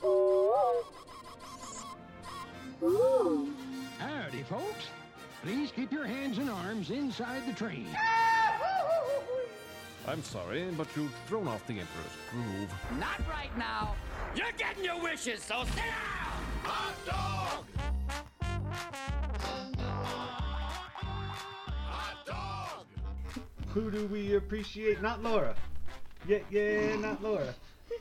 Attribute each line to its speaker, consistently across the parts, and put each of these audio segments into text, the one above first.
Speaker 1: folks. Please keep your hands and arms inside the train.
Speaker 2: I'm sorry, but you've thrown off the Emperor's groove.
Speaker 3: Not right now. You're getting your wishes, so sit down! Hot dog!
Speaker 4: Who do we appreciate? Not Laura. Yeah, yeah, not Laura.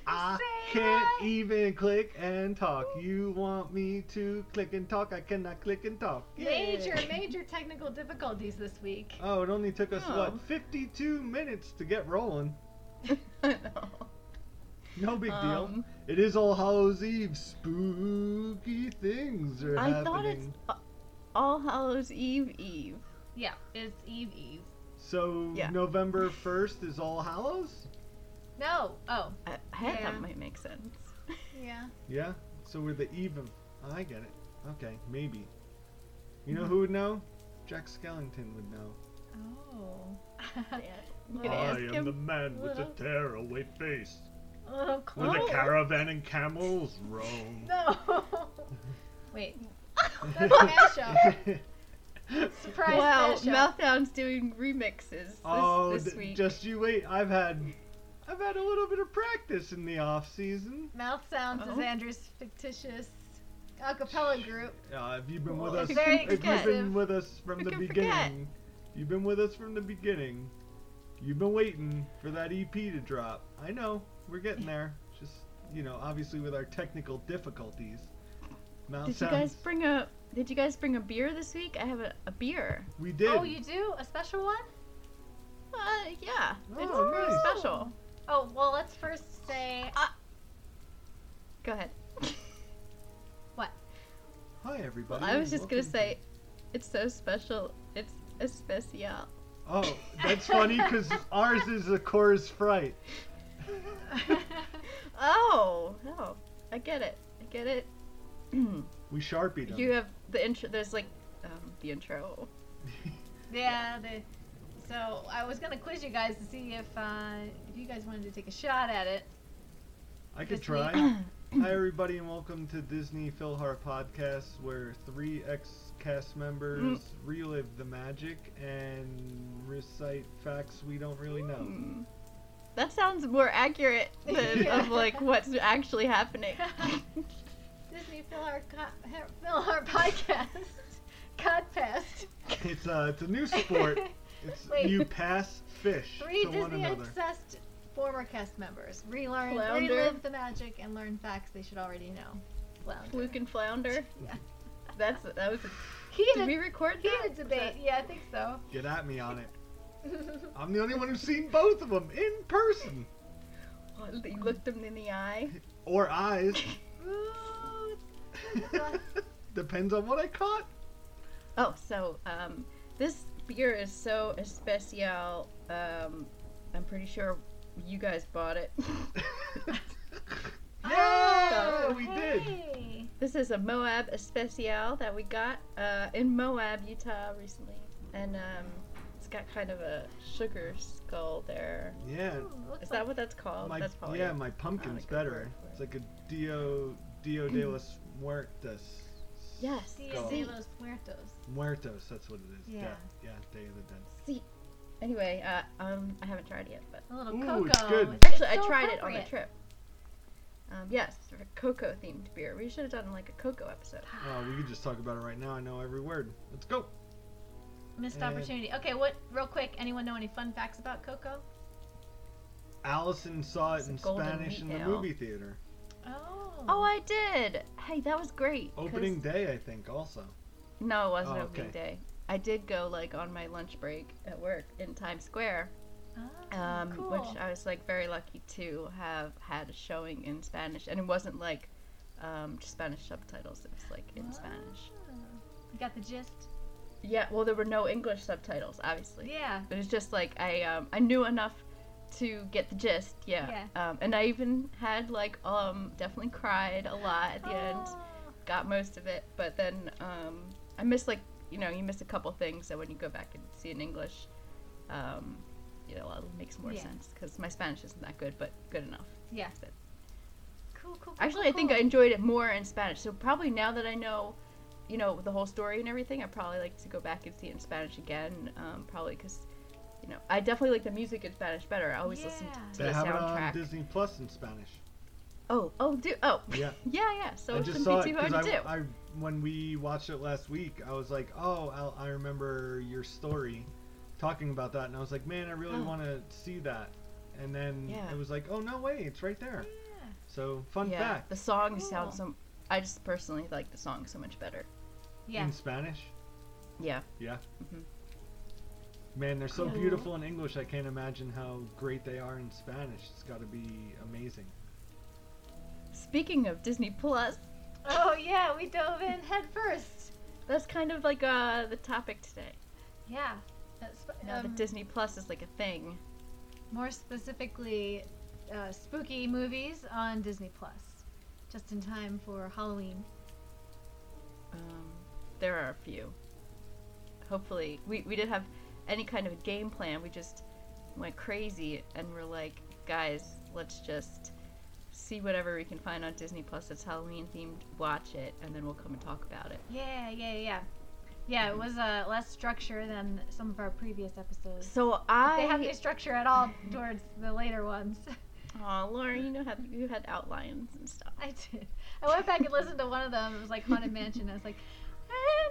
Speaker 4: I can't even click and talk. You want me to click and talk? I cannot click and talk. Yay.
Speaker 5: Major, major technical difficulties this week.
Speaker 4: Oh, it only took us
Speaker 6: Oh.
Speaker 4: what 52 minutes to get rolling. No big deal.
Speaker 6: Um,
Speaker 4: It is All Hallows Eve. Spooky things are
Speaker 6: I
Speaker 4: happening.
Speaker 6: thought it's A- All Hallows Eve Eve.
Speaker 5: Yeah, it's Eve Eve.
Speaker 4: So
Speaker 6: Yeah.
Speaker 4: November 1st is All Hallows?
Speaker 5: No. Oh.
Speaker 6: I, I
Speaker 5: Yeah.
Speaker 6: That might make sense.
Speaker 5: Yeah.
Speaker 4: Yeah. So we're the eve of. oh, I get it. Okay, maybe.
Speaker 6: Hmm.
Speaker 4: You know who would know? Jack Skellington would know.
Speaker 5: Oh.
Speaker 6: You could ask him.
Speaker 4: man
Speaker 5: with the Little-
Speaker 4: tearaway face.
Speaker 5: Little
Speaker 6: With a
Speaker 5: Chloe.
Speaker 6: the cat- caravan
Speaker 4: and camels roam.
Speaker 5: Oh, No. Wait. That's a mashup. Surprise
Speaker 6: Wow,
Speaker 5: mashup.
Speaker 6: Meltdown's doing remixes this,
Speaker 4: oh,
Speaker 6: this
Speaker 4: d-
Speaker 6: week.
Speaker 4: just you wait. I've had, I've had a little bit of practice in the off season.
Speaker 5: Mouth sounds is
Speaker 6: Oh.
Speaker 5: Andrew's fictitious a cappella group.
Speaker 4: Uh, if you've been with
Speaker 6: Well,
Speaker 4: us,
Speaker 6: if
Speaker 5: you
Speaker 4: if
Speaker 5: can
Speaker 4: you've
Speaker 6: forget-
Speaker 4: been with us from
Speaker 6: if
Speaker 4: the
Speaker 6: you can
Speaker 4: beginning,
Speaker 6: forget.
Speaker 4: you've been with us from the beginning. You've been waiting for that EP to drop. I know we're getting there. Just you know, obviously with our technical difficulties. Mount
Speaker 6: Did you
Speaker 4: Sounds-
Speaker 6: guys bring a Did you guys bring a beer this week? I have a, a beer.
Speaker 4: We did.
Speaker 5: Oh, you do a special one?
Speaker 6: Uh, yeah, it's
Speaker 4: Oh,
Speaker 6: pretty
Speaker 4: nice.
Speaker 6: special.
Speaker 5: Oh, well, let's first say
Speaker 6: Go ahead.
Speaker 4: Hi everybody.
Speaker 6: I was just gonna
Speaker 4: welcome.
Speaker 6: say, it's so special. It's especial.
Speaker 4: Oh, that's funny because ours is a Coors Fright.
Speaker 6: Oh, oh, I get it. I get it.
Speaker 4: We sharpied them.
Speaker 6: You have the intro. There's like um, the intro.
Speaker 5: Yeah, the, so I was gonna quiz you guys to see if uh, if you guys wanted to take a shot at it.
Speaker 4: I could
Speaker 5: Disney.
Speaker 4: try. Hi, everybody, and welcome to Disney Philhar Podcast, where three ex cast members
Speaker 6: Mm.
Speaker 4: relive the magic and recite facts we don't really know.
Speaker 6: Hmm. That sounds more accurate than of like what's actually happening.
Speaker 5: Disney Philhar Co- Philhar podcast, Codpast.
Speaker 4: It's, uh, it's a new sport. It's
Speaker 5: Wait.
Speaker 4: You pass fish
Speaker 5: Three
Speaker 4: to one
Speaker 5: Disney
Speaker 4: another.
Speaker 5: obsessed former cast members relearn,
Speaker 6: Flounder.
Speaker 5: relive the magic, and learn facts they should already know. Flounder.
Speaker 6: Fluke and flounder.
Speaker 5: Yeah.
Speaker 6: That's that was.
Speaker 5: He
Speaker 6: did
Speaker 5: had
Speaker 6: we
Speaker 5: a,
Speaker 6: record
Speaker 5: he
Speaker 6: that?
Speaker 5: had a
Speaker 6: Was
Speaker 5: debate. Yeah, I think so.
Speaker 4: Get at me on it. I'm the only one who's seen both of them in person.
Speaker 6: that- You looked him in the eye.
Speaker 4: Or eyes.
Speaker 5: Ooh, God.
Speaker 4: Depends on what I caught.
Speaker 6: Oh, so um, this beer is so especial. Um, I'm pretty sure you guys bought it.
Speaker 4: yeah,
Speaker 6: Oh,
Speaker 4: we did.
Speaker 5: Oh, hey.
Speaker 6: This is a Moab Especial that we got uh, in Moab, Utah recently. And um, it's got kind of a sugar skull there.
Speaker 4: Yeah,
Speaker 5: Ooh, looks
Speaker 6: Is
Speaker 5: like
Speaker 6: that what that's called?
Speaker 4: my
Speaker 6: Oh, that's probably
Speaker 4: yeah,
Speaker 6: it.
Speaker 4: my pumpkin's
Speaker 6: a good
Speaker 4: better.
Speaker 6: word for
Speaker 4: It's
Speaker 6: it.
Speaker 4: like a Dio Dio de los Muertos.
Speaker 6: Yes.
Speaker 5: Dia
Speaker 4: Go.
Speaker 5: de los Muertos.
Speaker 4: Muertos, that's what it is.
Speaker 5: Yeah.
Speaker 4: Death. Yeah, Day of the Dead.
Speaker 6: See. Anyway, uh, um, I haven't tried it yet, but
Speaker 5: A little
Speaker 4: Ooh,
Speaker 5: cocoa.
Speaker 4: it's good.
Speaker 6: actually I
Speaker 5: so
Speaker 6: tried it on a
Speaker 5: appropriate.
Speaker 6: trip. Um, yes, a cocoa themed beer. We should have done like a cocoa episode.
Speaker 4: Oh, we could just talk about it right now. I know every word. Let's go.
Speaker 5: Missed
Speaker 4: Uh,
Speaker 5: opportunity. Okay, what? Real quick, anyone know any fun facts about Coco?
Speaker 4: Allison saw it
Speaker 6: It's a
Speaker 4: in
Speaker 6: golden
Speaker 4: Spanish
Speaker 6: wheat
Speaker 4: in the
Speaker 6: ale.
Speaker 4: movie theater.
Speaker 5: Oh.
Speaker 6: Oh, I did. Hey, that was great. 'cause-
Speaker 4: Opening day, I think, also.
Speaker 6: No, it wasn't
Speaker 4: Oh,
Speaker 6: opening
Speaker 4: okay.
Speaker 6: day. I did go like on my lunch break at work in Times Square, um,
Speaker 5: Oh, cool.
Speaker 6: which I was like very lucky to have had a showing in Spanish, and it wasn't like um, just Spanish subtitles. It was like in Spanish.
Speaker 5: You got the gist?
Speaker 6: Yeah, well, there were no English subtitles, obviously.
Speaker 5: Yeah.
Speaker 6: It was just like I um, I knew enough to get the gist. Yeah. Um, and I even had like um definitely cried a lot at the end.
Speaker 5: Oh.
Speaker 6: got most of it, but then um, I missed like you know you miss a couple things that when you go back and see in English, um, you know it makes more
Speaker 5: Yeah.
Speaker 6: sense because my Spanish isn't that good, but good enough.
Speaker 5: Yeah.
Speaker 6: That's
Speaker 5: Cool,
Speaker 6: it.
Speaker 5: cool, cool.
Speaker 6: Actually, I think I
Speaker 5: cool.
Speaker 6: enjoyed it more in Spanish. So probably now that I know you know the whole story and everything, I probably like to go back and see it in Spanish again. Um, probably because you know I definitely like the music in Spanish better. I always listen
Speaker 5: Yeah.
Speaker 6: to,
Speaker 4: They
Speaker 6: the
Speaker 4: have it on
Speaker 6: soundtrack.
Speaker 4: Disney Plus in Spanish.
Speaker 6: oh, oh, do oh
Speaker 4: Yeah.
Speaker 6: yeah, yeah. So
Speaker 4: I
Speaker 6: it
Speaker 4: just
Speaker 6: shouldn't
Speaker 4: saw
Speaker 6: be
Speaker 4: it
Speaker 6: too hard
Speaker 4: because
Speaker 6: to do.
Speaker 4: I, I when we watched it last week, I was like, oh, I'll, I remember your story, talking about that, and I was like, man, I really
Speaker 6: Oh.
Speaker 4: want to see that. And then
Speaker 6: Yeah.
Speaker 4: it was like, oh no way, it's right there. So fun
Speaker 6: yeah,
Speaker 4: fact
Speaker 6: the song
Speaker 5: Cool.
Speaker 6: sounds so. I just personally like the song so much better.
Speaker 5: Yeah.
Speaker 4: in Spanish,
Speaker 6: Yeah,
Speaker 4: yeah.
Speaker 6: Mhm.
Speaker 4: Man, they're so
Speaker 6: Cool.
Speaker 4: beautiful in English. I can't imagine how great they are in Spanish. It's got to be amazing.
Speaker 6: Speaking of Disney Plus,
Speaker 5: Oh yeah, we dove in head first.
Speaker 6: that's kind of like uh, the topic today.
Speaker 5: Yeah. That's,
Speaker 6: Now
Speaker 5: um,
Speaker 6: that Disney Plus is like a thing.
Speaker 5: more specifically, uh, spooky movies on Disney Plus, just in time for Halloween.
Speaker 6: Um, there are a few. Hopefully, we, we didn't have any kind of game plan. We just went crazy and we're like, guys, let's just see whatever we can find on Disney Plus that's Halloween themed, watch it, and then we'll come and talk about it.
Speaker 5: Yeah, yeah, yeah. Yeah, it was uh, less structure than some of our previous episodes.
Speaker 6: So
Speaker 5: If
Speaker 6: I.
Speaker 5: they have no structure at all towards the later ones.
Speaker 6: Aw, Laura, you know how you had outlines and stuff.
Speaker 5: I did. I went back and listened to one of them. It was like Haunted Mansion. I was like,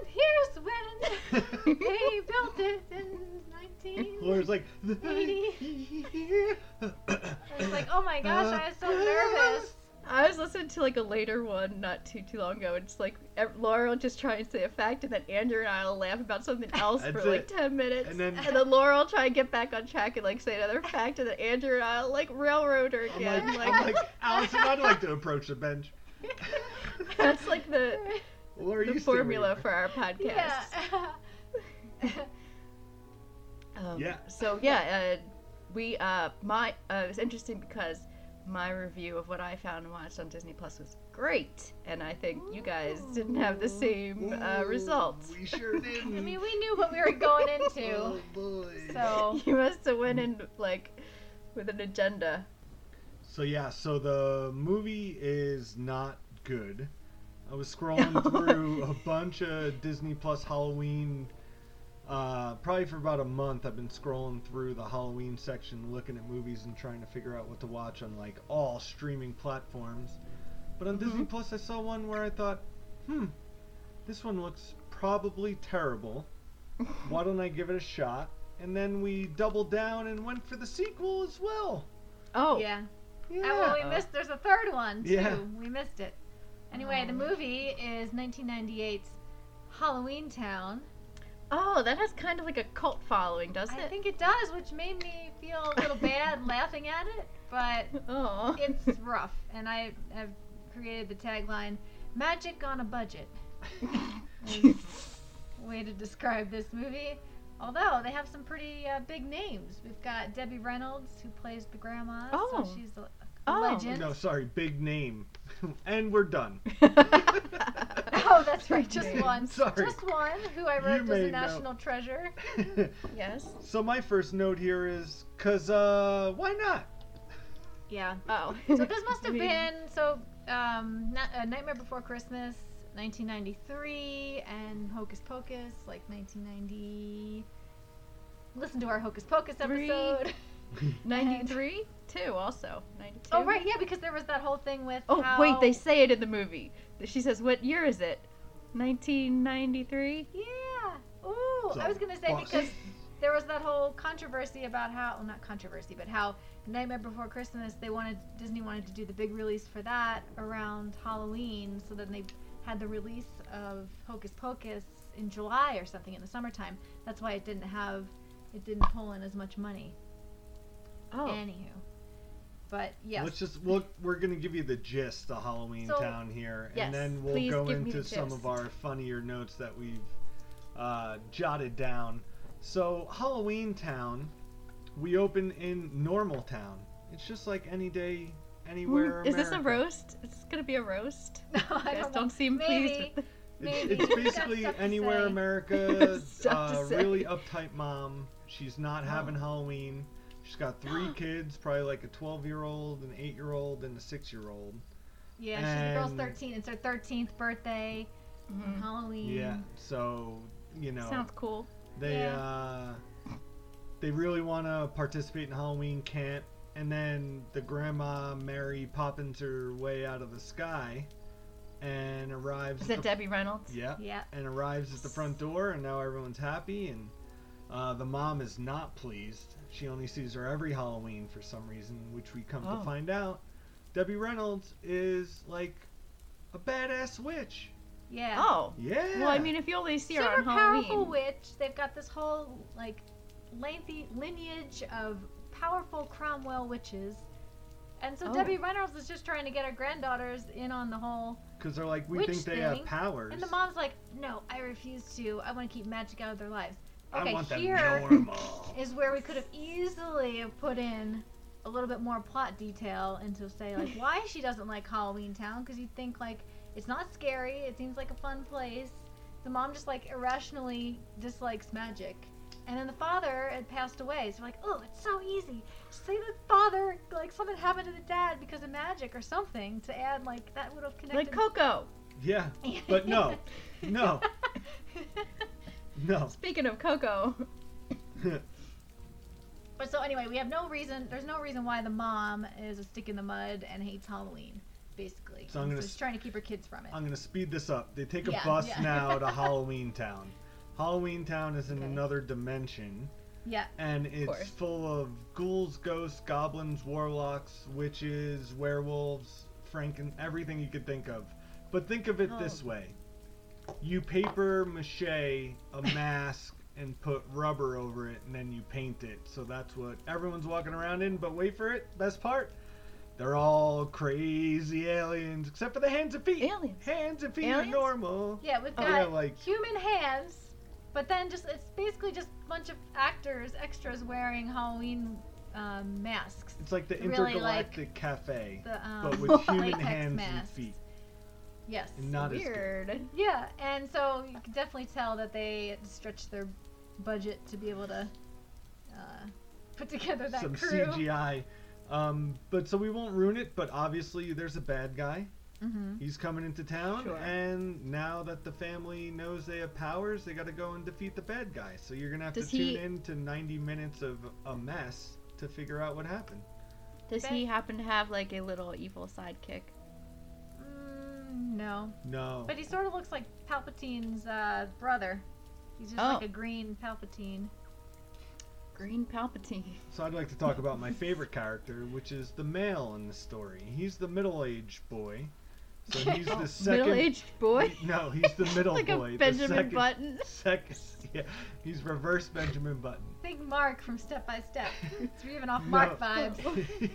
Speaker 5: and here's when they built it in 19.
Speaker 4: Laura's like,
Speaker 5: I was like, oh my gosh, I was so nervous.
Speaker 6: I was listening to like a later one not too too long ago. and It's like ev- Laura will just try and say a fact, and then Andrew and I will laugh about something else for
Speaker 4: That's
Speaker 6: like
Speaker 4: it.
Speaker 6: ten minutes,
Speaker 4: And then-
Speaker 6: Laura will try and get back on track and like say another fact, and then Andrew and I will like railroad her
Speaker 4: I'm
Speaker 6: again.
Speaker 4: like,
Speaker 6: like,
Speaker 4: I'm like, Allison, I'd like to approach the bench.
Speaker 6: that's like the
Speaker 4: Laura,
Speaker 6: the
Speaker 4: you stay where you
Speaker 6: formula
Speaker 4: are.
Speaker 6: for our podcast.
Speaker 5: Yeah.
Speaker 6: Um,
Speaker 4: Yeah.
Speaker 6: So yeah, uh, we uh, my uh, it was interesting because my review of what I found and watched on Disney Plus was great, and I think you guys didn't have the same uh,
Speaker 4: Ooh,
Speaker 6: results.
Speaker 4: We sure didn't.
Speaker 5: I mean, we knew what we were going into.
Speaker 4: Oh, boy.
Speaker 5: So,
Speaker 6: You must have went in like with an agenda.
Speaker 4: So, yeah, so the movie is not good. I was scrolling through a bunch of Disney Plus Halloween. Uh, probably for about a month, I've been scrolling through the Halloween section, looking at movies and trying to figure out what to watch on like all streaming platforms. But on Disney Plus, I saw one where I thought, hmm, this one looks probably terrible. Why don't I give it a shot? And then we doubled down and went for the sequel as well.
Speaker 6: Oh,
Speaker 5: yeah.
Speaker 4: Yeah.
Speaker 5: And well, we missed, there's a third one, too.
Speaker 4: Yeah.
Speaker 5: We missed it. Anyway, the movie is 1998's Halloween Town.
Speaker 6: oh, that has kind of like a cult following, doesn't
Speaker 5: I
Speaker 6: it?
Speaker 5: think it does, which made me feel a little bad laughing at it, but
Speaker 6: Oh,
Speaker 5: it's rough. And I have created the tagline Magic on a Budget. Way to describe this movie. Although they have some pretty uh, big names. We've got Debbie Reynolds, who plays the grandma.
Speaker 6: Oh.
Speaker 5: So she's a, a
Speaker 6: Oh.
Speaker 5: legend.
Speaker 4: No, sorry, big name. and we're done.
Speaker 5: Oh, that's right. Just
Speaker 6: Big
Speaker 5: one.
Speaker 4: Sorry.
Speaker 5: Just one who I
Speaker 4: You
Speaker 5: wrote as
Speaker 4: may
Speaker 5: a
Speaker 4: know.
Speaker 5: national treasure.
Speaker 6: yes.
Speaker 4: so my first note here is, cause uh, why not?
Speaker 5: Yeah.
Speaker 6: Oh,
Speaker 5: So this must have
Speaker 6: I mean,
Speaker 5: been so um, Na- uh, Nightmare Before Christmas, 1993, and Hocus Pocus, like 1990. Listen to our Hocus Pocus
Speaker 6: Three.
Speaker 5: episode.
Speaker 6: 93 too. Also 92.
Speaker 5: Oh right, yeah, because there was that whole thing with
Speaker 6: Oh
Speaker 5: how-
Speaker 6: wait, they say it in the movie. She says, "What year is it?" 1993.
Speaker 5: yeah. Ooh, I was
Speaker 4: So,
Speaker 5: gonna say
Speaker 4: boss.
Speaker 5: because there was that whole controversy about how well, not controversy, but how Nightmare Before Christmas they wanted Disney wanted to do the big release for that around Halloween, so then they had the release of Hocus Pocus in July or something in the summertime. That's why it didn't have it didn't pull in as much money.
Speaker 6: Oh,
Speaker 5: Anywho. But yes.
Speaker 4: Let's just we'll, we're gonna give you the gist of Halloween
Speaker 5: So-
Speaker 4: Town here,
Speaker 6: Yes,
Speaker 4: and then we'll
Speaker 6: please
Speaker 4: go
Speaker 6: give me
Speaker 4: into
Speaker 6: the
Speaker 4: some
Speaker 6: gist.
Speaker 4: of our funnier notes that we've uh, jotted down. So Halloween Town, we open in normal town. It's just like any day, anywhere.
Speaker 6: Hmm, Mm, is this a
Speaker 4: America.
Speaker 6: roast? Is this gonna be a roast?
Speaker 5: no, I
Speaker 6: You guys
Speaker 5: don't,
Speaker 6: don't
Speaker 5: know.
Speaker 6: seem pleased.
Speaker 5: Maybe.
Speaker 6: With
Speaker 5: Maybe.
Speaker 4: It's, it's
Speaker 5: You've got
Speaker 4: basically
Speaker 5: stuff to
Speaker 4: anywhere
Speaker 5: say.
Speaker 4: America.
Speaker 6: Stuff to
Speaker 4: uh,
Speaker 6: say.
Speaker 4: really uptight mom. She's not having Halloween. She's got three kids, probably like a 12 year old, an 8 year old, and a 6 year old.
Speaker 5: Yeah, she's the girl's
Speaker 4: And-
Speaker 5: 13. It's her 13th birthday. on
Speaker 6: Mm.
Speaker 5: Halloween.
Speaker 4: Yeah. So you know
Speaker 6: Sounds cool.
Speaker 4: they
Speaker 5: yeah.
Speaker 4: uh, they really want to participate in Halloween camp, and then the grandma Mary poppins her way out of the sky, and arrives.
Speaker 6: Is
Speaker 4: at
Speaker 6: it
Speaker 4: the-
Speaker 6: Debbie Reynolds?
Speaker 4: Yeah.
Speaker 5: Yeah.
Speaker 4: And arrives at the front door, and now everyone's happy, and uh, the mom is not pleased. She only sees her every Halloween for some reason, which we come
Speaker 6: Oh.
Speaker 4: to find out. Debbie Reynolds is like a badass witch.
Speaker 5: Yeah.
Speaker 6: Oh.
Speaker 4: Yeah.
Speaker 6: Well, I mean, if you only see her
Speaker 5: Super
Speaker 6: on Halloween.
Speaker 5: powerful witch. They've got this whole like lengthy lineage of powerful Cromwell witches. And so
Speaker 6: Oh.
Speaker 5: Debbie Reynolds is just trying to get her granddaughters in on the whole.
Speaker 4: because they're like, we
Speaker 5: witch
Speaker 4: think they
Speaker 5: thing,
Speaker 4: have powers.
Speaker 5: And the mom's like, "No, I refuse to. I want to keep magic out of their lives."
Speaker 4: I
Speaker 5: Okay,
Speaker 4: want them
Speaker 5: here
Speaker 4: normal.
Speaker 5: is where we could have easily have put in a little bit more plot detail into say like why she doesn't like Halloween Town because you think like it's not scary it seems like a fun place the mom just like irrationally dislikes magic and then the father had passed away so like oh it's so easy say the father like something happened to the dad because of magic or something to add like that would have
Speaker 6: Like
Speaker 5: connected
Speaker 6: Coco.
Speaker 4: yeah, but no, no, no.
Speaker 6: Speaking of Coco.
Speaker 5: But so anyway, we have no reason. There's no reason why the mom is a stick in the mud and hates Halloween, basically.
Speaker 4: So I'm gonna
Speaker 5: she's
Speaker 4: s-
Speaker 5: trying to keep her kids from it.
Speaker 4: I'm gonna speed this up. They take a
Speaker 5: Yeah,
Speaker 4: bus
Speaker 5: yeah.
Speaker 4: now to Halloween Town. Halloween Town is in
Speaker 5: Okay.
Speaker 4: another dimension,
Speaker 5: yeah,
Speaker 4: and it's
Speaker 6: course.
Speaker 4: full of ghouls, ghosts, goblins, warlocks, witches, werewolves, Franken, everything you could think of. But think of it
Speaker 5: Oh.
Speaker 4: this way: you paper mache a mask and put rubber over it, and then you paint it. So that's what everyone's walking around in. But wait for it. Best part. They're all crazy aliens, except for the hands and feet.
Speaker 6: Aliens.
Speaker 4: Hands and feet
Speaker 6: Aliens?
Speaker 4: are normal.
Speaker 5: yeah, we've
Speaker 4: Oh,
Speaker 5: got
Speaker 4: yeah, like-
Speaker 5: human hands, but then just it's basically just a bunch of actors, extras wearing Halloween um, masks.
Speaker 4: It's like the
Speaker 5: Really,
Speaker 4: intergalactic cafe,
Speaker 5: The um,
Speaker 4: but with human
Speaker 5: latex
Speaker 4: hands
Speaker 5: masks.
Speaker 4: and feet,
Speaker 5: Yes.
Speaker 4: and not as good.
Speaker 6: Weird.
Speaker 5: Yeah, and so you can definitely tell that they stretched their budget to be able to uh, put together that
Speaker 4: some
Speaker 5: crew.
Speaker 4: CGI. Um, but so we won't ruin it. But obviously, there's a bad guy.
Speaker 5: hmm
Speaker 4: He's coming into town,
Speaker 6: Sure.
Speaker 4: and now that the family knows they have powers, they got to go and defeat the bad guy. So you're gonna have
Speaker 6: Does
Speaker 4: to tune
Speaker 6: he-
Speaker 4: in to 90 minutes of a mess to figure out what happened.
Speaker 6: Does
Speaker 5: Bet-
Speaker 6: he happen to have like a little evil sidekick?
Speaker 5: Mm, no.
Speaker 4: No,
Speaker 5: But he sort of looks like Palpatine's uh, brother. He's just like
Speaker 6: Oh.
Speaker 5: a green Palpatine.
Speaker 6: Green Palpatine.
Speaker 4: so I'd like to talk about my favorite character, which is the male in the story. He's the middle-aged boy. So he's the second.
Speaker 6: Oh, Middle-aged boy.
Speaker 4: he- no, he's the middle
Speaker 6: like
Speaker 4: boy.
Speaker 6: a
Speaker 4: the
Speaker 6: Benjamin
Speaker 4: second-
Speaker 6: Button.
Speaker 4: Second, yeah, he's reverse Benjamin Button.
Speaker 5: Think Mark from Step by Step. It's even off Mark
Speaker 4: No.
Speaker 5: vibes.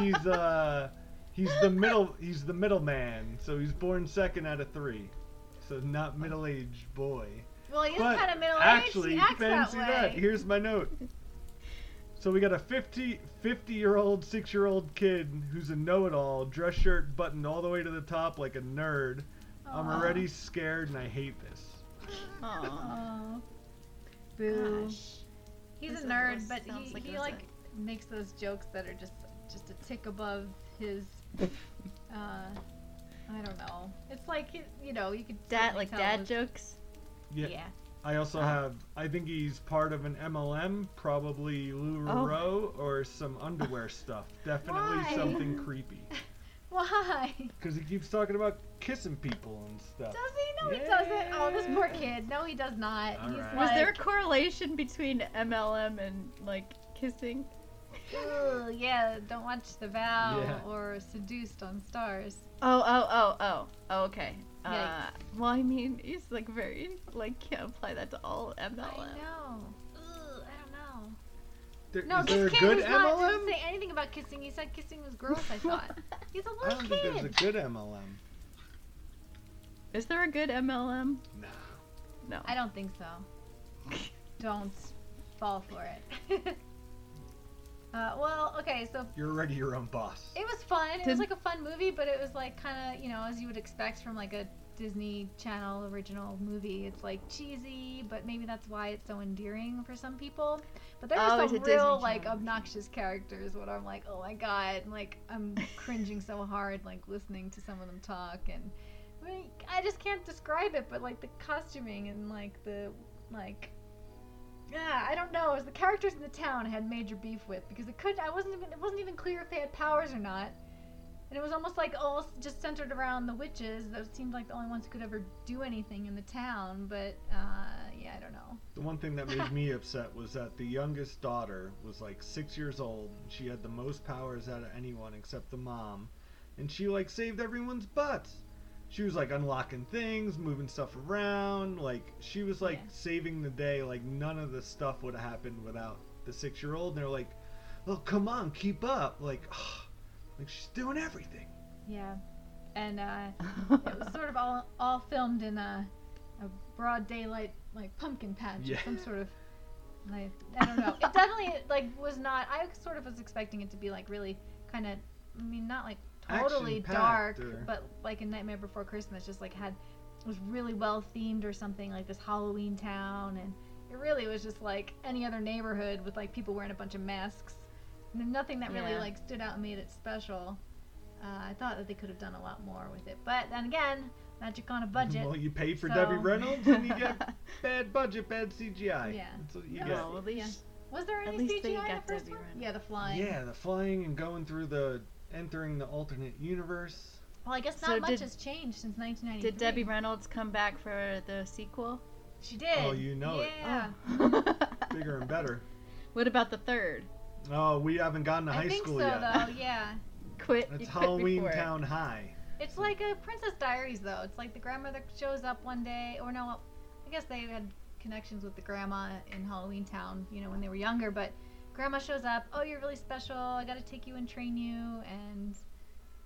Speaker 4: he's uh he's the middle he's the middleman so he's born second out of three so not middle-aged boy
Speaker 5: Well, he is
Speaker 4: but
Speaker 5: kind of middle aged.
Speaker 4: actually
Speaker 5: he acts
Speaker 4: fancy
Speaker 5: that way.
Speaker 4: here's my note so we got a 50 50 year old 6 year old kid who's a know-it-all dress shirt buttoned all the way to the top like a nerd i'm
Speaker 5: Aw.
Speaker 4: already scared and i hate this
Speaker 6: Aw,
Speaker 5: Aw. Boo.
Speaker 6: gosh.
Speaker 5: He's
Speaker 6: This
Speaker 5: a nerd,
Speaker 6: almost
Speaker 5: but
Speaker 6: sounds
Speaker 5: he
Speaker 6: like it
Speaker 5: he
Speaker 6: was
Speaker 5: like
Speaker 6: a-
Speaker 5: makes those jokes that are just just a tick above his. Uh, I don't know. It's like you- you know you could
Speaker 6: Dad,
Speaker 5: certainly
Speaker 6: like
Speaker 5: tell
Speaker 6: dad
Speaker 5: it was-
Speaker 6: jokes.
Speaker 5: yeah.
Speaker 4: I also have. I think he's part of an MLM,
Speaker 5: Oh.
Speaker 4: probably LuLaRoe or some underwear stuff. Definitely
Speaker 5: Why?
Speaker 4: something creepy.
Speaker 5: Why?
Speaker 4: Because he keeps talking about kissing people and stuff.
Speaker 5: Does he? No, he doesn't. Oh, this poor kid. No, he does not.
Speaker 4: All
Speaker 5: He's
Speaker 4: right.
Speaker 6: Was there a
Speaker 5: like,
Speaker 6: correlation between MLM and like kissing?
Speaker 5: "Ugh, yeah, don't watch The Vow
Speaker 4: Yeah.
Speaker 5: or Seduced on Stars.
Speaker 6: Oh, oh, oh, oh, oh okay. Uh,
Speaker 5: Yikes.
Speaker 6: well, I mean, he's like very like can't apply that to all MLM.
Speaker 5: I know. Ugh, I don't know.
Speaker 4: There-
Speaker 5: No,
Speaker 4: is
Speaker 5: this
Speaker 4: there a
Speaker 5: kid
Speaker 4: good
Speaker 5: was not,
Speaker 4: MLM?
Speaker 5: didn't say anything about kissing. He said kissing was gross, I thought. He's a
Speaker 4: I
Speaker 5: little
Speaker 4: don't think there's
Speaker 5: kid.
Speaker 4: a good MLM.
Speaker 6: Is there a good MLM?
Speaker 4: Nah.
Speaker 6: No.
Speaker 5: I don't think so. don't fall for it. uh, well, okay, so
Speaker 4: You're already your own boss.
Speaker 5: It was fun. It was
Speaker 6: Did-
Speaker 5: like a fun movie, but it was like kind of you know as you would expect from like a Disney Channel original movie. It's like cheesy, but maybe that's why it's so endearing for some people. But there
Speaker 6: Oh,
Speaker 5: were
Speaker 6: it's a
Speaker 5: some
Speaker 6: Disney
Speaker 5: real like
Speaker 6: Channel.
Speaker 5: obnoxious characters where I'm like, oh my god, and, like I'm cringing so hard like listening to some of them talk and. I, mean, I just can't describe it, but like the costuming and like the like. Yeah, I don't know. It was the characters in the town I had major beef with because it could. I wasn't even. It wasn't even clear if they had powers or not, and it was almost like all s- just centered around the witches. Those seemed like the only ones who could ever do anything in the town. But uh, yeah, I don't know.
Speaker 4: The one thing that made me upset was that the youngest daughter was like six years old. And she had the most powers out of anyone except the mom, and she like saved everyone's butts. She was like unlocking things, moving stuff around. Like she was like
Speaker 5: Yeah.
Speaker 4: saving the day. Like none of this stuff would have happened without the six-year-old. And they're like, "Oh, come on, keep up!" Like, like she's doing everything.
Speaker 5: Yeah, and uh, it was sort of all all filmed in a, a broad daylight like pumpkin patch
Speaker 4: Yeah.
Speaker 5: or some sort of like I don't know. It definitely like was not. I sort of was expecting it to be like really kind of. I mean, not like totally
Speaker 4: Action-packed
Speaker 5: dark,
Speaker 4: or-
Speaker 5: but like a Nightmare Before Christmas, just like had was really well themed or something like this Halloween town, and it really was just like any other neighborhood with like people wearing a bunch of masks. And nothing that really
Speaker 6: Yeah.
Speaker 5: like stood out and made it special. Uh, I thought that they could have done a lot more with it, but then again, magic on a budget.
Speaker 4: Well, you pay for
Speaker 5: So-
Speaker 4: Debbie Reynolds and you get bad budget, bad CGI.
Speaker 5: Yeah.
Speaker 4: That's what you
Speaker 5: Oh,
Speaker 4: get.
Speaker 6: Well, at least
Speaker 5: Was there
Speaker 6: At
Speaker 5: any
Speaker 6: least they
Speaker 5: CGI in
Speaker 6: got
Speaker 5: the first
Speaker 6: Debbie
Speaker 5: one?
Speaker 6: Reynolds.
Speaker 5: Yeah, the flying.
Speaker 4: Yeah, the flying and going through the entering the alternate universe.
Speaker 5: Well, I guess not
Speaker 6: So
Speaker 5: much
Speaker 6: did-
Speaker 5: has changed since 1993.
Speaker 6: did Debbie Reynolds come back for the sequel? Oh.
Speaker 5: She did.
Speaker 4: Oh, you know it.
Speaker 5: yeah.
Speaker 4: Bigger and better.
Speaker 6: what about the third?
Speaker 4: Oh, we haven't gotten to
Speaker 5: I
Speaker 4: high
Speaker 5: think
Speaker 4: school
Speaker 5: so,
Speaker 4: yet.
Speaker 5: though. Yeah.
Speaker 6: Quit. you
Speaker 4: That's
Speaker 6: quit
Speaker 4: Halloween
Speaker 6: before it.
Speaker 4: Town High.
Speaker 5: It's like a Princess Diaries, though. It's like the grandmother shows up one day, or no, I guess they had connections with the grandma in Halloween Town, you know, when they were younger. But grandma shows up. Oh, you're really special. I got to take you and train you, and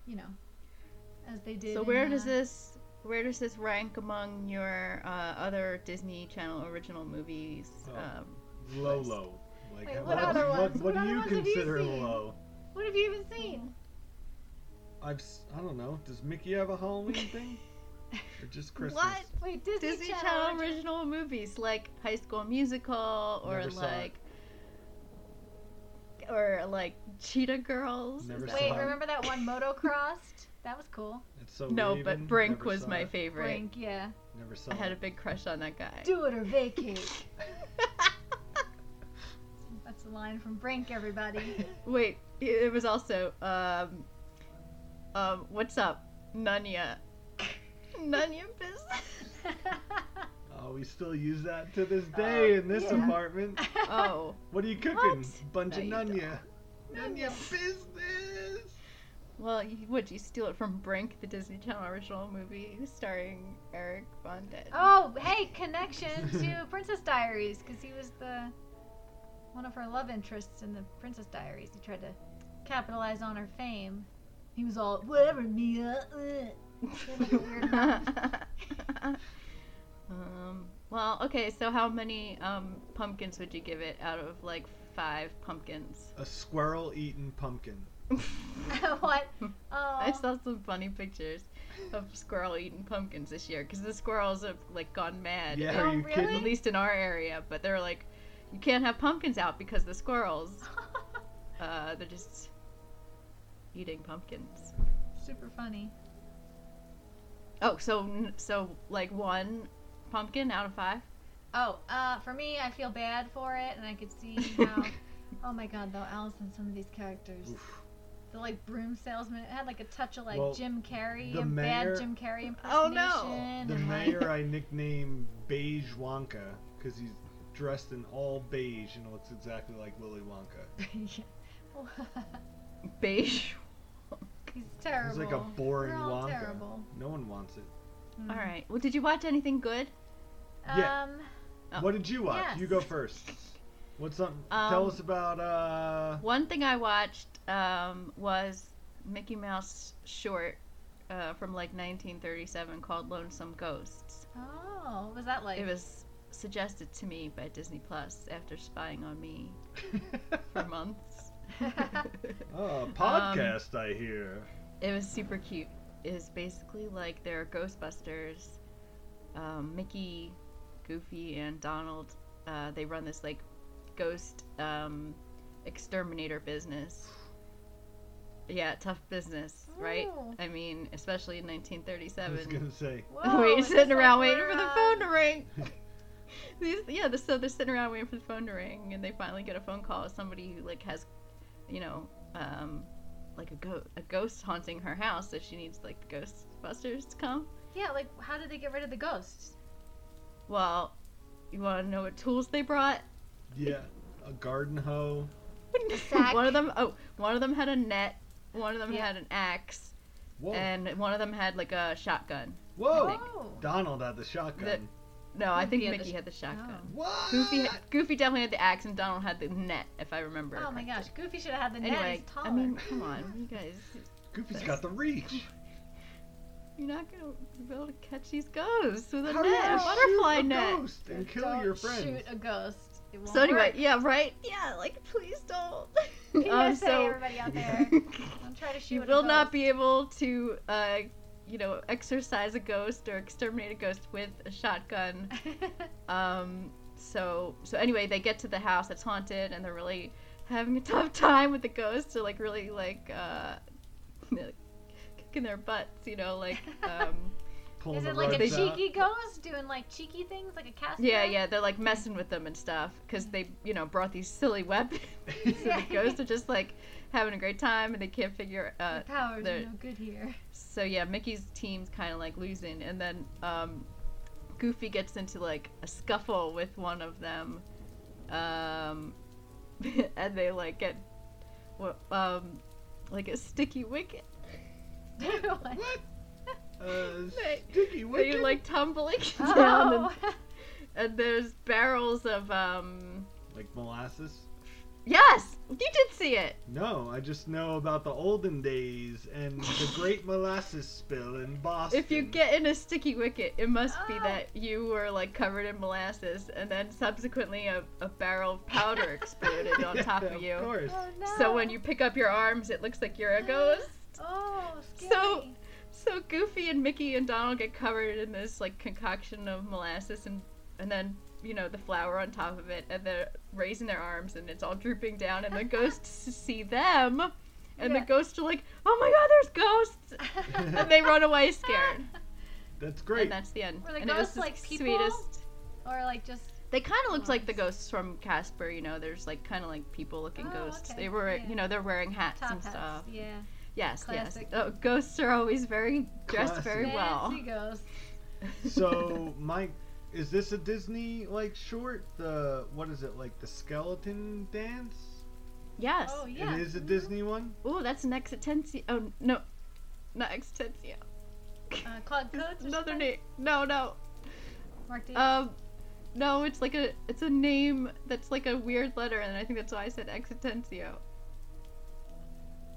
Speaker 5: you know, as they did.
Speaker 6: So
Speaker 5: in,
Speaker 6: where does
Speaker 5: uh,
Speaker 6: this where does this rank among your uh, other Disney Channel original movies?
Speaker 4: Oh.
Speaker 6: Um,
Speaker 4: Low, low. Like,
Speaker 5: Wait, what other
Speaker 4: what,
Speaker 5: ones?
Speaker 4: what
Speaker 5: What
Speaker 4: do
Speaker 5: other
Speaker 4: you
Speaker 5: ones have you
Speaker 4: consider
Speaker 5: seen?
Speaker 4: low?
Speaker 5: What have you even seen?
Speaker 4: I've, s- I don't know. Does Mickey have a Halloween thing? or just Christmas?
Speaker 5: What? Wait, Disney,
Speaker 6: Disney
Speaker 5: Channel.
Speaker 6: Channel
Speaker 5: original-
Speaker 6: original movies like High School Musical or
Speaker 4: Never saw it.
Speaker 6: like or like Cheetah Girls. Is
Speaker 4: Never
Speaker 6: that-
Speaker 4: saw
Speaker 5: Wait,
Speaker 4: Wow.
Speaker 5: remember that one motocrossed? That was cool.
Speaker 4: It's so
Speaker 6: No,
Speaker 4: Raven,
Speaker 6: but Brink
Speaker 4: never
Speaker 6: was
Speaker 4: saw
Speaker 6: my
Speaker 4: it,
Speaker 6: favorite.
Speaker 5: Brink, yeah.
Speaker 4: Never saw
Speaker 6: I had a
Speaker 4: it.
Speaker 6: big crush on that guy.
Speaker 5: Do it or vacate. That's a line from Brink, everybody.
Speaker 6: Wait, it was also um, um, what's up, Nunya? Nunya business.
Speaker 4: Oh, we still use that to this day in this
Speaker 5: Oh, yeah.
Speaker 4: apartment.
Speaker 6: Oh,
Speaker 4: What are you cooking?
Speaker 6: What?
Speaker 4: Bunch of
Speaker 6: No, you
Speaker 4: nunya. Nunya
Speaker 5: Nunya.
Speaker 4: business.
Speaker 6: well, you, would you steal it from Brink, the Disney Channel original movie starring Eric Von Dead?
Speaker 5: Oh, hey, connection to Princess Diaries, because he was the one of her love interests in the Princess Diaries. He tried to capitalize on her fame. He was all whatever, Mia. uh." Weird
Speaker 6: um, well, okay. So, how many um, pumpkins would you give it out of like five pumpkins?
Speaker 4: A squirrel eating pumpkin.
Speaker 5: what? Oh,
Speaker 6: I saw some funny pictures of squirrel eating pumpkins this year because the squirrels have like gone mad.
Speaker 4: Yeah,
Speaker 5: Oh,
Speaker 4: are you
Speaker 5: really?
Speaker 6: at least in our area. But they're like, you can't have pumpkins out because the squirrels, uh, they're just eating pumpkins.
Speaker 5: super funny.
Speaker 6: Oh, so so like one pumpkin out of five.
Speaker 5: Oh, uh, for me, I feel bad for it, and I could see how. oh my god, though, Allison, some of these characters. The like broom salesman, it had like a touch of like
Speaker 4: Well,
Speaker 5: Jim Carrey
Speaker 4: the
Speaker 5: and
Speaker 4: mayor-
Speaker 5: bad Jim Carrey impersonation.
Speaker 6: Oh, no.
Speaker 4: The
Speaker 5: and, like-
Speaker 4: mayor I nicknamed Beige Wonka because he's dressed in all beige and looks exactly like Willy Wonka.
Speaker 6: Beige.
Speaker 5: He's terrible.
Speaker 4: He's like a boring
Speaker 5: They're all
Speaker 4: Wonka.
Speaker 5: terrible.
Speaker 4: No one wants it.
Speaker 5: Mm.
Speaker 6: All right. Well, did you watch anything good?
Speaker 4: Yeah.
Speaker 5: Um,
Speaker 6: Oh.
Speaker 4: What did you watch?
Speaker 5: Yes.
Speaker 4: You go first. What's up?
Speaker 6: Um,
Speaker 4: Tell us about uh.
Speaker 6: One thing I watched um, was Mickey Mouse short uh, from like 1937 called Lonesome Ghosts.
Speaker 5: oh, what was that like?
Speaker 6: It was suggested to me by Disney Plus after spying on me for months.
Speaker 4: oh,
Speaker 5: um,
Speaker 4: a podcast I hear.
Speaker 6: It was super cute. It was basically like they're Ghostbusters. Um, Mickey, Goofy, and Donald. Uh, they run this like ghost um, exterminator business. Yeah, tough business. right?
Speaker 5: Ooh.
Speaker 6: I mean, especially in
Speaker 4: I was
Speaker 6: 1937.
Speaker 4: gonna say.
Speaker 5: Whoa,
Speaker 6: waiting,
Speaker 5: it's
Speaker 6: sitting
Speaker 5: like
Speaker 6: around waiting
Speaker 5: we're,
Speaker 6: for the
Speaker 5: uh,
Speaker 6: phone to ring. These, yeah, the, so they're sitting around waiting for the phone to ring, and they finally get a phone call. of Somebody who like has, you know, um, like a ghost, a ghost haunting her house, so she needs like the Ghostbusters to come.
Speaker 5: Yeah, like how did they get rid of the ghosts?
Speaker 6: Well, you want to know what tools they brought?
Speaker 4: Yeah, a garden hoe.
Speaker 5: sack.
Speaker 6: one of them, oh, one of them had a net. One of them
Speaker 5: Yeah.
Speaker 6: had an axe,
Speaker 4: Whoa!
Speaker 5: Eh,
Speaker 6: and one of them had like a shotgun.
Speaker 4: Whoa!
Speaker 5: Oh,
Speaker 4: Donald had the shotgun.
Speaker 6: No, I think
Speaker 7: Goofy had the
Speaker 6: Mickey
Speaker 7: sh-
Speaker 6: had the shotgun.
Speaker 5: oh.
Speaker 4: What?
Speaker 6: Goofy, Goofy definitely had the axe, and Donald had the net, if I remember.
Speaker 5: oh my
Speaker 6: correctly.
Speaker 5: gosh, Goofy should have had the net.
Speaker 6: Anyway,
Speaker 5: He's
Speaker 6: I
Speaker 5: taller.
Speaker 6: mean, come on, you guys,
Speaker 4: Goofy's got the reach.
Speaker 6: you're not gonna be able to catch these ghosts with a
Speaker 4: How do you
Speaker 6: net, a
Speaker 4: shoot
Speaker 6: butterfly
Speaker 4: a
Speaker 6: net.
Speaker 4: ghost and kill
Speaker 5: Don't
Speaker 4: your
Speaker 5: Shoot
Speaker 4: friends?
Speaker 5: a ghost. It won't
Speaker 6: So anyway,
Speaker 5: work.
Speaker 6: yeah, right, yeah, like please don't.
Speaker 5: PSA,
Speaker 6: Um, so
Speaker 5: everybody out there, don't try to shoot.
Speaker 6: you
Speaker 5: a
Speaker 6: will not
Speaker 5: ghost.
Speaker 6: be able to, uh, you know, exercise a ghost or exterminate a ghost with a shotgun. Um, so so anyway, they get to the house that's haunted, and they're really having a tough time with the ghosts. They're like really like uh, kicking their butts, you know, like um,
Speaker 4: Pulling
Speaker 5: Is
Speaker 4: the
Speaker 5: it like a
Speaker 4: rugs out.
Speaker 5: cheeky ghost doing like cheeky things, like a cast?
Speaker 6: yeah yeah. They're like messing with them and stuff because they you know brought these silly weapons. so the ghosts are just like having a great time, and they can't figure uh,
Speaker 5: The powers are
Speaker 6: they're-
Speaker 5: no good here.
Speaker 6: so yeah, Mickey's team's kind of like losing, and then um, Goofy gets into like a scuffle with one of them, um, and they like get wha- um, like a sticky wicket.
Speaker 4: What? Uh,
Speaker 6: They-
Speaker 4: sticky
Speaker 6: Where
Speaker 4: wicket.
Speaker 6: you like tumbling down, and,
Speaker 5: oh.
Speaker 6: and there's barrels of um.
Speaker 4: Like molasses?
Speaker 6: Yes, you did see it.
Speaker 4: No, I just know about the olden days and the great molasses spill in Boston.
Speaker 6: If you get in a sticky wicket, it must be
Speaker 5: Oh.
Speaker 6: that you were like covered in molasses, and then subsequently a, a barrel of powder exploded on
Speaker 4: Yeah,
Speaker 6: top of you.
Speaker 4: Of course.
Speaker 5: oh no.
Speaker 6: So when you pick up your arms, it looks like you're a ghost.
Speaker 5: Oh,
Speaker 6: So-
Speaker 5: scary.
Speaker 6: So Goofy and Mickey and Donald get covered in this like concoction of molasses and and then you know the flour on top of it, and they're raising their arms and it's all drooping down, and the ghosts see them, and
Speaker 5: Yeah.
Speaker 6: the ghosts are like, "Oh my God, there's ghosts!" and they run away scared,
Speaker 4: That's
Speaker 6: and
Speaker 4: great.
Speaker 6: that's the end.
Speaker 5: Were the
Speaker 6: and it was
Speaker 5: ghosts
Speaker 6: the
Speaker 5: like people? or like just
Speaker 6: They kind of looked like the
Speaker 5: Nice.
Speaker 6: ghosts from Casper, you know. There's like kind of like people-looking
Speaker 5: Oh,
Speaker 6: ghosts.
Speaker 5: okay,
Speaker 6: They were,
Speaker 5: yeah.
Speaker 6: you know, they're wearing hats
Speaker 5: top
Speaker 6: and
Speaker 5: hats.
Speaker 6: stuff.
Speaker 5: Yeah.
Speaker 6: Yes,
Speaker 5: Classic.
Speaker 6: yes. Oh, ghosts are always very dressed
Speaker 4: Classic.
Speaker 6: very well.
Speaker 5: Fancy ghosts.
Speaker 4: So, Mike, is this a Disney like short? The what is it like the skeleton dance?
Speaker 6: yes.
Speaker 5: Oh yeah.
Speaker 4: It is a
Speaker 5: Mhm.
Speaker 4: Disney one.
Speaker 6: Oh, that's an extension. Oh no, not extension.
Speaker 5: Uh, Claude Coates. or
Speaker 6: Another
Speaker 5: something?
Speaker 6: name. No, no.
Speaker 5: Mark Davis.
Speaker 6: Um, no. It's like a. It's a name that's like a weird letter, and I think that's why I said extentio.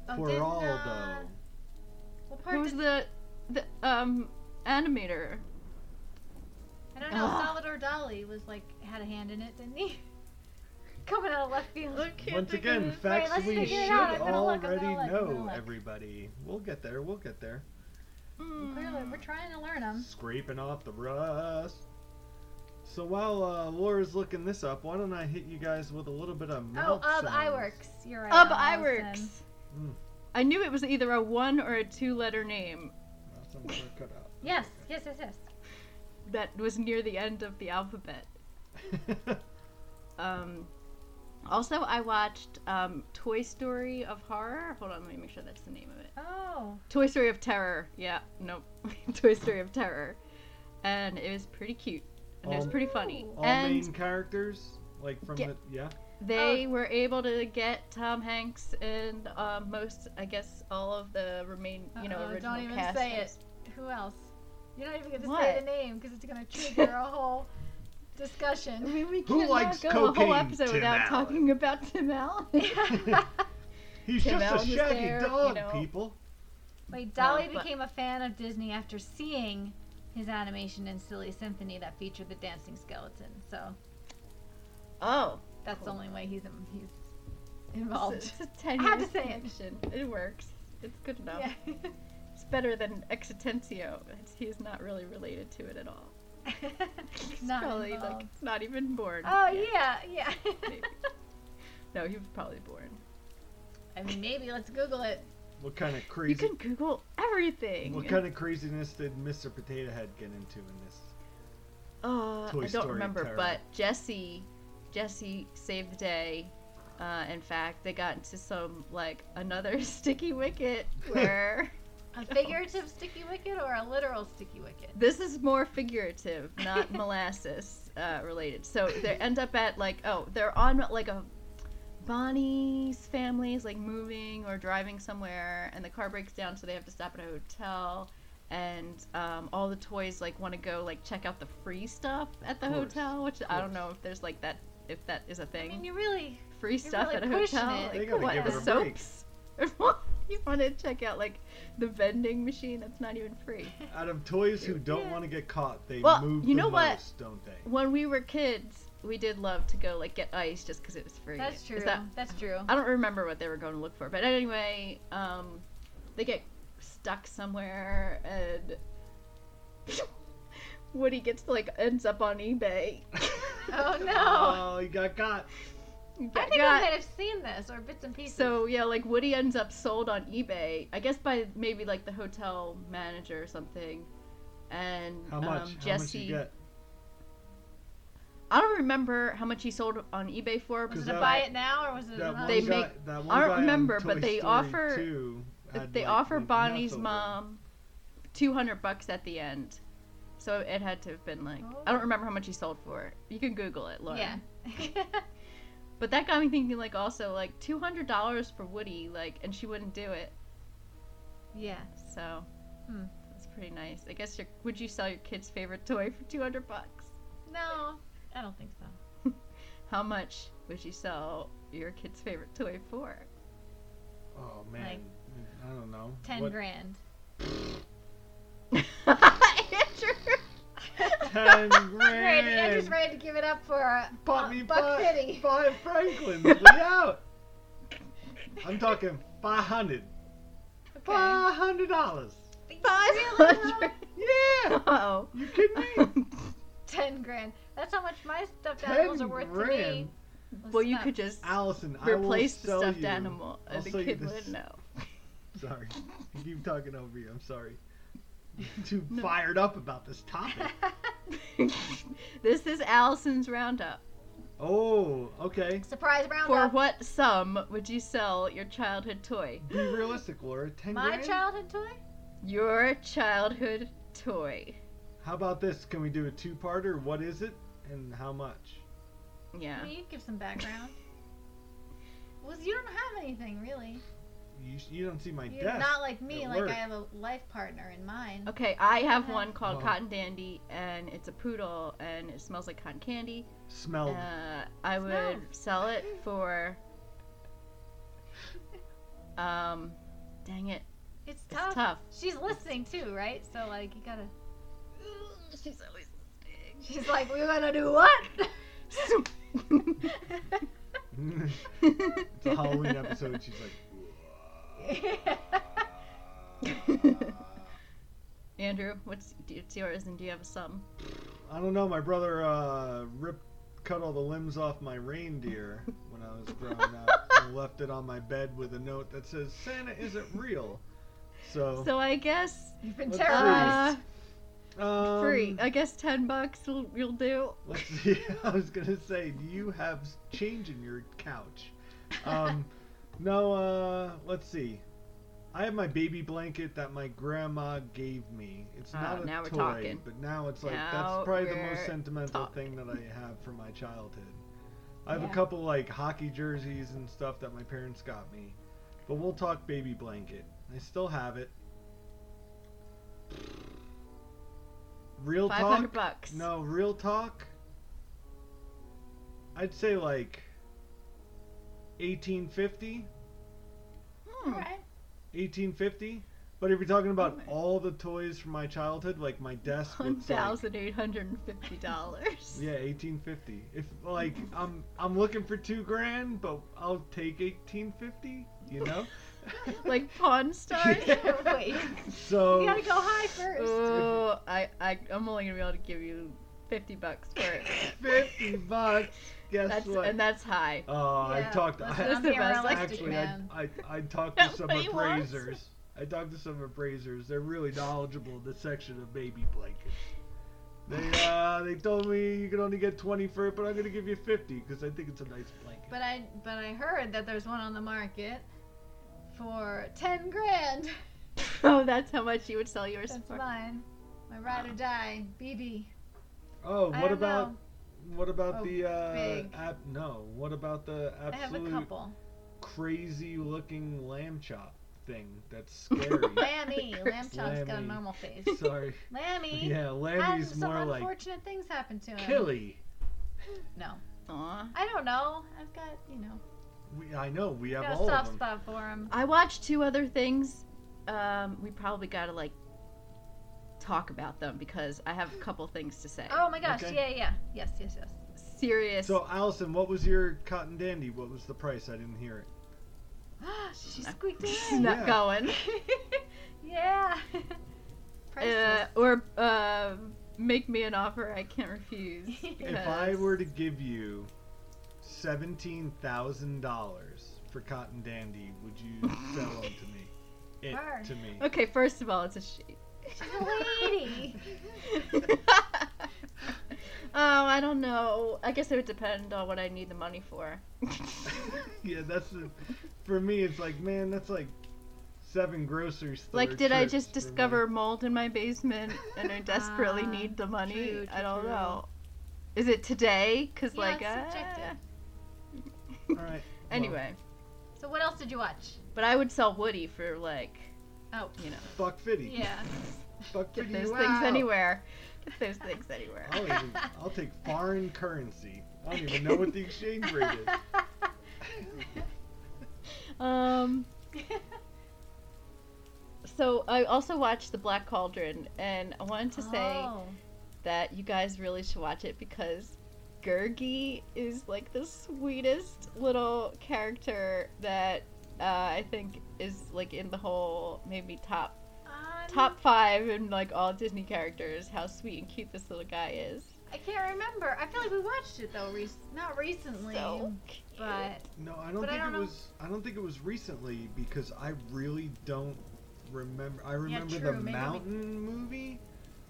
Speaker 5: oh, didn't,
Speaker 4: Geraldo.
Speaker 5: uh, What part
Speaker 6: Who was
Speaker 5: did-
Speaker 6: the the um animator?
Speaker 5: I don't know.
Speaker 6: Ugh.
Speaker 5: Salvador Dali was like had a hand in it, didn't he? Coming out of left field.
Speaker 4: Once again, facts
Speaker 5: let's
Speaker 4: we
Speaker 5: figure it
Speaker 4: should
Speaker 5: out. I'm gonna look, I'm
Speaker 4: already
Speaker 5: gonna look, I'm gonna
Speaker 4: know.
Speaker 5: look.
Speaker 4: Everybody, we'll get there. We'll get there.
Speaker 5: Hmm, Clearly, we're trying to learn them.
Speaker 4: Scraping off the rust. So while uh, Laura's looking this up, why don't I hit you guys with a little bit of
Speaker 5: Oh,
Speaker 4: mouth
Speaker 5: Ub
Speaker 4: sounds?
Speaker 5: Iwerks. You're right.
Speaker 6: Ub
Speaker 5: I'm almost
Speaker 6: Iwerks.
Speaker 5: done.
Speaker 4: Mm.
Speaker 6: I knew it was either a one or a two-letter name
Speaker 4: Mouth sounds are cut out.
Speaker 5: Yes, yes, yes, yes.
Speaker 6: that was near the end of the alphabet. Um, also, I watched um, Toy Story of Horror. Hold on, let me make sure that's the name of it.
Speaker 5: Oh,
Speaker 6: Toy Story of Terror. Yeah, nope. Toy Story of Terror. And it was pretty cute. And it was
Speaker 4: All-
Speaker 6: pretty funny.
Speaker 4: All
Speaker 6: and
Speaker 4: main characters, like from
Speaker 6: Get-
Speaker 4: the yeah.
Speaker 5: oh.
Speaker 6: they were able to get Tom Hanks and um, most, I guess, all of the remain, you know,
Speaker 5: Uh-oh,
Speaker 6: original
Speaker 5: don't even
Speaker 6: cast.
Speaker 5: say it.
Speaker 6: members.
Speaker 5: who else? You're not even gonna
Speaker 6: What?
Speaker 5: say the name because it's gonna trigger a whole
Speaker 6: I
Speaker 5: discussion.
Speaker 6: mean, we
Speaker 4: Who
Speaker 6: could
Speaker 4: likes
Speaker 6: not go a
Speaker 4: cocaine,
Speaker 6: whole episode
Speaker 4: Tim
Speaker 6: without
Speaker 4: Allen?
Speaker 6: talking about Tim Allen.
Speaker 4: He's
Speaker 6: Tim Allen
Speaker 4: just
Speaker 6: was
Speaker 4: a shaggy
Speaker 6: there, you
Speaker 4: dog,
Speaker 6: know.
Speaker 4: people.
Speaker 5: Wait, Dolly
Speaker 6: Um, but-
Speaker 5: became a fan of Disney after seeing his animation in Silly Symphony that featured the dancing skeleton. So
Speaker 6: oh,
Speaker 5: that's the only way he's in, he's involved.
Speaker 6: it's, it's a ten
Speaker 5: had
Speaker 6: year
Speaker 5: to say it.
Speaker 6: connection. It. works. It's good enough.
Speaker 5: yeah.
Speaker 6: It's better than Exitentio. He's not really related to it at all. He's
Speaker 5: Not
Speaker 6: probably like
Speaker 5: involved.
Speaker 6: not even born.
Speaker 5: oh
Speaker 6: yet.
Speaker 5: yeah, yeah.
Speaker 6: Maybe. No, he was probably born.
Speaker 5: I mean, maybe let's Google it.
Speaker 4: What kind of
Speaker 6: You
Speaker 4: crazy?
Speaker 6: can Google everything.
Speaker 4: What kind of craziness did Mr. Potato Head get into in this?
Speaker 6: Uh,
Speaker 4: Toy
Speaker 6: I don't
Speaker 4: Story
Speaker 6: remember,
Speaker 4: terror.
Speaker 6: but Jesse, Jesse saved the day. Uh, in fact, they got into some like another sticky wicket where
Speaker 5: A figurative sticky wicket or a literal sticky wicket?
Speaker 6: this is more figurative, not molasses uh, related. So they end up at like oh they're on like a Bonnie's family is like moving or driving somewhere, and the car breaks down, so they have to stop at a hotel. And um, all the toys like want to go like check out the free stuff at the
Speaker 4: course,
Speaker 6: hotel, which I don't
Speaker 4: course.
Speaker 6: know if there's like that if that is a
Speaker 5: I
Speaker 6: thing.
Speaker 5: mean, you really.
Speaker 6: free stuff
Speaker 5: really
Speaker 6: at a
Speaker 5: pushing
Speaker 6: hotel.
Speaker 5: it.
Speaker 6: Like,
Speaker 4: They gotta
Speaker 6: what,
Speaker 4: give
Speaker 6: the
Speaker 4: it a break.
Speaker 6: soaps? you want to check out like the vending machine that's not even free.
Speaker 4: Out of toys who don't
Speaker 6: Yeah.
Speaker 4: want to get caught, they
Speaker 6: Well,
Speaker 4: move
Speaker 6: you
Speaker 4: the
Speaker 6: know what?
Speaker 4: most, don't they?
Speaker 6: When we were kids, we did love to go like get ice just because it was free.
Speaker 5: That's
Speaker 6: Is
Speaker 5: true.
Speaker 6: that-
Speaker 5: That's true.
Speaker 6: I don't remember what they were going to look for, but anyway, um, they get stuck somewhere and Woody gets like ends up on eBay.
Speaker 5: Oh no!
Speaker 4: Oh, you got got.
Speaker 5: I
Speaker 6: Get
Speaker 5: think I
Speaker 6: got-
Speaker 5: might have seen this or bits and pieces.
Speaker 6: So yeah, like Woody ends up sold on eBay, I guess by maybe like the hotel manager or something. And
Speaker 4: How much?
Speaker 6: um,
Speaker 4: How much you
Speaker 6: Jesse,
Speaker 4: get?
Speaker 6: I don't remember how much he sold on eBay for.
Speaker 5: was
Speaker 4: Because
Speaker 5: it a
Speaker 4: that-
Speaker 5: buy it now or was it?
Speaker 4: That
Speaker 5: another-
Speaker 4: one
Speaker 6: They
Speaker 4: guy,
Speaker 6: make-
Speaker 4: that one
Speaker 6: I don't
Speaker 4: guy on
Speaker 6: remember,
Speaker 4: Toy
Speaker 6: but they
Speaker 4: Story
Speaker 6: offer-
Speaker 4: 2 had,
Speaker 6: They
Speaker 4: like,
Speaker 6: offer
Speaker 4: like,
Speaker 6: Bonnie's
Speaker 4: nothing.
Speaker 6: mom two hundred bucks at the end, so it had to have been like I
Speaker 5: Oh.
Speaker 6: don't remember how much he sold for. You can Google it, Laura.
Speaker 5: yeah.
Speaker 6: But that got me thinking, like also like two hundred dollars for Woody, like, and she wouldn't do it.
Speaker 5: yeah.
Speaker 6: So
Speaker 5: Hmm.
Speaker 6: that's pretty nice. I guess your would you sell your kid's favorite toy for two hundred bucks?
Speaker 5: No, I don't think so.
Speaker 6: How much would you sell your kid's favorite toy for?
Speaker 4: Oh man, I don't know.
Speaker 5: Ten
Speaker 4: What-
Speaker 5: grand.
Speaker 6: Andrew,
Speaker 4: Ten
Speaker 5: Right, Andrew's
Speaker 4: grand.
Speaker 5: ready to give it up for a
Speaker 4: Bought
Speaker 5: bu-
Speaker 4: me
Speaker 5: buck
Speaker 4: five-
Speaker 5: fifty.
Speaker 4: five Franklin. Way out. I'm talking five hundred.
Speaker 5: Okay.
Speaker 4: Five hundred dollars.
Speaker 6: five hundred.
Speaker 4: Yeah.
Speaker 6: Oh,
Speaker 4: You kidding me?
Speaker 5: Ten grand. That's how much my stuffed
Speaker 4: Ten
Speaker 5: animals are worth to me.
Speaker 4: grand.
Speaker 6: well, you
Speaker 5: Listen
Speaker 6: could
Speaker 5: up.
Speaker 6: just
Speaker 4: Allison, I will
Speaker 6: replace the
Speaker 4: sell
Speaker 6: stuffed
Speaker 4: you-
Speaker 6: animal,
Speaker 4: I'll
Speaker 6: and the
Speaker 4: sell you
Speaker 6: kid
Speaker 4: this-
Speaker 6: would know.
Speaker 4: Sorry, I keep talking over you. I'm sorry. I'm too fired up about this topic.
Speaker 6: this is Allison's roundup.
Speaker 4: Oh, okay.
Speaker 5: surprise
Speaker 6: For
Speaker 5: roundup.
Speaker 6: what sum would you sell your childhood toy?
Speaker 4: Be realistic, Laura. Ten
Speaker 5: My
Speaker 4: grand.
Speaker 5: childhood toy?
Speaker 6: Your childhood toy.
Speaker 4: How about this? Can we do a two-parter? What is it, and how much?
Speaker 6: Yeah.
Speaker 5: Well, you give some background. Was you don't have anything really.
Speaker 4: You, you don't see my
Speaker 5: You're
Speaker 4: desk.
Speaker 5: not like me.
Speaker 4: at
Speaker 5: Like
Speaker 4: work.
Speaker 5: I have a life partner in mind.
Speaker 6: Okay, I have
Speaker 5: Okay.
Speaker 6: one called
Speaker 4: Oh.
Speaker 6: Cotton Dandy, and it's a poodle, and it smells like cotton candy.
Speaker 4: Smelled.
Speaker 6: Uh, I would
Speaker 5: Smells.
Speaker 6: sell it for. Um, dang it,
Speaker 5: It's
Speaker 6: it's
Speaker 5: tough.
Speaker 6: tough.
Speaker 5: She's listening too, right? So like you gotta.
Speaker 6: She's always listening.
Speaker 5: She's like, we gotta do what?
Speaker 4: it's a Halloween episode. She's like,
Speaker 6: Andrew, what's it's yours, and do you have a sum?
Speaker 4: I don't know. My brother uh, ripped, cut all the limbs off my reindeer when I was growing up, and left it on my bed with a note that says Santa isn't real. So,
Speaker 6: So I guess
Speaker 5: You've been
Speaker 4: Let's
Speaker 5: terrorized.
Speaker 6: uh,
Speaker 4: um,
Speaker 6: free. I guess ten bucks will you'll do.
Speaker 4: Let's see. I was gonna say, do you have s- change in your couch? Um, no. Uh, let's see. I have my baby blanket that my grandma gave me. It's
Speaker 6: Oh,
Speaker 4: not a
Speaker 6: now we're
Speaker 4: toy,
Speaker 6: talking.
Speaker 4: but now it's like
Speaker 6: Now
Speaker 4: that's probably the
Speaker 6: we're
Speaker 4: most sentimental
Speaker 6: talking.
Speaker 4: thing that I have from my childhood. I have
Speaker 5: Yeah.
Speaker 4: a couple like hockey jerseys and stuff that my parents got me, but we'll talk baby blanket. I still have it. Real
Speaker 6: Five
Speaker 4: talk.
Speaker 6: hundred bucks.
Speaker 4: No, real talk. I'd say like 1850,
Speaker 6: Hmm.
Speaker 5: All right.
Speaker 4: 1850. But if you're talking about
Speaker 6: my-
Speaker 4: all the toys from my childhood, like my desk
Speaker 6: One
Speaker 4: looks like
Speaker 6: thousand eight hundred and fifty dollars.
Speaker 4: yeah, 1850. If like I'm I'm looking for 2 grand, but I'll take 1850, you know?
Speaker 6: Like Pawn Stars.
Speaker 5: Wait, you
Speaker 4: So
Speaker 5: gotta go high first.
Speaker 6: Oh, I, I, I'm only gonna be able to give you fifty bucks for it.
Speaker 4: 50 bucks. guess
Speaker 6: That's
Speaker 4: what?
Speaker 6: and that's high.
Speaker 4: oh, I
Speaker 5: Yeah,
Speaker 4: talked.
Speaker 5: let's
Speaker 4: I,
Speaker 5: get on
Speaker 6: That's the
Speaker 5: camera,
Speaker 6: best
Speaker 5: let's
Speaker 6: Elastic
Speaker 5: do
Speaker 4: actually, I,
Speaker 5: man.
Speaker 4: I, I talked to some
Speaker 6: What he wants.
Speaker 4: appraisers. I talked to some appraisers. They're really knowledgeable in the section of baby blankets. They uh, they told me you can only get 20 for it, but I'm gonna give you 50 because I think it's a nice blanket.
Speaker 5: But I but I heard that there's one on the market for ten grand.
Speaker 6: Oh, that's how much you would sell yours
Speaker 5: That's
Speaker 6: for.
Speaker 5: mine. My ride or die, BB.
Speaker 4: oh,
Speaker 5: I
Speaker 4: what
Speaker 5: don't
Speaker 4: about
Speaker 5: know.
Speaker 4: what about
Speaker 5: Oh,
Speaker 4: the uh,
Speaker 5: big.
Speaker 4: ab- no? What about the
Speaker 5: I have a
Speaker 4: absolute
Speaker 5: couple.
Speaker 4: crazy looking lamb chop thing? That's scary.
Speaker 5: Lammy, Lamb Chop's got a
Speaker 4: Lammy.
Speaker 5: normal face.
Speaker 4: Sorry.
Speaker 5: Lammy
Speaker 4: Yeah,
Speaker 5: has
Speaker 4: Lammy's
Speaker 5: some
Speaker 4: more like
Speaker 5: unfortunate things happen to him.
Speaker 4: Killy.
Speaker 5: No,
Speaker 6: Aw.
Speaker 5: I don't know. I've got you know
Speaker 4: We, I know we have
Speaker 5: got a
Speaker 4: all of
Speaker 5: soft
Speaker 4: them.
Speaker 5: spot for him.
Speaker 6: I watched two other things. Um, we probably gotta like talk about them because I have a couple things to say.
Speaker 5: Oh my gosh,
Speaker 4: Okay.
Speaker 5: yeah, yeah, yes, yes, yes.
Speaker 6: Serious.
Speaker 4: So Allison, what was your cotton dandy? What was the price? I didn't hear it.
Speaker 5: she squeaked
Speaker 6: This
Speaker 5: it
Speaker 6: is
Speaker 5: in.
Speaker 6: not
Speaker 4: Yeah.
Speaker 6: going.
Speaker 5: yeah.
Speaker 6: Uh,
Speaker 5: Priceless.
Speaker 6: or uh, make me an offer I can't refuse.
Speaker 4: If I
Speaker 6: because-
Speaker 4: were to give you seventeen thousand dollars for cotton dandy, would you sell them to me? It
Speaker 5: Sure.
Speaker 4: to me.
Speaker 6: Okay, first of all, it's a she.
Speaker 5: She's a lady.
Speaker 6: oh, I don't know. I guess it would depend on what I need the money for.
Speaker 4: yeah, that's the, for me. It's like, man, that's like seven grocery stores.
Speaker 6: like, did I just discover mold in my basement and I desperately
Speaker 5: Ah,
Speaker 6: need the money?
Speaker 5: true,
Speaker 6: I
Speaker 5: true,
Speaker 6: don't
Speaker 5: true.
Speaker 6: know. Is it today? Cause
Speaker 5: Yeah,
Speaker 6: like,
Speaker 5: it's
Speaker 6: uh,
Speaker 5: subjective.
Speaker 4: All right.
Speaker 6: anyway,
Speaker 5: so what else did you watch?
Speaker 6: but I would sell Woody for like,
Speaker 5: Oh,
Speaker 6: you know,
Speaker 4: fuck fitty.
Speaker 5: yeah.
Speaker 4: Fuck
Speaker 6: get
Speaker 4: fitty.
Speaker 6: those
Speaker 4: wow.
Speaker 6: things anywhere. Get those things anywhere.
Speaker 4: I'll, even, I'll take foreign currency. I don't even know what the exchange rate is.
Speaker 6: Um. So I also watched The Black Cauldron, and I wanted to say
Speaker 5: Oh.
Speaker 6: that you guys really should watch it because Gurgi is like the sweetest little character that uh, I think is like in the whole maybe top
Speaker 5: I'm-
Speaker 6: top five in like all Disney characters. How sweet and cute this little guy is.
Speaker 5: I can't remember. I feel like we watched it though, rec- not recently,
Speaker 6: So cute.
Speaker 5: but
Speaker 4: No, I don't
Speaker 5: But I
Speaker 4: think
Speaker 5: don't
Speaker 4: it
Speaker 5: know.
Speaker 4: was. I don't think it was recently because I really don't remember. I remember
Speaker 5: true,
Speaker 4: the
Speaker 5: maybe we-
Speaker 4: mountain movie,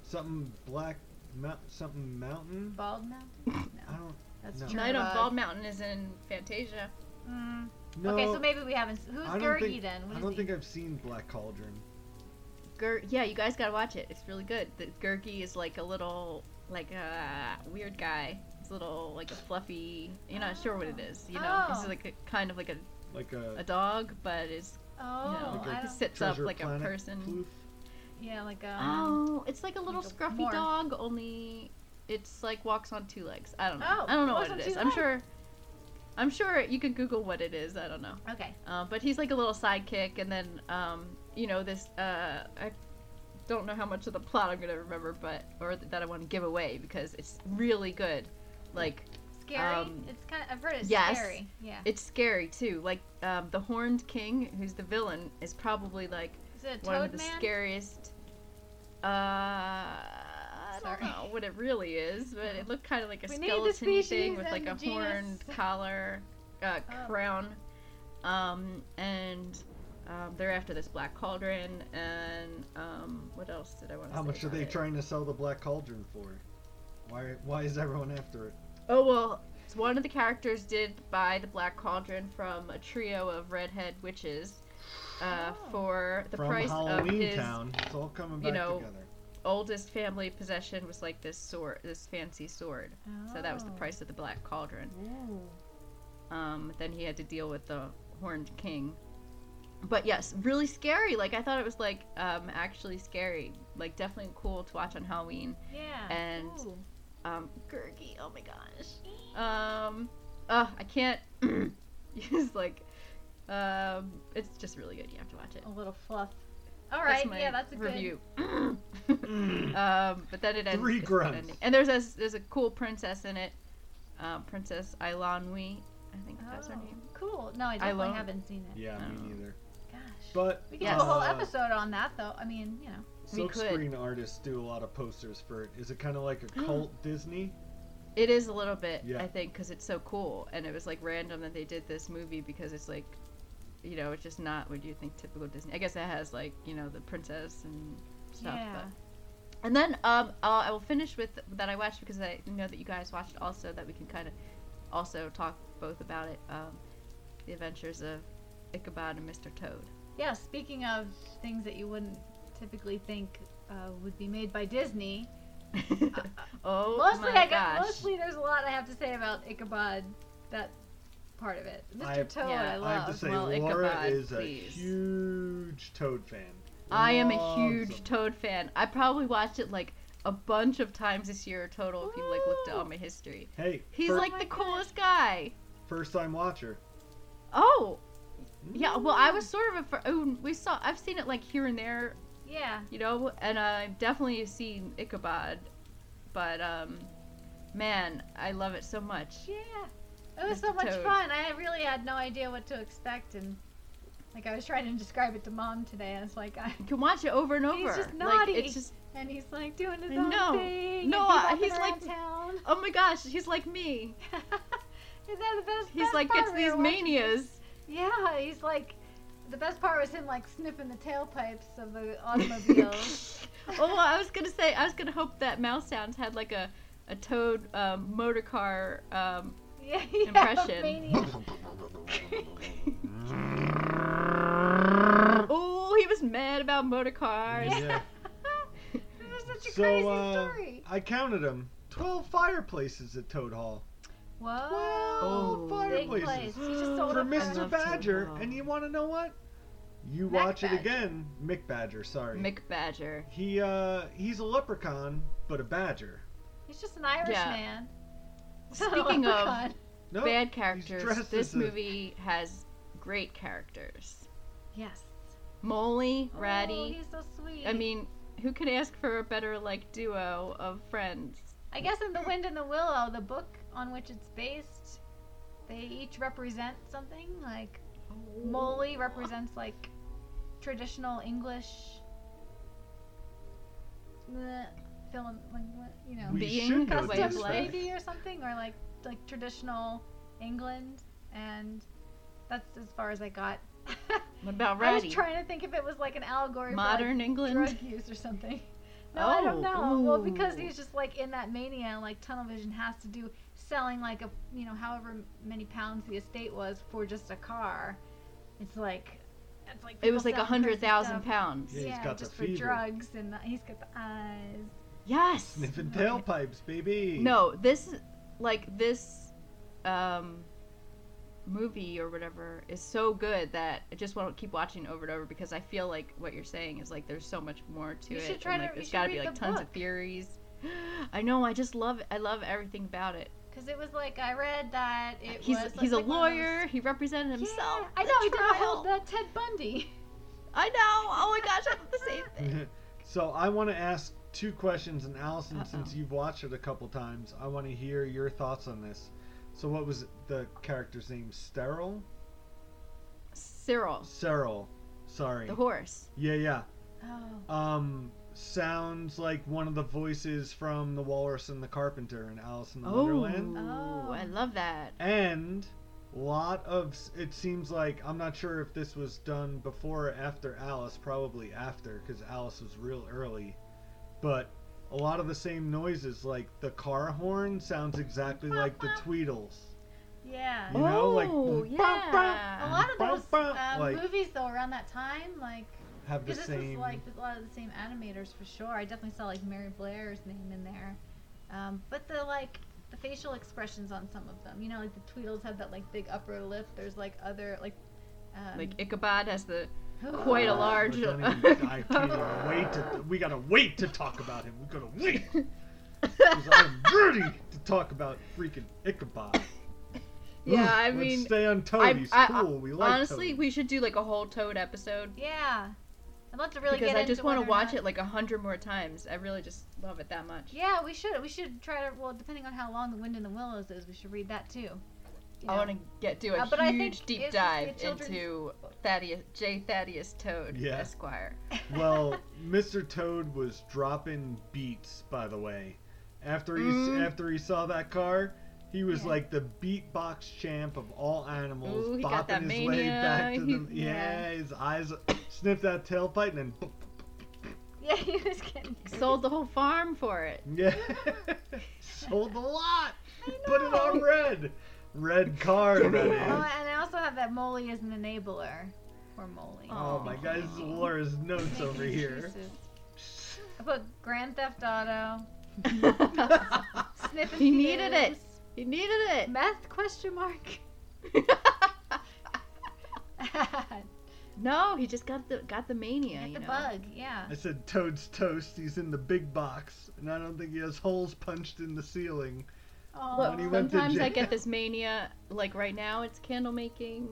Speaker 4: something black, mount, something mountain.
Speaker 5: Bald Mountain.
Speaker 4: I
Speaker 5: No,
Speaker 4: don't
Speaker 5: that's
Speaker 4: No.
Speaker 5: true.
Speaker 6: Night on Bald Mountain is in Fantasia.
Speaker 5: Mm.
Speaker 4: know.
Speaker 5: Okay, so maybe we haven't. s- Who's
Speaker 4: I don't
Speaker 5: Gurgi
Speaker 4: think,
Speaker 5: then? What
Speaker 4: I
Speaker 5: is
Speaker 4: don't
Speaker 5: he?
Speaker 4: think I've seen Black Cauldron.
Speaker 6: Gur- yeah, you guys gotta watch it. It's really good. The Gurgi is like a little, like a weird guy. He's a little like a fluffy. You're not sure what it is. You know, he's
Speaker 5: Oh.
Speaker 6: like a, kind of like a,
Speaker 4: Like a,
Speaker 6: a dog, but is you
Speaker 5: Oh,
Speaker 6: know
Speaker 4: Like a
Speaker 5: I
Speaker 6: he
Speaker 5: don't,
Speaker 6: sits up
Speaker 4: treasure
Speaker 6: like a
Speaker 4: planet
Speaker 6: person.
Speaker 4: poof.
Speaker 5: yeah, like um.
Speaker 6: Oh, it's like a little
Speaker 5: Like a
Speaker 6: scruffy
Speaker 5: morph.
Speaker 6: dog. Only it's like walks on two legs. I don't know.
Speaker 5: Oh,
Speaker 6: I don't know
Speaker 5: walks
Speaker 6: what
Speaker 5: on
Speaker 6: it
Speaker 5: two
Speaker 6: is. I'm
Speaker 5: legs.
Speaker 6: sure. I'm sure you could Google what it is. I don't know.
Speaker 5: Okay.
Speaker 6: Um, but he's like a little sidekick, and then um, you know this. Uh, I don't know how much of the plot I'm gonna remember, but or th- that I want to give away because it's really good. Like
Speaker 5: Scary.
Speaker 6: Um,
Speaker 5: it's kind of. I've heard it's
Speaker 6: yes.
Speaker 5: scary. Yeah.
Speaker 6: it's scary too. Like um, the Horned King, who's the villain, is probably like
Speaker 5: Is it a
Speaker 6: one
Speaker 5: toad
Speaker 6: of the
Speaker 5: man?
Speaker 6: scariest. Uh, I
Speaker 5: Sorry. Oh.
Speaker 6: don't know what it really is, but it looked kind of like a
Speaker 5: We need the
Speaker 6: skeleton
Speaker 5: species
Speaker 6: thing with like
Speaker 5: and
Speaker 6: a
Speaker 5: the
Speaker 6: horned
Speaker 5: genus.
Speaker 6: collar, uh,
Speaker 5: Oh.
Speaker 6: crown, um, and um, they're after this black cauldron. And um, what else did I want to?
Speaker 4: How much are they
Speaker 6: it?
Speaker 4: trying to sell the Black Cauldron for? Why? Why is everyone after it?
Speaker 6: Oh well, it's one of the characters did buy the black cauldron from a trio of redhead witches. Uh,
Speaker 5: Oh.
Speaker 6: for the
Speaker 4: From
Speaker 6: price
Speaker 4: Halloween
Speaker 6: of his
Speaker 4: Town, it's all coming
Speaker 6: you
Speaker 4: back
Speaker 6: know,
Speaker 4: together.
Speaker 6: oldest family possession was like this sword, this fancy sword. So that was the
Speaker 5: Oh.
Speaker 6: price of the Black Cauldron.
Speaker 5: Ooh.
Speaker 6: Um, then he had to deal with the Horned King. But yes, really scary. Like I thought it was like um, actually scary. Like definitely cool to watch on Halloween.
Speaker 5: Yeah.
Speaker 6: And
Speaker 5: Ooh.
Speaker 6: Um, Gurgi, oh my gosh. Um, uh, I can't. it's like, um, it's just really good. You have to watch it.
Speaker 5: a little fluff. All right. yeah, that's a
Speaker 6: Oh.
Speaker 5: Mm.
Speaker 6: review. um, but then it ends.
Speaker 4: Three
Speaker 6: it's a good
Speaker 4: grunts.
Speaker 6: ending. And there's a there's a cool princess in it, um, Princess Ilanwi. I think
Speaker 5: good.
Speaker 6: that's her
Speaker 5: Oh,
Speaker 6: name.
Speaker 5: Cool. No, I definitely
Speaker 6: love-
Speaker 5: haven't seen it.
Speaker 4: Yeah,
Speaker 6: Oh.
Speaker 4: me neither.
Speaker 5: Gosh.
Speaker 4: But
Speaker 5: we could
Speaker 6: Yes.
Speaker 5: do a whole
Speaker 4: uh,
Speaker 5: episode on that, though. I mean, you know.
Speaker 6: We could. Mm.
Speaker 4: Silkscreen artists do a lot of posters for it. Is it kind of like a cult Disney?
Speaker 6: It is a little bit,
Speaker 4: Yeah.
Speaker 6: I think, because it's so cool, and it was like random that they did this movie because it's like, you know, it's just not what you think typical Disney. I guess it has like you know the princess and stuff.
Speaker 5: Yeah.
Speaker 6: But. And then um, uh, I will finish with that I watched because I know that you guys watched also that we can kind of also talk both about it. Um, the Adventures of Ichabod and Mr. Toad.
Speaker 5: Yeah, speaking of things that you wouldn't typically think uh, would be made by Disney,
Speaker 6: oh
Speaker 5: mostly
Speaker 6: my
Speaker 5: I got
Speaker 6: gosh!
Speaker 5: mostly there's a lot I have to say about Ichabod, that part of it. Mr.
Speaker 4: I-
Speaker 5: Toad,
Speaker 6: Yeah.
Speaker 5: I
Speaker 6: I
Speaker 5: love.
Speaker 4: I have to say,
Speaker 6: well,
Speaker 4: Laura
Speaker 6: Ichabod,
Speaker 4: is a
Speaker 6: please.
Speaker 4: huge Toad fan.
Speaker 6: I am a
Speaker 4: Loves
Speaker 6: huge
Speaker 4: him.
Speaker 6: Toad fan. I probably watched it like a bunch of times this year total if you like looked at all my history.
Speaker 4: Hey,
Speaker 6: He's
Speaker 4: fir-
Speaker 6: like the
Speaker 5: Oh
Speaker 6: coolest guy.
Speaker 4: first time watcher.
Speaker 6: Oh.
Speaker 5: Mm.
Speaker 6: Yeah, well, I was sort of a fir- oh, we saw I've seen it like here and there,
Speaker 5: yeah,
Speaker 6: you know, and I've definitely seen Ichabod, but um man, I love it so much.
Speaker 5: yeah. It was so
Speaker 6: Mr.
Speaker 5: much
Speaker 6: Toad.
Speaker 5: fun. I really had no idea what to expect, and like I was trying to describe it to mom today, and it's like I.
Speaker 6: You can watch it over and over.
Speaker 5: He's just
Speaker 6: Like,
Speaker 5: naughty.
Speaker 6: it's just
Speaker 5: And he's like doing his
Speaker 6: I
Speaker 5: own
Speaker 6: know.
Speaker 5: thing.
Speaker 6: No,
Speaker 5: and
Speaker 6: I-
Speaker 5: walking
Speaker 6: he's
Speaker 5: around
Speaker 6: like-
Speaker 5: town.
Speaker 6: Oh my gosh, he's like me.
Speaker 5: Is that the best?
Speaker 6: He's
Speaker 5: best
Speaker 6: like
Speaker 5: part
Speaker 6: gets
Speaker 5: we were
Speaker 6: these
Speaker 5: watching-
Speaker 6: manias.
Speaker 5: Yeah, he's like. The best part was him like sniffing the tailpipes of the automobiles.
Speaker 6: oh, well, I was gonna say, I was gonna hope that Mouse Sounds had like a, a Toad um, motor car. Um,
Speaker 5: yeah, yeah,
Speaker 6: Impression.
Speaker 5: mania.
Speaker 6: oh, he was mad about motor cars.
Speaker 4: Yeah.
Speaker 5: It was such a crazy
Speaker 4: so uh,
Speaker 5: story.
Speaker 4: I counted them. Twelve fireplaces at Toad Hall.
Speaker 5: Whoa.
Speaker 4: Twelve
Speaker 6: Oh.
Speaker 5: Big
Speaker 4: fireplaces.
Speaker 5: place. He just sold
Speaker 4: for
Speaker 5: it
Speaker 6: I
Speaker 4: Mr.
Speaker 6: love Toad
Speaker 4: Badger.
Speaker 6: Hall.
Speaker 4: And you want to know what? You
Speaker 5: Mac
Speaker 4: watch
Speaker 5: Badger.
Speaker 4: it again, Mick Badger. Sorry.
Speaker 6: Mick Badger.
Speaker 4: He uh, he's a leprechaun, but a badger.
Speaker 5: He's just an Irish
Speaker 6: Yeah.
Speaker 5: man. Oh
Speaker 6: Speaking of
Speaker 5: Leprechaun.
Speaker 4: No,
Speaker 6: bad
Speaker 4: dressed
Speaker 6: characters,
Speaker 4: as
Speaker 6: this
Speaker 4: a-
Speaker 6: movie has great characters.
Speaker 5: Yes.
Speaker 6: Molly,
Speaker 5: Oh,
Speaker 6: Ratty.
Speaker 5: he's so sweet.
Speaker 6: I mean, who could ask for a better like duo of friends?
Speaker 5: I guess in The Wind and the Willow, the book on which it's based, they each represent something. Like, Molly represents, like, traditional English. bleh, Film, like, what, you know.
Speaker 4: We
Speaker 6: being
Speaker 4: should
Speaker 6: his
Speaker 4: know
Speaker 6: way of
Speaker 5: customs
Speaker 4: this
Speaker 6: life.
Speaker 4: fact.
Speaker 5: maybe or something or like like traditional England and that's as far as I got.
Speaker 6: What about
Speaker 5: I
Speaker 6: Ratty?
Speaker 5: was trying to think if it was like an allegory
Speaker 6: Modern
Speaker 5: for like,
Speaker 6: England.
Speaker 5: drug use or something. No, I
Speaker 6: Oh,
Speaker 5: don't know. Well, because
Speaker 6: ooh.
Speaker 5: he's just like in that mania and like tunnel vision has to do selling like a you know however many pounds the estate was for just a car. It's like it's like
Speaker 6: It was
Speaker 5: people
Speaker 6: like a
Speaker 5: selling crazy
Speaker 6: hundred thousand
Speaker 5: stuff.
Speaker 6: pounds.
Speaker 4: Yeah, he's
Speaker 5: Yeah,
Speaker 4: got the
Speaker 5: just for
Speaker 4: fever.
Speaker 5: drugs and the, he's got the eyes.
Speaker 6: Yes.
Speaker 4: Sniffing tailpipes, baby.
Speaker 6: No, this is- like this um movie or whatever is so good that I just want to keep watching over and over because I feel like what you're saying is like there's so much more to
Speaker 5: You
Speaker 6: it.
Speaker 5: should try
Speaker 6: and,
Speaker 5: to-
Speaker 6: like,
Speaker 5: you
Speaker 6: there's
Speaker 5: should
Speaker 6: gotta be
Speaker 5: read
Speaker 6: like
Speaker 5: the
Speaker 6: tons of
Speaker 5: book.
Speaker 6: theories. I know, I just love I love everything about it.
Speaker 5: Because it was like I read that it
Speaker 6: Uh, he's
Speaker 5: was.
Speaker 6: he's a
Speaker 5: like, one of those-
Speaker 6: lawyer, he represented himself.
Speaker 5: Yeah, I
Speaker 6: at
Speaker 5: know he did a
Speaker 6: trial.
Speaker 5: whole uh, Ted Bundy.
Speaker 6: I know. Oh my gosh, I did the same thing.
Speaker 4: so I want to ask two questions, and Allison,
Speaker 6: Uh-oh.
Speaker 4: since you've watched it a couple times, I want to hear your thoughts on this. So what was the character's name? Sterile?
Speaker 6: Cyril,
Speaker 4: Cyril. Sorry.
Speaker 6: the horse.
Speaker 4: yeah, yeah.
Speaker 5: Oh,
Speaker 4: Um, sounds like one of the voices from The Walrus and the Carpenter in Alice in the Wonderland.
Speaker 6: oh, I love that.
Speaker 4: and lot of s- it seems like i'm not sure if this was done before or after alice probably after because alice was real early but a lot of the same noises like the car horn sounds exactly like the tweedles
Speaker 5: yeah.
Speaker 4: you know like
Speaker 6: Oh,
Speaker 4: boom, bah, bah,
Speaker 6: yeah.
Speaker 5: A lot of
Speaker 4: Bum,
Speaker 5: those
Speaker 4: bum,
Speaker 5: um,
Speaker 4: like-
Speaker 5: movies though around that time, like
Speaker 4: have the
Speaker 5: because this
Speaker 4: same
Speaker 5: was like a lot of the same animators for sure. I definitely saw like Mary Blair's name in there, um, but the like the facial expressions on some of them, you know, like the Tweedles had that like big upper lip. There's like other like. Um,
Speaker 6: Like Ichabod has the quite a
Speaker 4: Oh,
Speaker 6: large-
Speaker 4: we're not even- i can't wait to we gotta wait to talk about him we gotta wait 'Cause i'm ready to talk about freaking ichabod
Speaker 6: Yeah, I
Speaker 4: Let's
Speaker 6: mean,
Speaker 4: stay on Toad.
Speaker 6: I,
Speaker 4: He's
Speaker 6: I,
Speaker 4: cool. We like
Speaker 6: honestly,
Speaker 4: Toad.
Speaker 6: we should do like a whole Toad episode
Speaker 5: Yeah, I'd love to really
Speaker 6: because
Speaker 5: get
Speaker 6: I just
Speaker 5: want to
Speaker 6: watch it like a hundred more times. I really just love it that much.
Speaker 5: Yeah, we should. We should try to. Well, depending on how long The Wind in the Willows is, we should read that too. You
Speaker 6: I
Speaker 5: know.
Speaker 6: want to get do a
Speaker 5: Uh, but I think
Speaker 6: huge deep
Speaker 5: it's just a
Speaker 6: dive
Speaker 5: children's
Speaker 6: into Thaddeus J. Thaddeus Toad
Speaker 4: Yeah.
Speaker 6: Esquire.
Speaker 4: well, Mr. Toad was dropping beats, by the way, After he
Speaker 6: Mm-hmm.
Speaker 4: after he saw that car, he was like the beatbox champ of all animals,
Speaker 6: Ooh, he got that
Speaker 4: bopping his way back
Speaker 6: mania.
Speaker 4: to them.
Speaker 6: He-
Speaker 4: Yeah.
Speaker 6: yeah.
Speaker 4: his eyes sniffed that tailpipe and then. boop,
Speaker 5: Yeah, he was getting
Speaker 6: Sold the whole farm for it.
Speaker 4: Yeah. Sold a lot. Put it on red. Red car,
Speaker 5: Oh,
Speaker 4: man.
Speaker 5: and I also have that Molly is an enabler. Or Molly.
Speaker 4: Oh my God, this is Laura's notes over here.
Speaker 5: I put Grand Theft Auto, Sniff and
Speaker 6: He needed it.
Speaker 5: Sniffs,
Speaker 6: he needed
Speaker 5: Meth question mark.
Speaker 6: it. no, he just got the got the mania.
Speaker 5: Get
Speaker 6: you
Speaker 5: the
Speaker 6: know?
Speaker 5: bug, yeah.
Speaker 4: I said Toad's toast. He's in the big box, and I don't think he has holes punched in the ceiling.
Speaker 5: Oh,
Speaker 6: Look,
Speaker 4: When he went to
Speaker 6: sometimes I
Speaker 4: jail.
Speaker 6: get this mania. Like right now, it's candle making.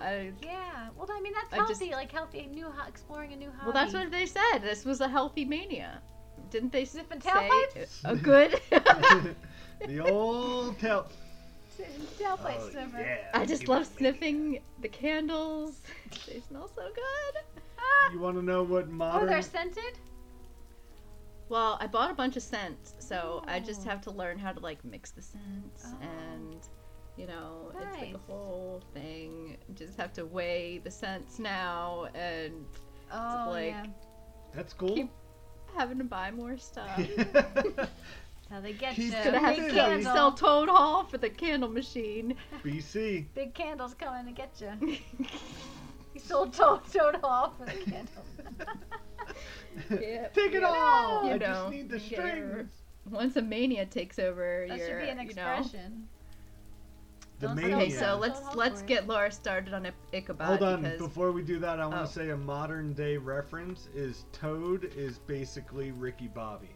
Speaker 6: I,
Speaker 5: yeah. Well, I mean that's
Speaker 6: I
Speaker 5: healthy.
Speaker 6: just-
Speaker 5: Like healthy, new ho- exploring a new hobby.
Speaker 6: well, that's what they said. This was a healthy mania. Didn't they s-
Speaker 5: Sniffing
Speaker 6: say
Speaker 5: tailpipes?
Speaker 6: a Uh, oh, good?
Speaker 4: the old tail.
Speaker 5: Tailpipe
Speaker 4: Oh,
Speaker 5: sniffer.
Speaker 4: yeah,
Speaker 6: I just
Speaker 4: give me
Speaker 6: love
Speaker 4: the mania.
Speaker 6: sniffing the candles. They smell so good.
Speaker 4: You want to know what
Speaker 5: Ah, Oh,
Speaker 4: modern?
Speaker 5: they're scented.
Speaker 6: Well, I bought a bunch of scents, so I just
Speaker 5: Oh.
Speaker 6: have to learn how to like mix the scents
Speaker 5: Oh.
Speaker 6: and you know, it's like
Speaker 5: Nice.
Speaker 6: a whole thing. Just have to weigh the scents now and
Speaker 5: Oh
Speaker 6: like-
Speaker 5: yeah.
Speaker 4: That's cool.
Speaker 6: Keep- having to buy more stuff.
Speaker 5: That's how they get you.
Speaker 4: He's
Speaker 6: Gonna have
Speaker 5: Big
Speaker 6: to
Speaker 4: Big
Speaker 6: sell-
Speaker 5: candle.
Speaker 4: candles.
Speaker 6: sell Toad Hall for the candle machine.
Speaker 4: BC.
Speaker 5: Big candles coming to get you. He sold Toad Toad Hall for the candle.
Speaker 6: Yep,
Speaker 4: Take it
Speaker 6: yep.
Speaker 4: all.
Speaker 6: You know,
Speaker 4: I just need the
Speaker 6: you get her-
Speaker 4: strings.
Speaker 6: Once a mania takes over,
Speaker 5: That
Speaker 6: your,
Speaker 5: should be an
Speaker 6: you know.
Speaker 5: expression.
Speaker 4: The
Speaker 5: Don't sell
Speaker 4: mania.
Speaker 6: Okay,
Speaker 5: Yeah.
Speaker 6: so
Speaker 5: Toad
Speaker 6: let's
Speaker 5: Hall
Speaker 6: let's
Speaker 5: for it.
Speaker 6: get Laura started on Ip- Ichabod
Speaker 4: Hold on,
Speaker 6: because
Speaker 4: before we do that, I want
Speaker 6: Oh.
Speaker 4: to say a modern day reference is Toad is basically Ricky Bobby.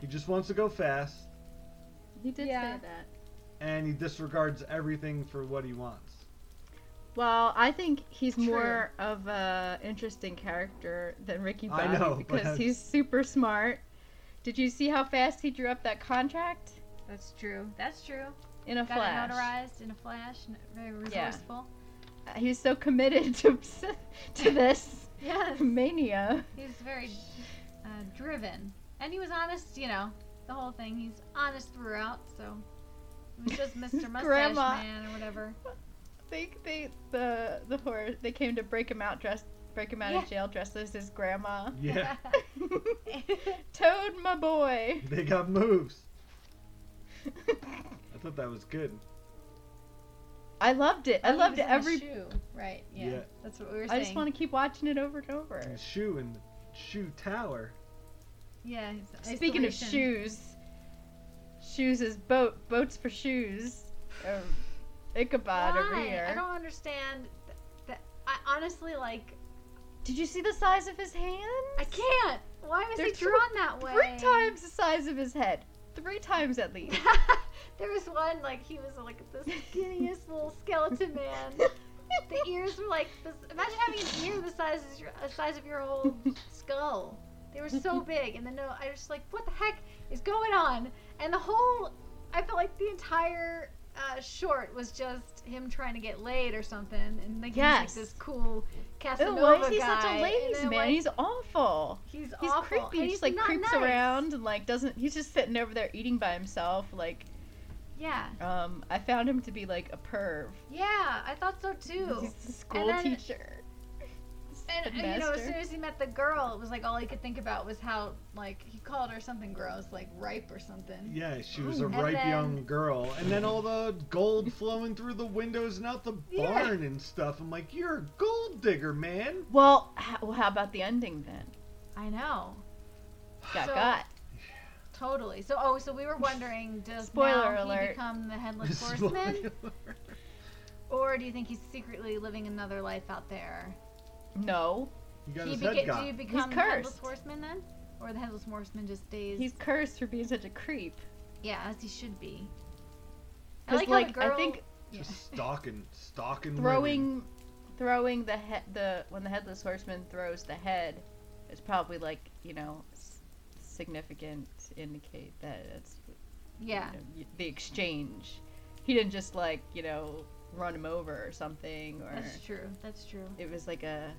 Speaker 4: He just wants to go fast,
Speaker 6: he did
Speaker 5: Yeah.
Speaker 6: say that.
Speaker 4: and he disregards everything for what he wants.
Speaker 6: Well, I think he's
Speaker 5: True.
Speaker 6: more of a interesting character than Ricky
Speaker 4: I
Speaker 6: Bobby
Speaker 4: know, but
Speaker 6: because
Speaker 4: I'm-
Speaker 6: he's super smart. Did you see how fast he drew up that contract
Speaker 5: That's true. That's true.
Speaker 6: in a
Speaker 5: Got it
Speaker 6: flash?
Speaker 5: notarized in a flash. n- Very resourceful.
Speaker 6: He's so committed to to this
Speaker 5: Yeah.
Speaker 6: mania.
Speaker 5: He was very uh, driven, and he was honest. You know, the whole thing. He's honest throughout. So it was just Mr. Mustache
Speaker 6: Grandma.
Speaker 5: Man or whatever.
Speaker 6: They they the the horse they came to break him out dressed break him out of
Speaker 5: Yeah.
Speaker 6: jail dressed as his grandma.
Speaker 4: Yeah,
Speaker 6: Toad, my boy.
Speaker 4: they got moves. I thought that was good.
Speaker 6: I loved it. I
Speaker 5: Oh, he
Speaker 6: loved
Speaker 5: was in a
Speaker 6: every.
Speaker 5: shoe. Right. Yeah.
Speaker 4: Yeah.
Speaker 5: That's what we were saying.
Speaker 6: I just want to keep watching it over and over.
Speaker 4: And shoe and the shoe tower.
Speaker 5: Yeah. he's
Speaker 6: Speaking of
Speaker 5: isolation.
Speaker 6: shoes, shoes is boat boats for shoes. Um, Ichabod over
Speaker 5: Why?
Speaker 6: here.
Speaker 5: I don't understand. th- That I honestly like.
Speaker 6: Did you see the size of his hands?
Speaker 5: I can't. Why was
Speaker 6: They're
Speaker 5: he
Speaker 6: three-
Speaker 5: drawn that way?
Speaker 6: Three times the size of his head. Three times at least.
Speaker 5: there was one like he was like the skinniest little skeleton man. The ears were like this. Imagine having an ear the size of your, the size of your whole skull. They were so big, and then no, I was just like, what the heck is going on? And the whole, I felt like the entire uh, short was just him trying to get laid or something, and like
Speaker 6: Yes.
Speaker 5: he's like this cool
Speaker 6: Ew,
Speaker 5: Casanova
Speaker 6: why is he
Speaker 5: guy.
Speaker 6: such a
Speaker 5: and
Speaker 6: ladies
Speaker 5: then,
Speaker 6: man?
Speaker 5: like,
Speaker 6: he's awful.
Speaker 5: he's
Speaker 6: He's
Speaker 5: awful.
Speaker 6: creepy.
Speaker 5: and
Speaker 6: He
Speaker 5: he's
Speaker 6: just like
Speaker 5: not
Speaker 6: creeps
Speaker 5: nice.
Speaker 6: around and like doesn't. He's just sitting over there eating by himself. Like
Speaker 5: Yeah,
Speaker 6: um, I found him to be like a perv.
Speaker 5: yeah, I thought so too.
Speaker 6: He's the school
Speaker 5: then-
Speaker 6: teacher.
Speaker 5: And
Speaker 6: Spin
Speaker 5: uh, you know, as
Speaker 6: master.
Speaker 5: soon as he met the girl, it was like all he could think about was how like he called her something gross, like ripe or something.
Speaker 4: Yeah, she was a
Speaker 5: Oh, And
Speaker 4: ripe
Speaker 5: then-
Speaker 4: young girl, and then all the gold flowing through the windows and out the
Speaker 5: Yeah.
Speaker 4: barn and stuff. I'm like, you're a gold digger, man.
Speaker 6: Well, h- well, how about the ending then?
Speaker 5: I know,
Speaker 6: Got
Speaker 5: So-
Speaker 6: got.
Speaker 5: totally. So oh, so we were wondering, does
Speaker 6: Spoiler
Speaker 5: now he
Speaker 6: alert.
Speaker 5: become the headless horseman,
Speaker 4: Spoiler.
Speaker 5: or do you think he's secretly living another life out there?
Speaker 6: No,
Speaker 4: He got
Speaker 5: He
Speaker 4: his
Speaker 5: beca-
Speaker 4: head got.
Speaker 5: do you become the headless
Speaker 6: cursed.
Speaker 5: horseman then, or the headless horseman just stays?
Speaker 6: he's cursed for being such a creep.
Speaker 5: yeah, as he should be. I
Speaker 6: Because
Speaker 5: like, how the
Speaker 6: like, I
Speaker 5: girl-
Speaker 6: think
Speaker 5: yeah.
Speaker 4: Just stalking, stalking, women.
Speaker 6: throwing, throwing the head, the when the headless horseman throws the head, is probably like you know s- significant to indicate that it's you
Speaker 5: yeah.
Speaker 6: know, y- the exchange. He didn't just like you know run him over or something, or
Speaker 5: That's true. That's true.
Speaker 6: it was like a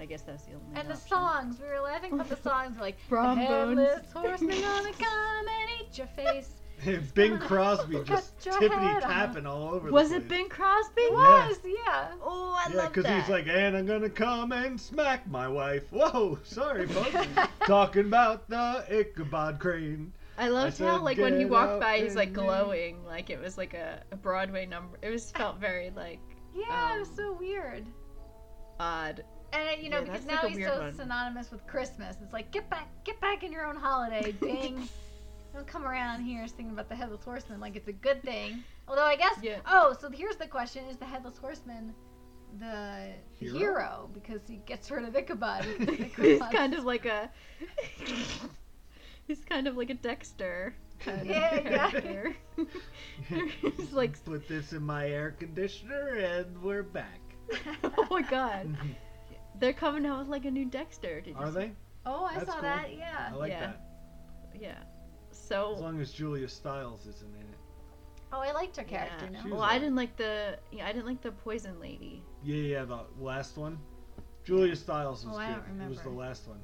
Speaker 6: I guess that's the only.
Speaker 5: And the
Speaker 6: option.
Speaker 5: songs, we were laughing about the songs, like the
Speaker 6: Brombones.
Speaker 5: headless horseman gonna come and eat your face.
Speaker 4: Bing Crosby just
Speaker 5: Cut your
Speaker 4: tippity
Speaker 5: head off.
Speaker 4: tapping all over
Speaker 6: Was
Speaker 4: the
Speaker 6: it
Speaker 4: place.
Speaker 6: Bing Crosby?
Speaker 4: Yeah.
Speaker 5: Yes, yeah.
Speaker 6: Oh, I
Speaker 4: Yeah,
Speaker 6: love
Speaker 4: because
Speaker 6: that.
Speaker 4: he's like, and I'm gonna come and smack my wife. Whoa, sorry, folks. Talking about the Ichabod Crane.
Speaker 6: I loved
Speaker 4: said,
Speaker 6: how like when he
Speaker 4: "Get
Speaker 6: walked
Speaker 4: out
Speaker 6: by, he's
Speaker 4: and
Speaker 6: like
Speaker 4: leave."
Speaker 6: glowing, like it was like a, a Broadway number. It was felt very like
Speaker 5: Yeah, it was
Speaker 6: Um,
Speaker 5: so weird.
Speaker 6: odd.
Speaker 5: And you know,
Speaker 6: yeah,
Speaker 5: because
Speaker 6: that's like
Speaker 5: now
Speaker 6: a
Speaker 5: he's
Speaker 6: weird
Speaker 5: so
Speaker 6: one.
Speaker 5: synonymous with Christmas. It's like get back, get back in your own holiday, Bing. Don't come around here singing about the headless horseman like it's a good thing. Although I guess
Speaker 6: Yeah.
Speaker 5: oh, so here's the question: Is the headless horseman the
Speaker 4: Hero?
Speaker 5: hero, because he gets rid of Ichabod? because
Speaker 6: he's
Speaker 5: Ichabod's-
Speaker 6: kind of like a. he's kind of like a Dexter. Kind of
Speaker 5: Yeah, yeah.
Speaker 6: character. he's like,
Speaker 4: Put this in my air conditioner, and we're back.
Speaker 6: oh my god, they're coming out with like a new Dexter. Did you
Speaker 4: Are
Speaker 6: see-
Speaker 4: they?
Speaker 5: oh, I
Speaker 4: That's
Speaker 5: saw
Speaker 4: cool.
Speaker 5: that.
Speaker 4: I
Speaker 5: Yeah.
Speaker 4: like
Speaker 6: Yeah. Oh.
Speaker 4: that.
Speaker 6: Yeah.
Speaker 4: As
Speaker 6: So
Speaker 4: long as Julia Stiles isn't in it.
Speaker 5: Oh, I liked her character.
Speaker 6: yeah.
Speaker 5: now.
Speaker 4: She was
Speaker 6: Well, I
Speaker 4: alright.
Speaker 6: didn't like the. Yeah, I didn't like the poison lady.
Speaker 4: Yeah, yeah, the last one. Julia Stiles was
Speaker 5: Oh, I
Speaker 4: good.
Speaker 5: don't
Speaker 4: It was the
Speaker 5: remember.
Speaker 4: last one.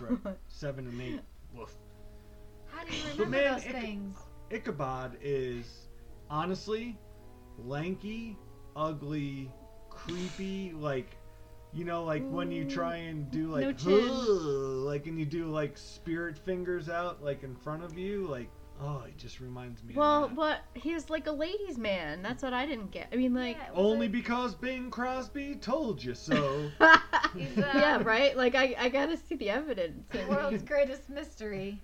Speaker 4: right. Seven and eight. Woof.
Speaker 5: How do you
Speaker 4: But
Speaker 5: remember
Speaker 4: man,
Speaker 5: those
Speaker 4: Icha-
Speaker 5: things?
Speaker 4: Ichabod is honestly lanky, ugly, creepy, like you know, like when you try and
Speaker 6: Mm,
Speaker 4: do
Speaker 6: no
Speaker 4: like
Speaker 6: chin.
Speaker 4: like and you do like spirit fingers out like in front of you, like oh it just reminds me
Speaker 6: Well,
Speaker 4: of that.
Speaker 6: what he was like a ladies' man. That's what I didn't get. I mean, like,
Speaker 5: Yeah, it was
Speaker 4: Only
Speaker 5: like-
Speaker 4: because Bing Crosby told you so.
Speaker 6: yeah,
Speaker 5: he's, uh,
Speaker 6: right. Like, I, I gotta see the evidence.
Speaker 5: the world's greatest mystery.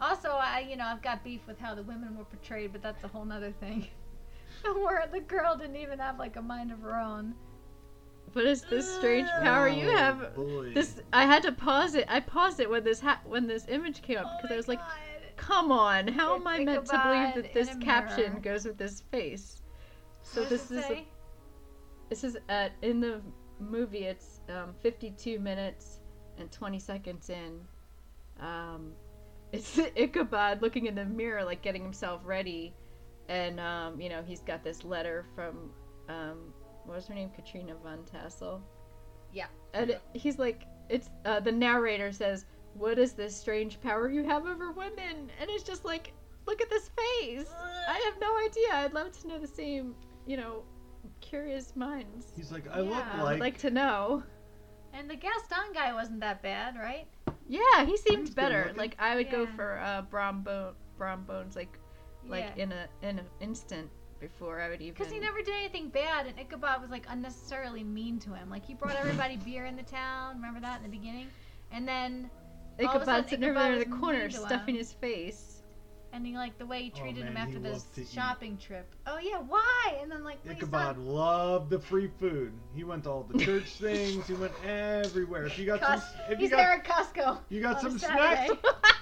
Speaker 5: Also, I you know I've got beef with how the women were portrayed, but that's a whole nother thing. Where the girl didn't even have like a mind of her own.
Speaker 6: What is this strange power you
Speaker 4: Oh,
Speaker 6: have?
Speaker 4: boy.
Speaker 6: This I had to pause it. I paused it when this ha- when this image came up
Speaker 5: Oh
Speaker 6: because
Speaker 5: my
Speaker 6: I was like,
Speaker 5: God.
Speaker 6: "Come on, how
Speaker 5: It's
Speaker 6: am I meant to believe
Speaker 5: Ichabod
Speaker 6: that this
Speaker 5: in a mirror.
Speaker 6: caption goes with this face?" So
Speaker 5: What does
Speaker 6: this
Speaker 5: it
Speaker 6: is
Speaker 5: say?
Speaker 6: this is at in the movie. It's um, 52 minutes and 20 seconds in. Um, it's Ichabod looking in the mirror, like getting himself ready, and um, you know he's got this letter from um, what was her name, Katrina von Tassel.
Speaker 5: Yeah.
Speaker 6: and it- he's like, it's uh, the narrator says, "What is this strange power you have over women?" And it's just like, look at this face. I have no idea. I'd love to know the same, you know, curious minds.
Speaker 4: He's like, I look
Speaker 5: Yeah,
Speaker 6: I'd
Speaker 4: like,
Speaker 6: like to know.
Speaker 5: and the Gaston guy wasn't that bad, right?
Speaker 6: Yeah, he seemed
Speaker 4: good
Speaker 6: better.
Speaker 4: looking.
Speaker 6: Like I would go
Speaker 5: Yeah.
Speaker 6: for uh, Brom Bone, Brom Bones, like like
Speaker 5: yeah.
Speaker 6: in a in an instant before I would even.
Speaker 5: Because he never did anything bad, and Ichabod was like unnecessarily mean to him. Like he brought everybody beer in the town. Remember that in the beginning? And then all of a sudden,
Speaker 6: Ichabod's sitting over there in
Speaker 5: Ichabod
Speaker 6: the
Speaker 5: was
Speaker 6: corner,
Speaker 5: mean to
Speaker 6: stuffing
Speaker 5: him.
Speaker 6: his face.
Speaker 5: and he like the way he
Speaker 4: Oh,
Speaker 5: treated him
Speaker 4: man,
Speaker 5: after
Speaker 4: he
Speaker 5: this
Speaker 4: loved to eat.
Speaker 5: shopping trip. Oh yeah, why? And then like when he saw-
Speaker 4: Ichabod loved the free food. He went to all the church things. He went everywhere. If you got some,
Speaker 5: Cos-
Speaker 4: if you
Speaker 5: he's
Speaker 4: got,
Speaker 5: there at Costco.
Speaker 4: you got
Speaker 5: on a
Speaker 4: some
Speaker 5: Saturday.
Speaker 4: snacks.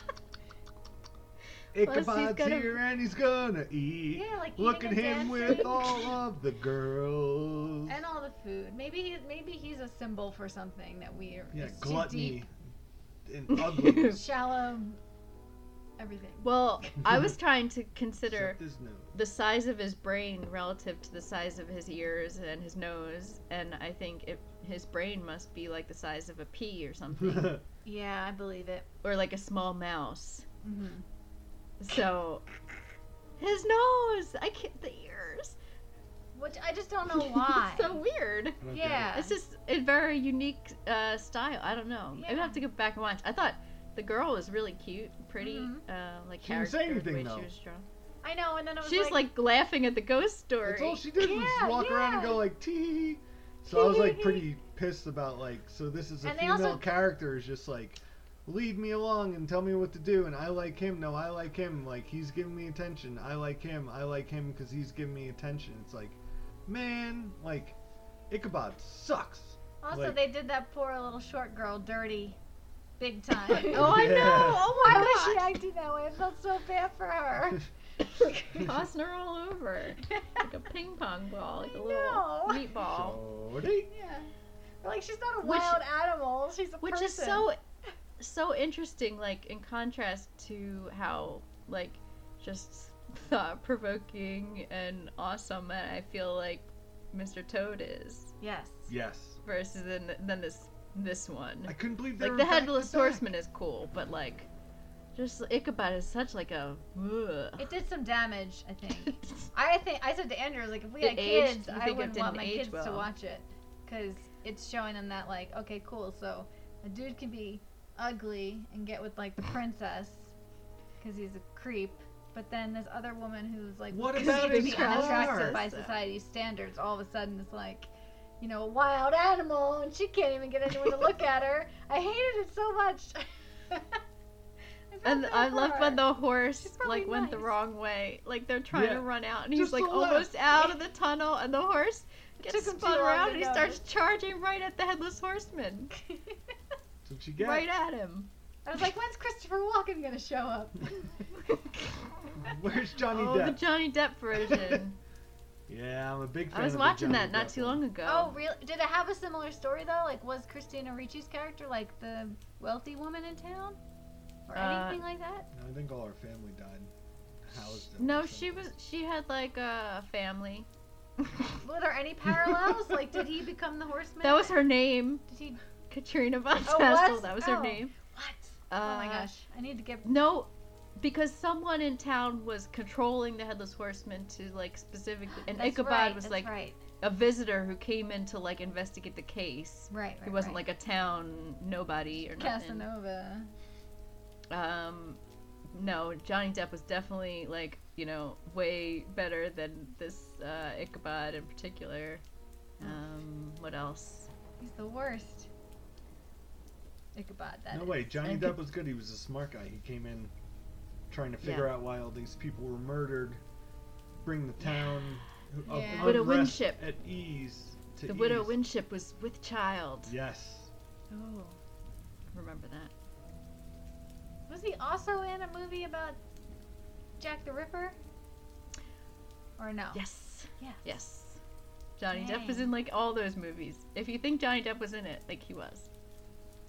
Speaker 6: he's
Speaker 4: Ichabod's
Speaker 6: gonna-
Speaker 4: here and he's gonna eat.
Speaker 5: Yeah, like
Speaker 4: Look at
Speaker 5: eating and
Speaker 4: him with
Speaker 5: dancing.
Speaker 4: all of the girls.
Speaker 5: and all the food. Maybe he, maybe he's a symbol for something that we are
Speaker 4: yeah,
Speaker 5: is too
Speaker 4: gluttony
Speaker 5: deep,
Speaker 4: and ugliness.
Speaker 5: shallow, everything.
Speaker 6: Well, I was trying to consider
Speaker 4: Except his nose.
Speaker 6: the size of his brain relative to the size of his ears and his nose, and I think it, his brain must be like the size of a pea or something,
Speaker 5: Yeah, I believe it.
Speaker 6: or like a small mouse.
Speaker 5: hmm
Speaker 6: So his nose, I can't the ears.
Speaker 5: Which I just don't know why.
Speaker 6: it's so weird.
Speaker 4: I don't get
Speaker 5: yeah,
Speaker 6: It's just a very unique uh, style. I don't know. I would
Speaker 5: Yeah.
Speaker 6: have to go back and watch. I thought the girl was really cute, pretty,
Speaker 5: Mhm.
Speaker 6: uh, like
Speaker 4: She didn't say
Speaker 6: character, the
Speaker 4: anything,
Speaker 6: way
Speaker 4: though.
Speaker 6: She was drawn.
Speaker 5: I know. And then it was
Speaker 6: She's like, laughing at the ghost
Speaker 4: it.
Speaker 6: story.
Speaker 4: That's all she did was
Speaker 5: Yeah,
Speaker 4: walk around and
Speaker 5: yeah.
Speaker 4: go like tee. So I was like pretty pissed about like so this is a
Speaker 5: And they
Speaker 4: female
Speaker 5: also-
Speaker 4: character is just like lead me along and tell me what to do and I like him no I like him like he's giving me attention I like him I like him because he's giving me attention it's like man like Ichabod sucks
Speaker 5: also
Speaker 4: like-
Speaker 5: they did that poor little short girl dirty, big time.
Speaker 6: oh, I
Speaker 4: Yeah.
Speaker 6: know. Oh
Speaker 5: I
Speaker 6: my
Speaker 5: wish she
Speaker 6: gosh.
Speaker 5: acted that way. I felt so bad for her.
Speaker 6: Tossing her all over like a ping pong ball, like a
Speaker 5: I
Speaker 6: little
Speaker 5: know.
Speaker 6: meatball.
Speaker 4: so they-
Speaker 5: yeah, We're like she's not a
Speaker 6: Which-
Speaker 5: wild animal. She's a
Speaker 6: which
Speaker 5: person.
Speaker 6: is so so interesting like in contrast to how like just thought provoking and awesome and i feel like Mr. Toad is
Speaker 5: Yes.
Speaker 4: Yes.
Speaker 6: versus then then this this one.
Speaker 4: I couldn't believe they
Speaker 6: like
Speaker 4: were
Speaker 6: the
Speaker 4: back to
Speaker 6: headless
Speaker 4: back.
Speaker 6: horseman is cool, but like just Ichabod is such like a ugh.
Speaker 5: It did some damage, I think. I think I said to Andrew, I was like, if we had
Speaker 6: It aged-
Speaker 5: kids,
Speaker 6: you
Speaker 5: I
Speaker 6: think it
Speaker 5: wouldn't want
Speaker 6: didn't
Speaker 5: my
Speaker 6: age
Speaker 5: kids to
Speaker 6: well.
Speaker 5: watch it because it's showing them that like, okay, cool. So a dude can be ugly and get with like the princess because he's a creep, but then this other woman who's like
Speaker 4: What
Speaker 5: perceived
Speaker 4: about
Speaker 5: to
Speaker 4: his
Speaker 5: be unattractive
Speaker 4: car?
Speaker 5: by society's standards, all of a sudden it's like. You know, a wild animal, and she can't even get anyone to look at her. I hated it so much. I felt
Speaker 6: And
Speaker 5: bad
Speaker 6: I
Speaker 5: for
Speaker 6: love
Speaker 5: her.
Speaker 6: when the horse
Speaker 5: She's probably
Speaker 6: like went the
Speaker 5: nice.
Speaker 6: wrong way. Like they're trying
Speaker 4: Yeah.
Speaker 6: to run out, and he's
Speaker 4: Just
Speaker 6: like
Speaker 4: the
Speaker 6: almost out of the tunnel, and the horse gets
Speaker 5: took him
Speaker 6: spun
Speaker 5: too long
Speaker 6: around,
Speaker 5: to
Speaker 6: and he starts charging right at the headless horseman,
Speaker 4: That's what you get.
Speaker 6: right at him.
Speaker 5: I was like, when's Christopher Walken gonna show up?
Speaker 4: Where's Johnny
Speaker 6: oh, the
Speaker 4: Depp?
Speaker 6: Johnny Depp version.
Speaker 4: yeah, I'm a big fan.
Speaker 6: I was
Speaker 4: of
Speaker 6: watching
Speaker 4: the
Speaker 6: that
Speaker 4: Johnny
Speaker 6: not
Speaker 4: Depp
Speaker 6: too
Speaker 4: one.
Speaker 6: long ago.
Speaker 5: Oh, really? Did it have a similar story though? Like, was Christina Ricci's character like the wealthy woman in town, or
Speaker 6: Uh,
Speaker 5: anything like that?
Speaker 4: No, I think all our family died. Housed up
Speaker 6: No,
Speaker 4: or
Speaker 6: she
Speaker 4: something.
Speaker 6: was. She had like a family.
Speaker 5: Were there any parallels? like, did he become the horseman?
Speaker 6: That was her name,
Speaker 5: Did he?
Speaker 6: Katrina von
Speaker 5: Oh,
Speaker 6: Tassel.
Speaker 5: was?
Speaker 6: That was
Speaker 5: Oh.
Speaker 6: her name.
Speaker 5: What?
Speaker 6: Uh,
Speaker 5: oh my gosh! I need to get.
Speaker 6: No, because someone in town was controlling the headless horseman to like specifically, and
Speaker 5: That's
Speaker 6: Ichabod
Speaker 5: right,
Speaker 6: was
Speaker 5: that's
Speaker 6: like
Speaker 5: right,
Speaker 6: a visitor who came in to like investigate the case.
Speaker 5: right, right.
Speaker 6: He wasn't
Speaker 5: right.
Speaker 6: like a town nobody or nothing.
Speaker 5: Casanova.
Speaker 6: Um, no, Johnny Depp was definitely like you know way better than this uh, Ichabod in particular.
Speaker 5: Oh.
Speaker 6: Um, what else?
Speaker 5: He's the worst. Ichabod. That
Speaker 4: No
Speaker 5: is.
Speaker 4: way, Johnny
Speaker 6: And-
Speaker 4: Depp was good. He was a smart guy. He came in trying to figure
Speaker 6: Yeah.
Speaker 4: out why all these people were murdered, bring the town of
Speaker 5: Yeah.
Speaker 6: Widow
Speaker 4: unrest
Speaker 6: Winship.
Speaker 4: at ease. To
Speaker 6: The widow
Speaker 4: ease.
Speaker 6: Winship was with child.
Speaker 4: Yes.
Speaker 5: Oh.
Speaker 6: Remember that?
Speaker 5: Was he also in a movie about Jack the Ripper? Or no?
Speaker 6: Yes.
Speaker 5: Yes.
Speaker 6: Yes. Johnny Depp was
Speaker 5: Dang.
Speaker 6: in like all those movies. If you think Johnny Depp was in it, like he was.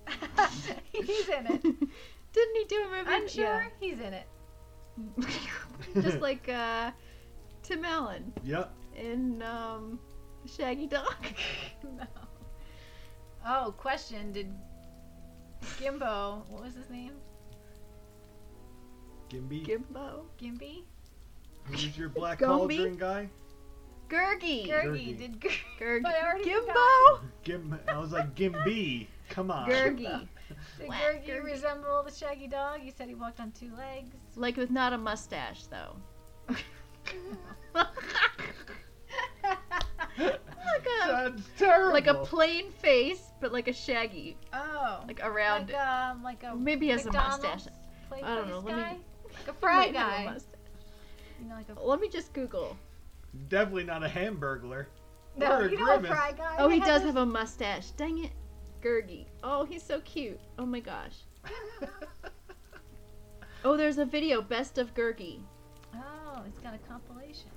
Speaker 5: he's in it.
Speaker 6: Didn't he do a movie?
Speaker 5: I'm sure
Speaker 6: Yeah.
Speaker 5: he's in it.
Speaker 6: Just like uh, Tim Allen
Speaker 4: Yep.
Speaker 6: in um, Shaggy Dog.
Speaker 5: no. Oh, question. Did Gimbo, what was his name?
Speaker 4: Gimby.
Speaker 6: Gimbo.
Speaker 5: Gimby?
Speaker 4: Who's your black
Speaker 6: Gumby?
Speaker 4: cauldron guy?
Speaker 6: Gurgi.
Speaker 4: Ger-
Speaker 5: Gergi.
Speaker 4: Gergi.
Speaker 5: Did Gergi?
Speaker 6: Gurgi.
Speaker 5: I already
Speaker 6: Gimbo.
Speaker 4: Gim. I was like Gimby. Come on.
Speaker 6: Gurgi.
Speaker 5: Did
Speaker 6: Whack,
Speaker 5: Gergi,
Speaker 6: Gergi.
Speaker 5: resemble the shaggy dog? You said he walked on two legs.
Speaker 6: Like with not a mustache though. like a
Speaker 4: That's terrible.
Speaker 6: like a plain face, but like a shaggy,
Speaker 5: oh.
Speaker 6: like around.
Speaker 5: like, um, like a
Speaker 6: Maybe has a
Speaker 5: McDonald's
Speaker 6: mustache.
Speaker 5: Play
Speaker 6: I don't know,
Speaker 5: place
Speaker 6: let me-
Speaker 5: guy? Like a
Speaker 6: Might
Speaker 5: fry
Speaker 6: not a
Speaker 5: guy.
Speaker 6: mustache.
Speaker 5: You know, like a.
Speaker 6: Let me just Google.
Speaker 4: Definitely not a hamburglar.
Speaker 5: No,
Speaker 4: or a
Speaker 5: you know a
Speaker 4: grimace.
Speaker 5: fry guy.
Speaker 6: Oh,
Speaker 5: They
Speaker 6: he
Speaker 5: had
Speaker 6: does
Speaker 5: this-
Speaker 6: have a mustache. Dang it, Gurgi. Oh, he's so cute. Oh my gosh. Oh, there's a video best of Gurgi.
Speaker 5: Oh, it's got a compilation.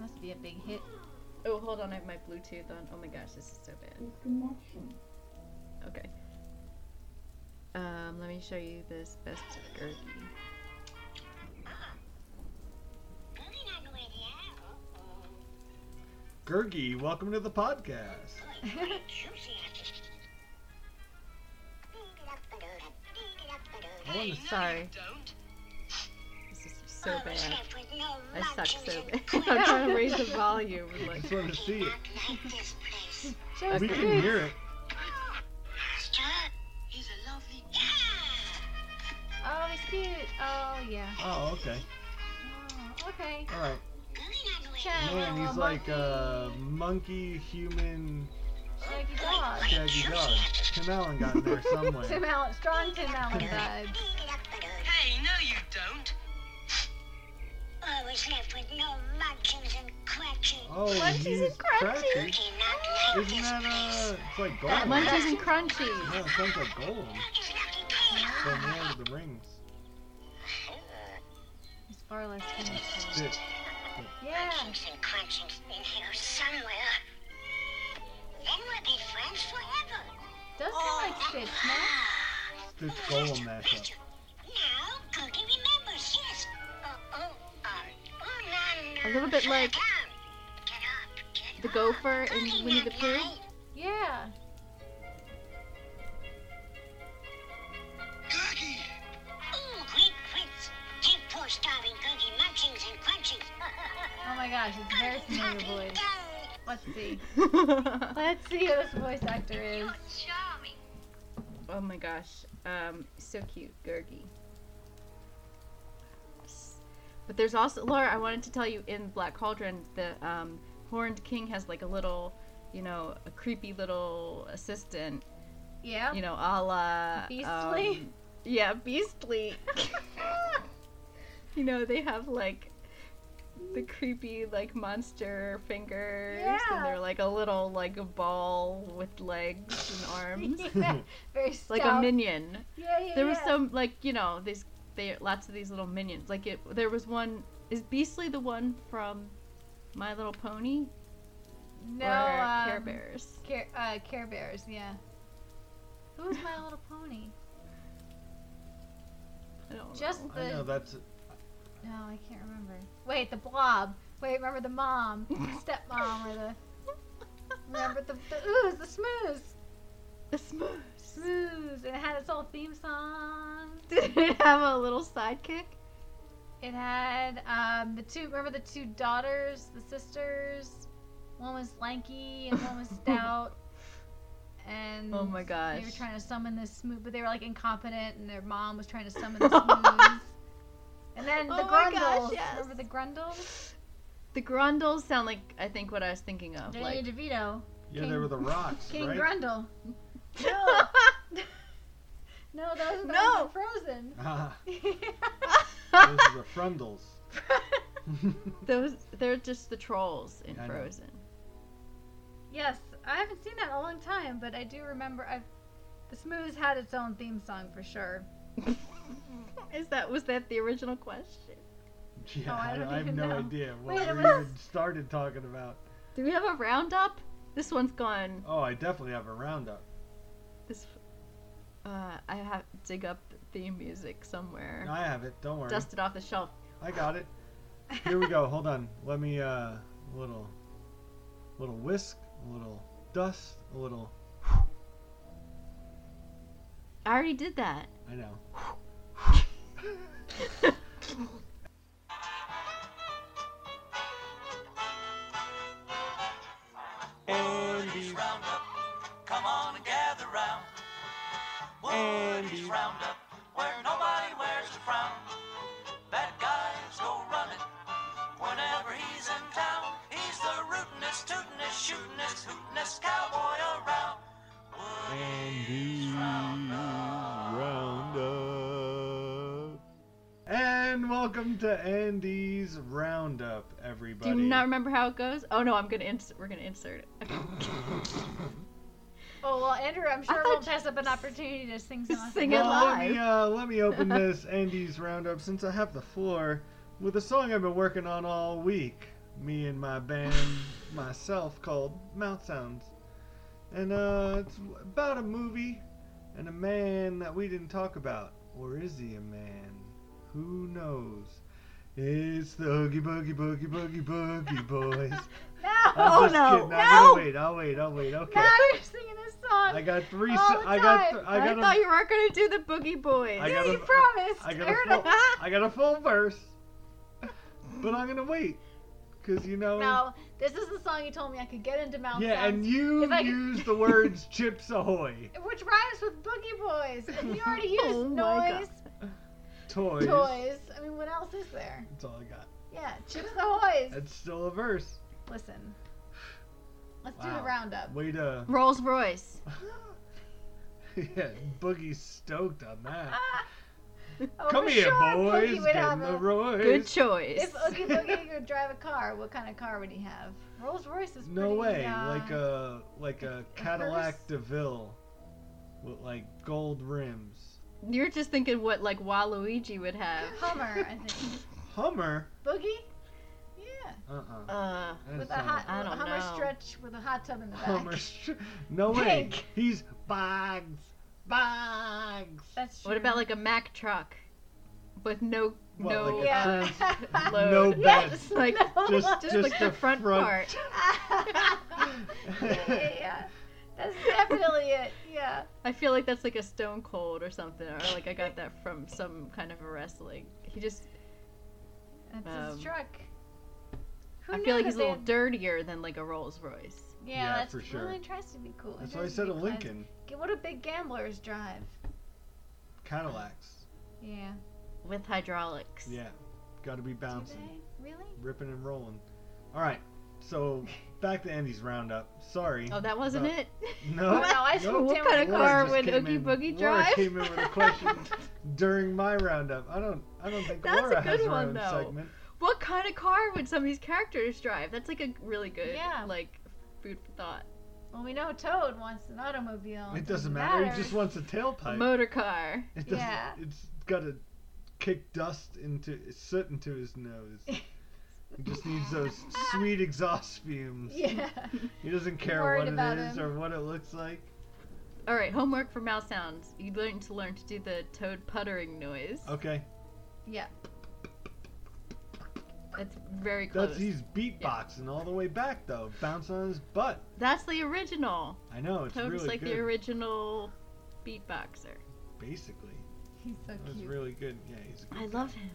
Speaker 5: Must be a big hit.
Speaker 6: Oh, hold on, I have my Bluetooth on. Oh my gosh, this is so bad. Okay. Um, let me show you this best of Gurgi.
Speaker 4: Gurgi, welcome to the podcast.
Speaker 7: I want to
Speaker 6: Sorry. This is so bad. I suck so bad. I'm
Speaker 7: I'm
Speaker 6: trying to raise the volume.
Speaker 4: I
Speaker 6: Like,
Speaker 4: just wanted to see it.
Speaker 5: Shows
Speaker 4: We
Speaker 5: the
Speaker 4: can
Speaker 5: boots.
Speaker 4: hear it.
Speaker 7: He's a lovely.
Speaker 5: Oh, he's cute. Oh, yeah.
Speaker 4: Oh, okay.
Speaker 5: Oh, okay.
Speaker 4: All right.
Speaker 5: Check.
Speaker 4: Man, he's
Speaker 5: Little
Speaker 4: like
Speaker 5: monkey.
Speaker 4: a monkey, human,
Speaker 5: Shaggy dog.
Speaker 4: shaggy dog. Tim Allen got in there
Speaker 5: Tim
Speaker 4: somewhere.
Speaker 5: Allen, strong Tim Allen vibes.
Speaker 7: Hey, no, you don't. I was left with no munchkins and crutches.
Speaker 4: Oh,
Speaker 6: Munchies
Speaker 4: he's
Speaker 6: and Crunchies.
Speaker 7: I
Speaker 4: crafty.
Speaker 7: cannot like
Speaker 4: Isn't
Speaker 7: this
Speaker 4: that
Speaker 7: place.
Speaker 4: uh? It's like
Speaker 6: That
Speaker 4: golem.
Speaker 6: munchies and crunchies.
Speaker 4: Yeah, it sounds like golem
Speaker 7: His lucky tail.
Speaker 4: from Lord of the Rings.
Speaker 5: He's far less finished.
Speaker 4: Shit.
Speaker 5: Yeah.
Speaker 7: Munchkins and crunchings in here somewhere. Then we'll be friends forever.
Speaker 5: Does sound like Stitch, no?
Speaker 4: This golem mashup.
Speaker 7: Now, Cookie remembers, yes. Oh, oh, um, oh, no,
Speaker 6: A
Speaker 7: no.
Speaker 6: little bit
Speaker 7: Shut
Speaker 6: like-
Speaker 7: down. Get up, get
Speaker 6: the gopher in
Speaker 7: Cooking
Speaker 6: Winnie the
Speaker 7: that
Speaker 6: Pooh?
Speaker 7: guy.
Speaker 5: Yeah.
Speaker 7: Cookie! Ooh, quick, quick. Keep poor starving Cookie munchings and crunchies.
Speaker 5: Oh my gosh, it's a very familiar voice. Let's see. Let's see who this voice actor is.
Speaker 7: charming.
Speaker 6: oh my gosh, um, so cute, Gurgi. But there's also Laura. I wanted to tell you in Black Cauldron, the um, Horned King has like a little, you know, a creepy little assistant,
Speaker 5: Yeah.
Speaker 6: you know, a la
Speaker 5: Oh. Beastly?
Speaker 6: um, yeah, Beastly. you know, they have like the creepy like monster fingers,
Speaker 5: Yeah.
Speaker 6: and they're like a little like a ball with legs and arms.
Speaker 5: Yeah, Very stout.
Speaker 6: like a minion.
Speaker 5: Yeah, yeah,
Speaker 6: There was
Speaker 5: yeah.
Speaker 6: some like you know these they lots of these little minions. Like it, there was one. Is Beastly the one from My Little Pony
Speaker 5: no
Speaker 6: or
Speaker 5: um,
Speaker 6: Care Bears?
Speaker 5: Care, uh, Care Bears, yeah. Who's My Little Pony?
Speaker 6: I don't
Speaker 5: Just
Speaker 4: Oh, I know
Speaker 5: the.
Speaker 4: that's
Speaker 5: No, I can't remember. Wait, the blob. Wait, remember the mom, stepmom, or the. Remember the the ooze, the smooze,
Speaker 6: the Smurfs.
Speaker 5: smooze, and it had its own theme song.
Speaker 6: Did it have a little sidekick?
Speaker 5: It had um, the two. Remember the two daughters, the sisters. One was lanky and one was stout. And
Speaker 6: Oh my
Speaker 5: They were
Speaker 6: gosh.
Speaker 5: trying to summon this smooth, but they were like incompetent, and their mom was trying to summon the smooths. and then the
Speaker 6: Oh my
Speaker 5: Grundles.
Speaker 6: gosh, yes.
Speaker 5: Remember the Grundles?
Speaker 6: The Grundles sound like I think what I was thinking of.
Speaker 5: Danny
Speaker 6: Like
Speaker 5: DeVito,
Speaker 4: yeah. There were the rocks,
Speaker 5: King
Speaker 4: right?
Speaker 5: Grundle. No, no, those are the
Speaker 6: No.
Speaker 5: ones from
Speaker 4: Ah,
Speaker 5: Frozen.
Speaker 4: those are the frundles.
Speaker 5: Oh,
Speaker 6: those, they're just the trolls in
Speaker 4: Yeah, I know.
Speaker 6: Frozen.
Speaker 5: yes, I haven't seen that in a long time, but I do remember. I've the Smooths had its own theme song for sure.
Speaker 6: Is that was that the original question?
Speaker 4: Yeah,
Speaker 5: Oh, I
Speaker 4: I,
Speaker 5: don't
Speaker 4: I have
Speaker 5: even
Speaker 4: no
Speaker 5: know.
Speaker 4: idea what
Speaker 5: Wait, it
Speaker 4: we
Speaker 5: was-
Speaker 4: even started talking about.
Speaker 6: Do we have a roundup? This one's gone.
Speaker 4: Oh, I definitely have a roundup.
Speaker 6: This, uh, I have to dig up theme music somewhere.
Speaker 4: I have it. Don't worry.
Speaker 6: Dust it off the shelf.
Speaker 4: I got it. Here we go. Hold on. Let me uh, a little, little whisk, a little dust, a little.
Speaker 6: I already did that.
Speaker 4: I know.
Speaker 8: Andy's Roundup. Come on and gather round. Andy's Roundup, where nobody wears a frown. Bad guys go running whenever he's in town. He's the rootinest, tootinest, shootinest, hootinest cowboy around. Andy's Roundup.
Speaker 4: And welcome to Andy's Roundup,
Speaker 6: Do
Speaker 4: everybody.
Speaker 6: you not remember how it goes? Oh no, I'm gonna insert. We're gonna insert it. Okay.
Speaker 5: Oh well, Andrew, I'm sure
Speaker 6: thought
Speaker 5: won't pass up an opportunity to sing some.
Speaker 6: Sing it
Speaker 4: well,
Speaker 6: live.
Speaker 4: let me uh, let me open this Andy's Roundup since I have the floor with a song I've been working on all week. Me and my band, myself, called Mouth Sounds, and uh, it's about a movie and a man that we didn't talk about, or is he a man? Who knows? It's the Oogie Boogie Boogie Boogie Boogie Boys.
Speaker 5: No,
Speaker 4: I'm
Speaker 6: Oh,
Speaker 4: just
Speaker 6: no.
Speaker 4: kidding.
Speaker 6: No.
Speaker 4: I'm gonna wait. I'll wait. I'll wait. Okay.
Speaker 5: now you're singing this song.
Speaker 4: I got three.
Speaker 5: All
Speaker 4: se-
Speaker 5: the
Speaker 4: I got.
Speaker 5: time.
Speaker 4: Th-
Speaker 6: I,
Speaker 4: I got. a-
Speaker 6: thought you were gonna do the Boogie Boys.
Speaker 4: I got
Speaker 5: you
Speaker 4: a-
Speaker 5: promised.
Speaker 4: I got
Speaker 5: I
Speaker 4: a
Speaker 5: heard
Speaker 4: full,
Speaker 5: it.
Speaker 4: I got a full verse, but I'm gonna wait, cause you know.
Speaker 5: No, this is the song you told me I could get into mouth
Speaker 4: Um, yeah,
Speaker 5: sounds,
Speaker 4: and you
Speaker 5: If I-
Speaker 4: use the words "Chips Ahoy,"
Speaker 5: which rhymes with Boogie Boys, and you already used
Speaker 6: Oh my
Speaker 5: noise,
Speaker 4: toys.
Speaker 5: toys. I mean, what else is there?
Speaker 4: That's all I got.
Speaker 5: Yeah, Chips Ahoy's.
Speaker 4: That's still a verse.
Speaker 5: Listen, let's do the
Speaker 4: Wow.
Speaker 5: roundup.
Speaker 4: Way to,
Speaker 6: Rolls Royce.
Speaker 4: yeah, Boogie's stoked on that.
Speaker 5: Oh,
Speaker 4: Come
Speaker 5: for
Speaker 4: here,
Speaker 5: sure
Speaker 4: boys,
Speaker 5: Boogie would
Speaker 4: get
Speaker 5: have
Speaker 4: in the
Speaker 5: a-
Speaker 4: Royce.
Speaker 6: Good choice.
Speaker 5: If Oogie Boogie could drive a car, what kind of car would he have? Rolls Royce is
Speaker 4: no
Speaker 5: pretty,
Speaker 4: way,
Speaker 5: uh,
Speaker 4: like a like a Cadillac DeVille with like gold rims.
Speaker 6: You're just thinking what like Waluigi would have.
Speaker 5: Hummer, I think.
Speaker 4: Hummer?
Speaker 5: Boogie? Yeah.
Speaker 4: Uh uh
Speaker 6: Uh,
Speaker 5: With a hot
Speaker 6: I don't
Speaker 5: Hummer
Speaker 6: know.
Speaker 5: stretch with a hot tub in the back.
Speaker 4: Homer Str- No way.
Speaker 5: Pink.
Speaker 4: He's bags. Bags.
Speaker 5: That's true.
Speaker 6: what about like a Mack truck with no
Speaker 4: What,
Speaker 6: No.
Speaker 4: like a
Speaker 5: Yeah.
Speaker 4: trans-
Speaker 6: Load.
Speaker 4: No bed.
Speaker 6: Just uh, like
Speaker 4: just,
Speaker 6: just,
Speaker 4: just
Speaker 6: like the, front, part.
Speaker 5: yeah, that's definitely it. Yeah.
Speaker 6: I feel like that's like a Stone Cold or something, or like I got that from some kind of a wrestling. He just
Speaker 5: That's
Speaker 6: Um,
Speaker 5: his truck. Who
Speaker 6: I
Speaker 5: knew
Speaker 6: feel like
Speaker 5: that
Speaker 6: he's a little
Speaker 5: they had-
Speaker 6: dirtier than like a Rolls Royce.
Speaker 5: Yeah,
Speaker 4: Yeah,
Speaker 5: that's
Speaker 4: for sure.
Speaker 5: Well, it tries to be cool. It
Speaker 4: That's why I
Speaker 5: tries to
Speaker 4: said
Speaker 5: be
Speaker 4: a
Speaker 5: classy.
Speaker 4: Lincoln.
Speaker 5: G- What a big gambler's drive.
Speaker 4: Cadillacs.
Speaker 5: Yeah. Um,
Speaker 6: with hydraulics.
Speaker 4: Yeah. Got to be
Speaker 5: Do
Speaker 4: bouncing,
Speaker 5: they? Really?
Speaker 4: ripping and rolling. All right. So back to Andy's roundup. Sorry.
Speaker 6: Oh, that wasn't
Speaker 4: Uh,
Speaker 6: it.
Speaker 4: No.
Speaker 5: Wow, I
Speaker 4: no.
Speaker 5: swooped
Speaker 6: What
Speaker 5: in
Speaker 6: kind
Speaker 5: with
Speaker 6: of
Speaker 5: Laura
Speaker 6: car
Speaker 4: just
Speaker 6: would
Speaker 4: came
Speaker 6: Oogie
Speaker 4: in-
Speaker 6: Boogie
Speaker 4: Laura
Speaker 6: drive?
Speaker 4: came in with a question during my roundup. I don't. I don't think
Speaker 6: That's a
Speaker 4: Laura has
Speaker 6: good
Speaker 4: her
Speaker 6: one,
Speaker 4: own
Speaker 6: though.
Speaker 4: segment.
Speaker 6: what kind of car would some of these characters drive? That's like a really good,
Speaker 5: Yeah.
Speaker 6: like food for thought.
Speaker 5: Well, we know Toad wants an automobile.
Speaker 4: It doesn't matter. He just
Speaker 5: matter.
Speaker 4: wants a tailpipe.
Speaker 6: Motor car.
Speaker 4: it doesn't,
Speaker 5: Yeah.
Speaker 4: It's got to kick dust into soot into his nose. he just needs those sweet exhaust fumes.
Speaker 5: Yeah.
Speaker 4: He doesn't care
Speaker 5: Worried
Speaker 4: what
Speaker 5: about
Speaker 4: it is
Speaker 5: him.
Speaker 4: or what it looks like.
Speaker 6: All right, homework for mouse sounds. You learn to learn to do the toad puttering noise.
Speaker 4: Okay,
Speaker 5: yeah.
Speaker 6: That's very close.
Speaker 4: that's he's beatboxing all the way back though, bouncing on his butt.
Speaker 6: That's the original.
Speaker 4: I know it's
Speaker 6: toad
Speaker 4: really
Speaker 6: is like
Speaker 4: good.
Speaker 6: the original beatboxer.
Speaker 4: Basically,
Speaker 5: He's so
Speaker 4: that was
Speaker 5: cute.
Speaker 4: really good. Yeah, he's. A
Speaker 6: I
Speaker 4: good
Speaker 6: love him.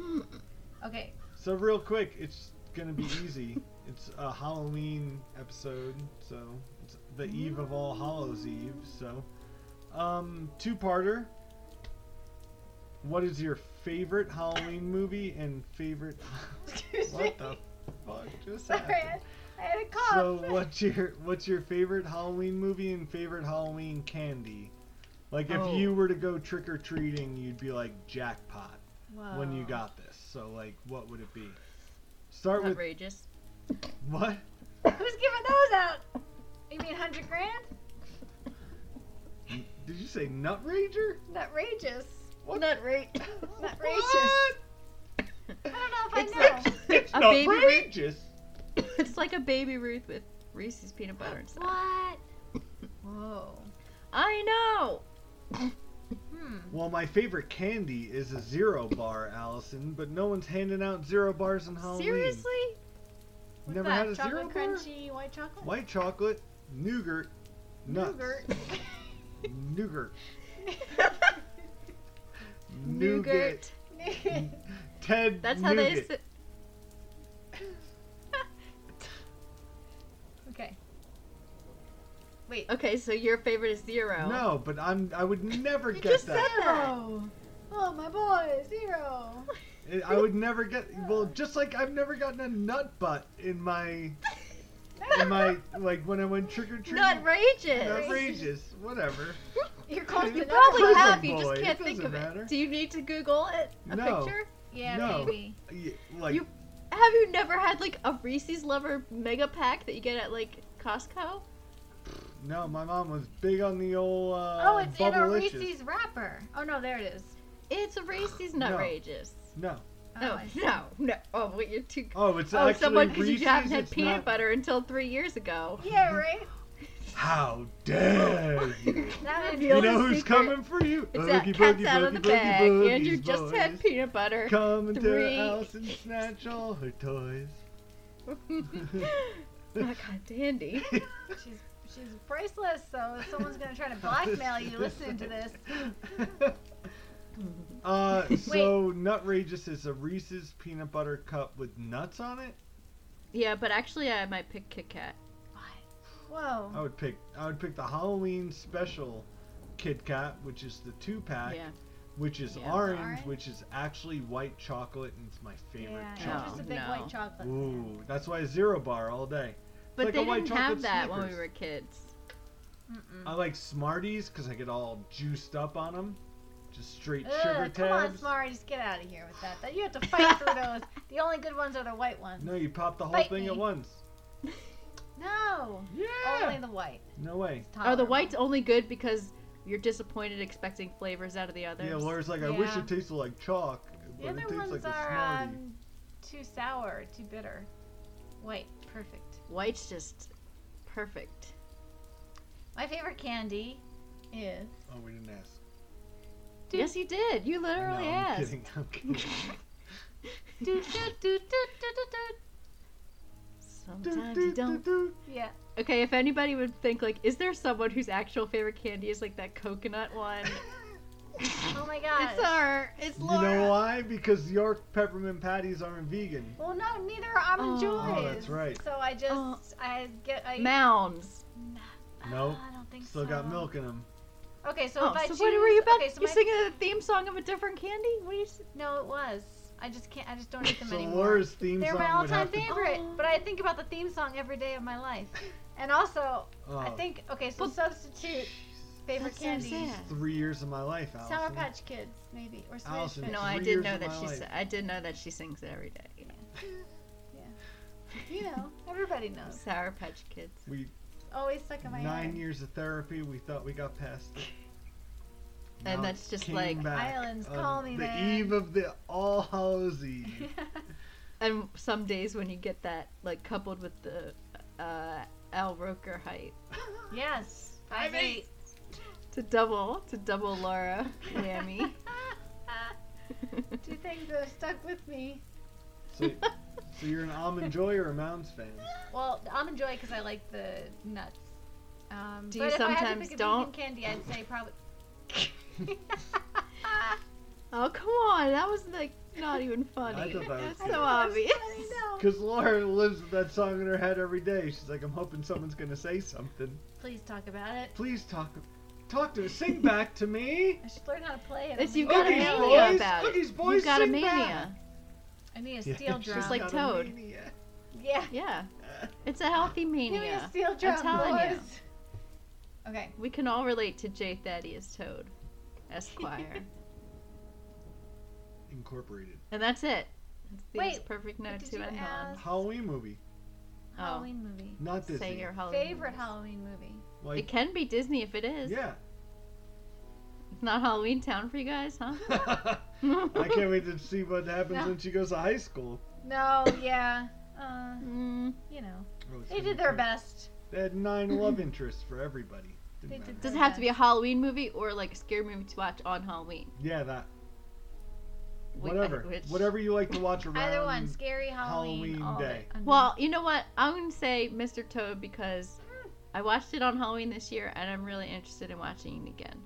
Speaker 6: Hmm.
Speaker 5: Okay.
Speaker 4: So real quick, it's gonna be easy. it's a Halloween episode, so it's the eve of All Hallows Eve. So, um, two-parter. What is your favorite Halloween movie and favorite?
Speaker 5: Excuse me.
Speaker 4: what the fuck just
Speaker 5: Sorry,
Speaker 4: happened?
Speaker 5: I, I had a cough.
Speaker 4: So what's your what's your favorite Halloween movie and favorite Halloween candy? Like if
Speaker 6: Oh.
Speaker 4: you were to go trick or treating, you'd be like jackpot when
Speaker 6: Oh.
Speaker 4: you
Speaker 5: Whoa.
Speaker 4: got this. So like, what would it be? Start with
Speaker 6: Outrageous.
Speaker 4: what?
Speaker 5: Who's giving those out? You mean 100 grand?
Speaker 4: Did you say nut rager?
Speaker 5: Outrageous.
Speaker 4: What?
Speaker 6: Not right.
Speaker 5: Outrageous. I don't know if
Speaker 6: It's
Speaker 5: I know.
Speaker 6: like-
Speaker 4: It's
Speaker 6: A
Speaker 4: not
Speaker 6: baby-
Speaker 4: outrageous.
Speaker 6: it's like a baby Ruth with Reese's peanut butter and stuff.
Speaker 5: What? Whoa.
Speaker 6: I know.
Speaker 5: Hmm.
Speaker 4: Well, my favorite candy is a zero bar, Allison, but no one's handing out zero bars on Halloween.
Speaker 6: Seriously?
Speaker 4: You
Speaker 5: What's
Speaker 4: never
Speaker 5: that?
Speaker 4: had a
Speaker 5: chocolate
Speaker 4: zero bar?
Speaker 5: crunchy white chocolate?
Speaker 4: White chocolate, nougat, nuts,
Speaker 5: Nougat.
Speaker 4: nougat, nougat,
Speaker 6: Nougat.
Speaker 4: Ted.
Speaker 6: That's how they
Speaker 4: nougat.
Speaker 6: say.
Speaker 5: okay. Wait.
Speaker 6: Okay, so your favorite is zero.
Speaker 4: No, but I'm. I would never
Speaker 6: You
Speaker 4: get
Speaker 6: just
Speaker 4: that.
Speaker 6: said that.
Speaker 5: Zero. Oh, my boy, zero.
Speaker 4: It- I would never get. Well, just like I've never gotten a nut butt in my in my like when I went trick or treating.
Speaker 6: Not outrageous.
Speaker 4: outrageous. Whatever.
Speaker 5: You're close
Speaker 4: You
Speaker 5: to
Speaker 6: Probably
Speaker 4: Prison
Speaker 5: that.
Speaker 6: have. You
Speaker 4: boy,
Speaker 6: just
Speaker 4: it
Speaker 6: can't think
Speaker 4: doesn't
Speaker 6: of
Speaker 4: matter.
Speaker 6: it. Do you need to Google it? A
Speaker 4: No. Um,
Speaker 6: picture?
Speaker 5: Yeah,
Speaker 4: No.
Speaker 5: maybe.
Speaker 4: Y- Like
Speaker 6: You- Have you never had like a Reese's Lover mega pack that you get at like Costco?
Speaker 4: no, my mom was big on the old. Uh,
Speaker 5: Oh, it's in a
Speaker 4: Bubblicious.
Speaker 5: Reese's wrapper. Oh, no, there it is.
Speaker 6: It's a Reese's
Speaker 4: No.
Speaker 6: not outrageous.
Speaker 4: No.
Speaker 6: Oh,
Speaker 5: I see.
Speaker 6: no, no. Oh, wait, you're too.
Speaker 4: Oh, it's
Speaker 6: Oh,
Speaker 4: actually
Speaker 6: someone because
Speaker 4: Reese's.
Speaker 6: you haven't had
Speaker 4: it's
Speaker 6: peanut
Speaker 4: not-
Speaker 6: butter until three years ago.
Speaker 5: Yeah, right?
Speaker 4: How dare you?
Speaker 5: That would be
Speaker 4: you
Speaker 6: Reveal
Speaker 4: know
Speaker 6: the
Speaker 4: who's
Speaker 6: secret.
Speaker 4: coming for you?
Speaker 6: It's
Speaker 4: Oogie
Speaker 6: that
Speaker 4: boogie
Speaker 6: cat's out of the
Speaker 4: boogie boogie
Speaker 6: bag.
Speaker 4: boogies,
Speaker 6: Andrew just had
Speaker 4: boys.
Speaker 6: peanut butter.
Speaker 4: Come and tear
Speaker 6: three.
Speaker 4: Alice and snatch all her toys.
Speaker 6: Not got Oh, dandy.
Speaker 5: She's she's priceless, so if someone's gonna try to blackmail you listening to this.
Speaker 4: uh, so Nutrageous is a Reese's peanut butter cup with nuts on it.
Speaker 6: Yeah, but actually, I might pick Kit Kat.
Speaker 5: Whoa.
Speaker 4: I would pick. I would pick the Halloween special Kit Kat, which is the two pack,
Speaker 6: Yeah.
Speaker 4: which is
Speaker 6: Yeah.
Speaker 4: orange,
Speaker 5: Orange.
Speaker 4: which is actually white chocolate, and it's my favorite
Speaker 5: Yeah,
Speaker 6: No,
Speaker 5: I'm just a
Speaker 4: chocolate.
Speaker 5: big
Speaker 6: no.
Speaker 5: white chocolate. fan.
Speaker 4: Ooh, that's why zero bar all day.
Speaker 6: But
Speaker 4: like a
Speaker 6: they
Speaker 4: white
Speaker 6: didn't
Speaker 4: chocolate
Speaker 6: have that when we
Speaker 4: Snickers.
Speaker 6: were kids.
Speaker 5: Mm-mm.
Speaker 4: I like Smarties because I get all juiced up on them, just straight sugar
Speaker 5: Ugh, come on,
Speaker 4: tabs.
Speaker 5: Smarty, just get out of here with that. That you have to fight through those. The only good ones are the white ones.
Speaker 4: no, you pop the whole
Speaker 5: Bite
Speaker 4: thing
Speaker 5: me.
Speaker 4: at once.
Speaker 5: No,
Speaker 4: Yeah.
Speaker 5: only the white.
Speaker 4: No way.
Speaker 6: Oh, the
Speaker 5: Tolerable.
Speaker 6: white's only good because you're disappointed expecting flavors out of the others.
Speaker 4: Yeah, Laura's like, I wish
Speaker 5: Yeah.
Speaker 4: it tasted like chalk,
Speaker 5: The
Speaker 4: but it
Speaker 5: other
Speaker 4: tastes
Speaker 5: ones
Speaker 4: like a
Speaker 5: are
Speaker 4: Smartie.
Speaker 5: um, too sour, too bitter. White, perfect.
Speaker 6: White's just perfect.
Speaker 5: My favorite candy is
Speaker 4: Oh, we didn't ask.
Speaker 5: do,
Speaker 6: Yes, you did. You
Speaker 4: No,
Speaker 6: literally
Speaker 4: I'm
Speaker 6: asked.
Speaker 4: kidding. I'm kidding.
Speaker 5: do, do, do, do, do, do, do.
Speaker 6: Sometimes you don't.
Speaker 5: Yeah.
Speaker 6: Okay, if anybody would think like, is there someone whose actual favorite candy is like that coconut one?
Speaker 5: Oh my gosh.
Speaker 6: It's our. It's
Speaker 4: You
Speaker 6: Laura.
Speaker 4: know why? Because York peppermint patties aren't vegan.
Speaker 5: well, no, neither are almond
Speaker 6: Oh.
Speaker 5: joys.
Speaker 4: Oh, that's right.
Speaker 5: So I just,
Speaker 6: Oh.
Speaker 5: I get, I. Ah,
Speaker 6: Mounds.
Speaker 4: Nope.
Speaker 5: I don't think
Speaker 4: Still
Speaker 5: so.
Speaker 4: got milk in them.
Speaker 5: Okay, so
Speaker 6: Oh,
Speaker 5: if I
Speaker 6: so
Speaker 5: choose,
Speaker 6: what were you about?
Speaker 5: Okay, so
Speaker 6: you
Speaker 5: my-
Speaker 6: singing the theme song of a different candy? What are you? s-
Speaker 5: No, it was. I just can't. I just don't eat them
Speaker 4: So
Speaker 5: anymore.
Speaker 4: Laura's theme
Speaker 5: They're
Speaker 4: song
Speaker 5: my
Speaker 4: would
Speaker 5: all-time
Speaker 4: have to.
Speaker 5: favorite.
Speaker 6: Oh.
Speaker 5: But I think about the theme song every day of my life. And also,
Speaker 4: Oh,
Speaker 5: I think okay. So
Speaker 6: Well,
Speaker 5: substitute favorite
Speaker 6: That's so
Speaker 5: candy.
Speaker 6: sad.
Speaker 4: three years of my life, Allison.
Speaker 5: Sour Patch Kids, maybe, or Swedish
Speaker 4: Allison,
Speaker 5: Fish.
Speaker 6: No,
Speaker 4: Three
Speaker 6: I did
Speaker 4: years
Speaker 6: know
Speaker 4: of
Speaker 6: that
Speaker 4: my
Speaker 6: she.
Speaker 4: life.
Speaker 6: sa- I did know that she sings it every day.
Speaker 5: You know, everybody knows.
Speaker 6: Sour Patch Kids.
Speaker 4: we
Speaker 5: Always stuck in my
Speaker 4: nine
Speaker 5: head.
Speaker 4: years of therapy. We thought we got past it.
Speaker 6: And
Speaker 4: Now
Speaker 6: that's
Speaker 4: it
Speaker 6: just
Speaker 4: came
Speaker 6: like-
Speaker 4: back
Speaker 5: Islands,
Speaker 4: on
Speaker 5: call me,
Speaker 4: the
Speaker 5: man.
Speaker 4: eve of the All Hallows Eve.
Speaker 6: And some days when you get that, like coupled with the uh, Al Roker height,
Speaker 5: yes. Five eight.
Speaker 6: to double, to double Laura whammy.
Speaker 5: Two things that have stuck with me.
Speaker 4: So, so you're an Almond Joy or a Mounds fan?
Speaker 5: Well, the almond joy because I like the nuts. Um,
Speaker 6: Do
Speaker 5: but
Speaker 6: you
Speaker 5: if I had to
Speaker 6: sometimes
Speaker 5: pick a vegan
Speaker 6: don't?
Speaker 5: candy? I'd say probably.
Speaker 6: oh come on, that was like not even
Speaker 4: I
Speaker 6: funny.
Speaker 4: thought that was
Speaker 6: That's
Speaker 4: good.
Speaker 6: so obvious.
Speaker 4: Because Laura lives with that song in her head every day. She's like, I'm hoping someone's gonna say something.
Speaker 5: Please talk about it.
Speaker 4: Please talk, talk to us. Sing back to me.
Speaker 5: I should learn how to play it.
Speaker 6: It's
Speaker 5: I'm
Speaker 6: you've
Speaker 5: like,
Speaker 6: got a
Speaker 4: Oogies
Speaker 6: mania
Speaker 4: boys,
Speaker 6: about it.
Speaker 4: oogies boys,
Speaker 6: you've got a
Speaker 4: sing
Speaker 6: mania.
Speaker 4: back.
Speaker 5: I need a
Speaker 4: Yeah,
Speaker 5: steel
Speaker 4: she's
Speaker 5: drum.
Speaker 6: Just like
Speaker 4: got a
Speaker 6: Toad.
Speaker 4: mania.
Speaker 5: yeah.
Speaker 6: Yeah, it's a healthy
Speaker 5: Give me a
Speaker 6: mania.
Speaker 5: steel drum,
Speaker 6: telling you.
Speaker 5: boys. Okay.
Speaker 6: We can all relate to J. Thaddeus Toad, Esquire,
Speaker 4: Incorporated.
Speaker 6: and that's it. That's the
Speaker 5: Wait,
Speaker 6: perfect note
Speaker 5: did
Speaker 6: to
Speaker 5: you
Speaker 6: end on.
Speaker 5: ask?
Speaker 4: Halloween movie,
Speaker 6: Oh.
Speaker 5: Halloween movie.
Speaker 4: not Disney.
Speaker 6: Say your Halloween.
Speaker 5: Favorite Halloween movie.
Speaker 4: Like,
Speaker 6: It can be Disney if it is.
Speaker 4: yeah.
Speaker 6: It's not Halloween Town for you guys, huh?
Speaker 4: I can't wait to see what happens
Speaker 5: No.
Speaker 4: when she goes to high school.
Speaker 5: No, yeah. Uh,
Speaker 6: Mm,
Speaker 5: you know,
Speaker 4: Oh, it's
Speaker 5: they
Speaker 4: gonna
Speaker 5: did
Speaker 4: be
Speaker 5: their
Speaker 4: great.
Speaker 5: best.
Speaker 4: They had nine love interests for everybody. Didn't
Speaker 5: They did
Speaker 4: matter.
Speaker 6: does it have to be a Halloween movie or like a scary movie to watch on Halloween?
Speaker 4: Yeah, that.
Speaker 6: Wh-
Speaker 4: Whatever.
Speaker 6: which-
Speaker 4: Whatever you like to watch around.
Speaker 5: Either one, scary Halloween.
Speaker 4: Halloween
Speaker 5: all of it. I'm-
Speaker 6: Well, you know what? I'm gonna say Mr. Toad because I watched it on Halloween this year, and I'm really interested in watching it again.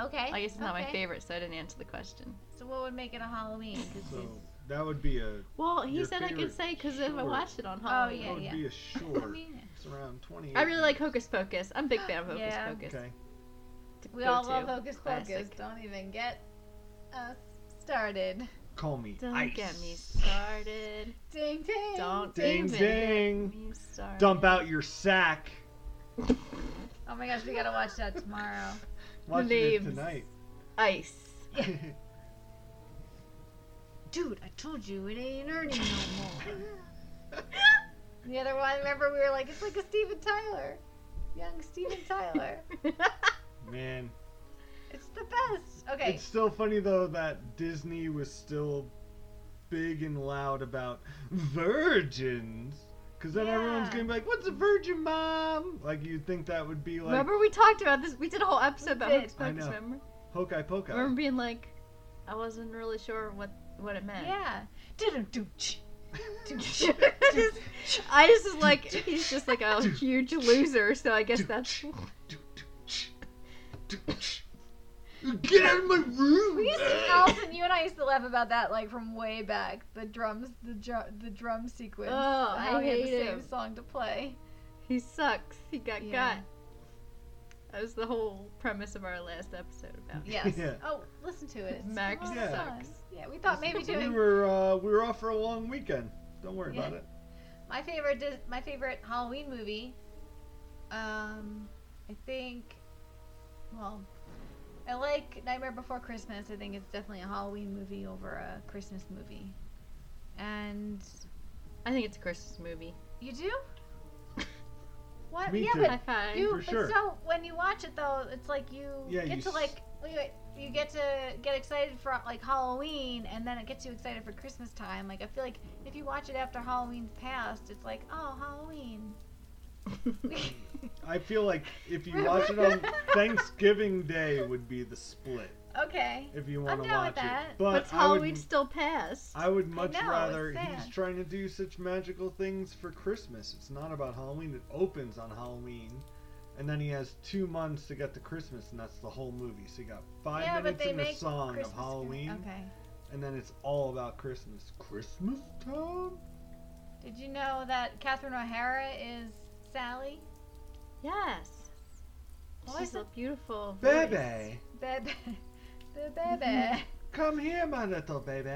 Speaker 5: okay.
Speaker 6: I guess it's not my
Speaker 5: okay.
Speaker 6: favorite, so I didn't answer the question.
Speaker 5: So what would make it a Halloween? 'Cause
Speaker 4: So
Speaker 5: he's-
Speaker 4: that would be a
Speaker 6: Well, he
Speaker 4: Your
Speaker 6: said I
Speaker 4: favorite,
Speaker 6: could say because I
Speaker 4: sure.
Speaker 6: watched it on Halloween.
Speaker 5: yeah,
Speaker 4: that would
Speaker 5: yeah.
Speaker 4: be a
Speaker 5: I
Speaker 4: short.
Speaker 5: mean,
Speaker 4: It's around twenty.
Speaker 6: I really like Hocus Pocus. I'm a big fan of Hocus
Speaker 5: Yeah.
Speaker 6: Pocus.
Speaker 4: Okay.
Speaker 6: It's a
Speaker 5: we all
Speaker 6: go-to.
Speaker 5: love Hocus Pocus.
Speaker 6: Classic.
Speaker 5: Don't even get us started.
Speaker 4: Call me.
Speaker 6: Don't
Speaker 4: Ice.
Speaker 6: get me started.
Speaker 5: Ding ding.
Speaker 6: Don't
Speaker 4: Ding
Speaker 6: even
Speaker 4: ding.
Speaker 6: get me started.
Speaker 4: Dump out your sack.
Speaker 5: Oh my gosh, we gotta watch that tomorrow.
Speaker 4: Watching
Speaker 6: Leaves.
Speaker 4: it tonight.
Speaker 6: Ice.
Speaker 5: Dude, I told you it ain't Ernie no more. the other one, remember we were like, it's like a Steven Tyler. Young Steven Tyler.
Speaker 4: Man,
Speaker 5: It's the best. Okay.
Speaker 4: it's still funny though that Disney was still big and loud about virgins. Because then everyone's
Speaker 5: Yeah.
Speaker 4: gonna be like, "What's a virgin, mom?" Like you'd think that would be like
Speaker 6: remember we talked about this? We did a whole episode about
Speaker 5: did.
Speaker 6: Hocus
Speaker 4: I
Speaker 6: Pocus.
Speaker 4: know.
Speaker 6: Remember?
Speaker 4: Hokey Pokey.
Speaker 6: I remember being like, I wasn't really sure what what it meant.
Speaker 5: yeah. Doo-doo-doo-ch. Doo-ch.
Speaker 6: I just- I just was like, he's just like a huge loser, so I guess that's.
Speaker 4: Get out of my room!
Speaker 5: We used to, Allison, you and I used to laugh about that, like from way back. The drums, the drum, the drum sequence.
Speaker 6: Oh,
Speaker 5: and how
Speaker 6: I
Speaker 5: we had the
Speaker 6: hate
Speaker 5: same
Speaker 6: him.
Speaker 5: song to play.
Speaker 6: He sucks. He got
Speaker 5: Yeah.
Speaker 6: got. That was the whole premise of our last episode about.
Speaker 5: Yes.
Speaker 4: Yeah.
Speaker 5: Oh, listen to it. It's
Speaker 6: Max
Speaker 5: fun.
Speaker 4: Yeah.
Speaker 6: sucks.
Speaker 5: Yeah, we thought maybe
Speaker 4: we
Speaker 5: doing
Speaker 4: were uh, we were off for a long weekend. Don't worry
Speaker 5: Yeah.
Speaker 4: about it.
Speaker 5: My favorite, Dis- my favorite Halloween movie. Um, I think. Well, I like Nightmare Before Christmas. I think it's definitely a Halloween movie over a Christmas movie. And
Speaker 6: I think it's a Christmas movie.
Speaker 5: you do? What?
Speaker 4: Me
Speaker 5: yeah,
Speaker 4: too.
Speaker 6: High
Speaker 5: but
Speaker 6: five.
Speaker 4: For
Speaker 5: you.
Speaker 4: sure.
Speaker 5: But so when you watch it though, it's like you
Speaker 4: Yeah,
Speaker 5: get
Speaker 4: you
Speaker 5: to
Speaker 4: s-
Speaker 5: like wait, wait, you get to get excited for like Halloween, and then it gets you excited for Christmas time. Like I feel like if you watch it after Halloween's passed, it's like oh Halloween.
Speaker 4: I feel like if you watch it on Thanksgiving Day would be the split
Speaker 5: Okay.
Speaker 4: if you want to
Speaker 5: down
Speaker 4: watch
Speaker 5: with that.
Speaker 4: it. But
Speaker 6: but
Speaker 4: I would,
Speaker 6: Halloween still passed.
Speaker 4: I would much
Speaker 5: know, it's
Speaker 4: rather
Speaker 5: sad.
Speaker 4: he's trying to do such magical things for Christmas. It's not about Halloween. It opens on Halloween, and then he has two months to get to Christmas, and that's the whole movie. So you got five
Speaker 5: yeah, but
Speaker 4: minutes
Speaker 5: they
Speaker 4: in the
Speaker 5: make
Speaker 4: song
Speaker 5: Christmas
Speaker 4: of Halloween,
Speaker 5: Okay.
Speaker 4: and then it's all about Christmas. Christmas time.
Speaker 5: Did you know that Catherine O'Hara is Sally?
Speaker 6: Yes.
Speaker 5: Why
Speaker 6: She's
Speaker 5: is
Speaker 6: a
Speaker 5: it-
Speaker 6: beautiful voice.
Speaker 4: Baby,
Speaker 5: Bebe. The bebe.
Speaker 4: come here, my little baby.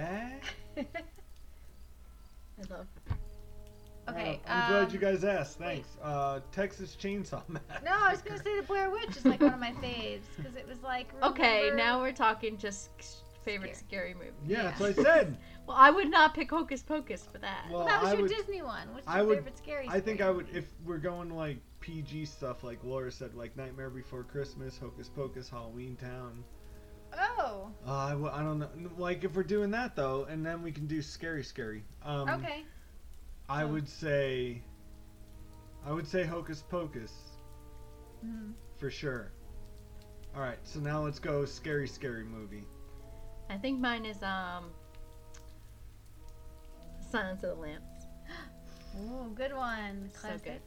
Speaker 6: I love.
Speaker 5: okay.
Speaker 4: Uh, I'm glad
Speaker 5: um,
Speaker 4: you guys asked. Thanks. Uh, Texas Chainsaw Massacre.
Speaker 5: No, I was gonna say the Blair Witch is like one of my faves because it was like.
Speaker 6: Okay,
Speaker 5: remember-
Speaker 6: now we're talking just s- favorite scary movie.
Speaker 4: Yeah, that's what I said.
Speaker 6: Well, I would not pick Hocus Pocus for that.
Speaker 4: Well,
Speaker 5: Well, that was
Speaker 4: I
Speaker 5: your
Speaker 4: would,
Speaker 5: Disney one. What's your
Speaker 4: I would-
Speaker 5: favorite scary?
Speaker 4: I think
Speaker 5: screen?
Speaker 4: I would, if we're going like PG stuff, like Laura said, like Nightmare Before Christmas, Hocus Pocus, Halloween Town.
Speaker 5: Oh.
Speaker 4: Uh, I, w- I don't know. Like, if we're doing that though, and then we can do Scary Scary. Um,
Speaker 5: Okay.
Speaker 4: I would say, I would say Hocus Pocus
Speaker 5: Mhm.
Speaker 4: for sure. All right, so now let's go Scary Scary movie.
Speaker 6: I think mine is um. Silence of the Lambs.
Speaker 5: Mm-hmm. Ooh, good one.
Speaker 6: So
Speaker 5: Classic.
Speaker 6: good.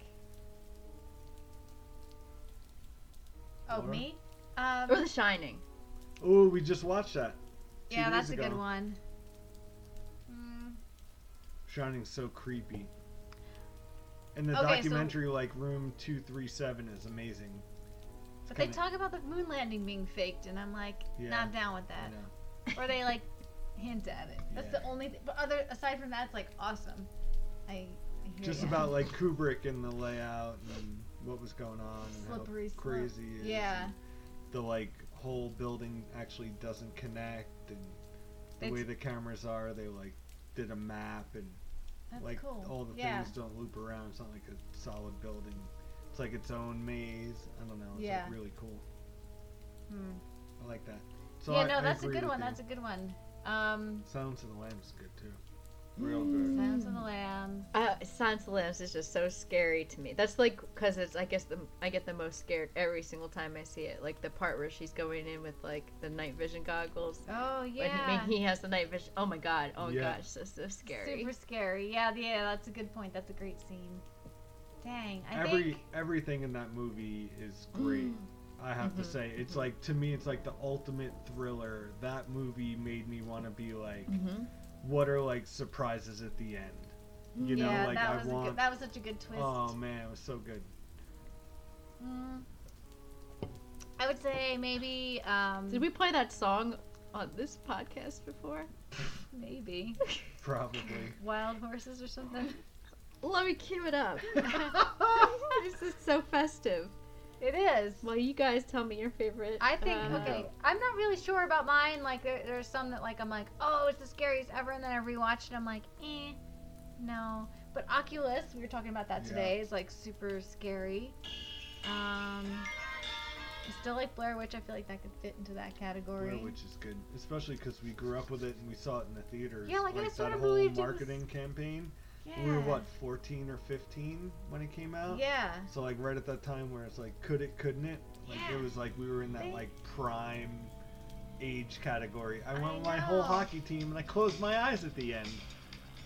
Speaker 5: Oh,
Speaker 4: Laura?
Speaker 5: me? Um,
Speaker 6: Or The Shining.
Speaker 4: Oh, we just watched that. two
Speaker 5: yeah,
Speaker 4: days
Speaker 5: that's a
Speaker 4: ago.
Speaker 5: good one. Mm,
Speaker 4: Shining's so creepy. And the
Speaker 5: Okay, so-
Speaker 4: documentary, like Room Two Three Seven, is amazing.
Speaker 5: but they
Speaker 4: kinda-
Speaker 5: talk about the moon landing being faked, and I'm like,
Speaker 4: Yeah.
Speaker 5: not down with
Speaker 4: I
Speaker 5: that.
Speaker 4: know.
Speaker 5: Or they like hint at it. That's the
Speaker 4: Yeah.
Speaker 5: only. Th- but other aside from that, it's like awesome. I. I hear
Speaker 4: Just
Speaker 5: ya.
Speaker 4: about like Kubrick and the layout and what was going on and how
Speaker 5: Slippery slope.
Speaker 4: crazy it is
Speaker 5: Yeah.
Speaker 4: and the like whole building actually doesn't connect and the
Speaker 5: It's-
Speaker 4: way the cameras are they like did a map and
Speaker 5: That's
Speaker 4: like
Speaker 5: cool.
Speaker 4: all the
Speaker 5: yeah.
Speaker 4: things don't loop around it's not like a solid building it's like its own maze I don't know it's
Speaker 5: Yeah.
Speaker 4: like really cool
Speaker 5: Hmm.
Speaker 4: I like that so
Speaker 5: yeah,
Speaker 4: I,
Speaker 5: no,
Speaker 4: I
Speaker 5: that's a
Speaker 4: agree
Speaker 5: good
Speaker 4: with
Speaker 5: one.
Speaker 4: you.
Speaker 5: That's a good one. Um,
Speaker 4: Silence of the Lambs is good too real good
Speaker 5: Silence of the Lambs.
Speaker 6: Uh, Silence of the Lambs is just so scary to me. That's like because it's I guess the I get the most scared every single time I see it. Like the part where she's going in with like the night vision goggles.
Speaker 5: Oh
Speaker 6: When he,
Speaker 5: yeah.
Speaker 6: when he has the night vision. Oh my god. Oh my
Speaker 4: Yeah.
Speaker 6: gosh. That's so scary.
Speaker 5: Super scary. Yeah, yeah, that's a good point. That's a great scene. Dang, I
Speaker 4: every
Speaker 5: think Mm.
Speaker 4: everything in that movie is great. I have
Speaker 5: Mm-hmm.
Speaker 4: to say, it's like to me, it's like the ultimate thriller. That movie made me want to be like,
Speaker 5: Mm-hmm.
Speaker 6: Mhm.
Speaker 4: what are like surprises at the end? You know,
Speaker 5: Mm-hmm. yeah,
Speaker 4: like
Speaker 5: that
Speaker 4: I
Speaker 5: was a
Speaker 4: want.
Speaker 5: good, that was such a good twist.
Speaker 4: oh man, it was so good.
Speaker 5: Mm. I would say maybe um
Speaker 6: Did we play that song on this podcast before?
Speaker 5: maybe
Speaker 4: Probably.
Speaker 5: Wild Horses or something.
Speaker 6: Let me cue it up. this is so festive.
Speaker 5: it is.
Speaker 6: Well, you guys tell me your favorite.
Speaker 5: I think
Speaker 6: uh,
Speaker 4: Uh-huh.
Speaker 5: okay. I'm not really sure about mine. Like there, there's some that like I'm like, oh, it's the scariest ever, and then I rewatch it. I'm like, eh, no. But Oculus, we were talking about that
Speaker 4: Yeah.
Speaker 5: today. Is like super scary. Um, I still like Blair Witch. I feel like that could fit into that category.
Speaker 4: Which is good, especially because we grew up with it and we saw it in the theaters.
Speaker 5: Yeah, like, I
Speaker 4: that
Speaker 5: sorta
Speaker 4: whole
Speaker 5: believed it was-
Speaker 4: marketing campaign.
Speaker 5: Yeah.
Speaker 4: We were what, 14 or 15 when it came out.
Speaker 5: Yeah.
Speaker 4: So like right at that time where it's like could it couldn't it? Like
Speaker 5: Yeah.
Speaker 4: it was like we were in that
Speaker 5: They-
Speaker 4: like prime age category. I
Speaker 5: I
Speaker 4: went with my whole
Speaker 5: know.
Speaker 4: hockey team and I closed my eyes at the end.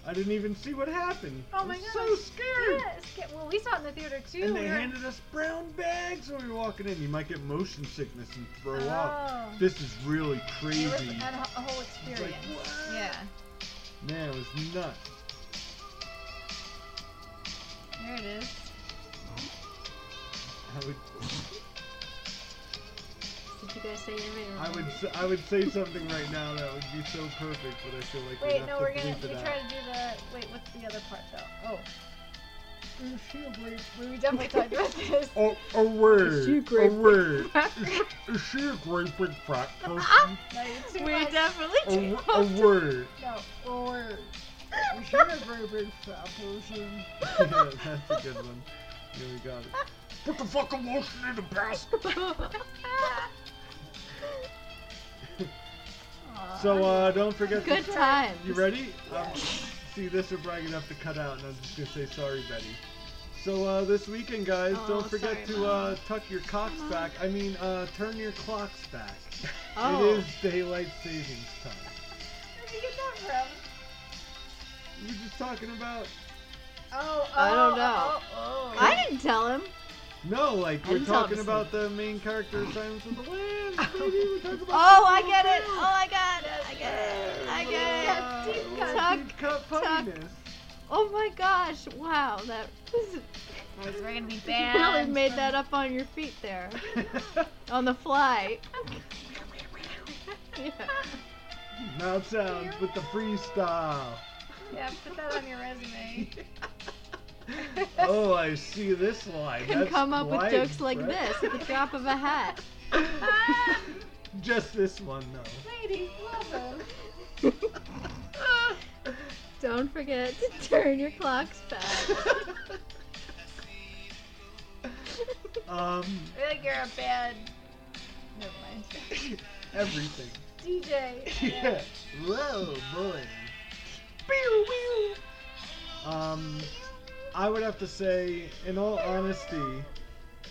Speaker 4: I didn't even see what happened.
Speaker 5: Oh
Speaker 4: I
Speaker 5: my
Speaker 4: was
Speaker 5: gosh.
Speaker 4: So scared.
Speaker 5: Yeah, it's sca- well, we saw it in the theater too.
Speaker 4: And
Speaker 5: we
Speaker 4: they
Speaker 5: were-
Speaker 4: handed us brown bags when we were walking in. You might get motion sickness and throw
Speaker 5: Oh.
Speaker 4: up. This is really
Speaker 5: it
Speaker 4: crazy.
Speaker 5: was an- a whole
Speaker 4: It's like,
Speaker 5: experience.
Speaker 4: what?
Speaker 5: yeah.
Speaker 4: Man, it was nuts.
Speaker 5: There it is.
Speaker 4: I would,
Speaker 6: Did you guys say your favorite?
Speaker 4: I would, s- I would say something right now that would be so perfect, but I feel like we
Speaker 5: Wait,
Speaker 4: have
Speaker 5: no,
Speaker 4: to
Speaker 5: we're gonna
Speaker 4: bleep
Speaker 5: we
Speaker 4: it out.
Speaker 5: try to do the wait. What's the other part though? Oh, we definitely talked about this.
Speaker 4: A, a word.
Speaker 6: Is she a great
Speaker 4: a word. Is, is she a great big fat person?
Speaker 5: No, it's too
Speaker 6: We
Speaker 5: much.
Speaker 4: a,
Speaker 6: definitely.
Speaker 4: w- a word.
Speaker 5: no, or we should have very big fat person.
Speaker 4: yeah, that's a good one. Yeah, we got it. Put the fucking lotion in the basket. So, uh, don't forget.
Speaker 6: Good
Speaker 4: to,
Speaker 6: times.
Speaker 4: You ready? Um, see, this will probably gonna have to cut out, and I'm just gonna say sorry, Betty. So uh, this weekend, guys,
Speaker 5: Oh,
Speaker 4: don't forget
Speaker 5: sorry,
Speaker 4: to
Speaker 5: Mom.
Speaker 4: uh, tuck your cocks back. I mean, uh, turn your clocks back.
Speaker 5: Oh.
Speaker 4: It is daylight savings time.
Speaker 5: Where'd you get that from?
Speaker 4: We We're just talking about
Speaker 5: Oh, oh
Speaker 6: I don't know.
Speaker 5: Oh, oh, oh.
Speaker 6: I didn't tell him.
Speaker 4: no, like
Speaker 6: I
Speaker 4: we're
Speaker 6: didn't tell
Speaker 4: talking
Speaker 6: him to
Speaker 4: about the main character of Silence of the Lambs. Baby, we're talking about
Speaker 6: Oh, I get it. Oh, I got it. I get it. I
Speaker 5: Yes,
Speaker 6: get it.
Speaker 5: deep
Speaker 4: Silence
Speaker 5: cut.
Speaker 4: of the Cup
Speaker 6: tuck.
Speaker 4: puppies.
Speaker 6: Oh my gosh. Wow. That was.
Speaker 5: Guys, we're gonna be
Speaker 6: You
Speaker 5: banned.
Speaker 6: really made that up on your feet there. on the fly. yeah.
Speaker 4: Mount Sounds with the freestyle.
Speaker 5: Yeah, put that on your resume.
Speaker 4: Oh, I see this line.
Speaker 6: Can
Speaker 4: That's
Speaker 6: come up with
Speaker 4: quite
Speaker 6: jokes like
Speaker 4: fresh.
Speaker 6: this at the drop of a hat.
Speaker 5: ah,
Speaker 4: Just this one, though.
Speaker 5: ladies, love them.
Speaker 6: Don't forget to turn your clocks back.
Speaker 4: Um,
Speaker 5: I feel like you're a bad. Never mind.
Speaker 4: everything.
Speaker 5: DJ.
Speaker 4: Yeah. Whoa, boy. Um, I would have to say, in all honesty,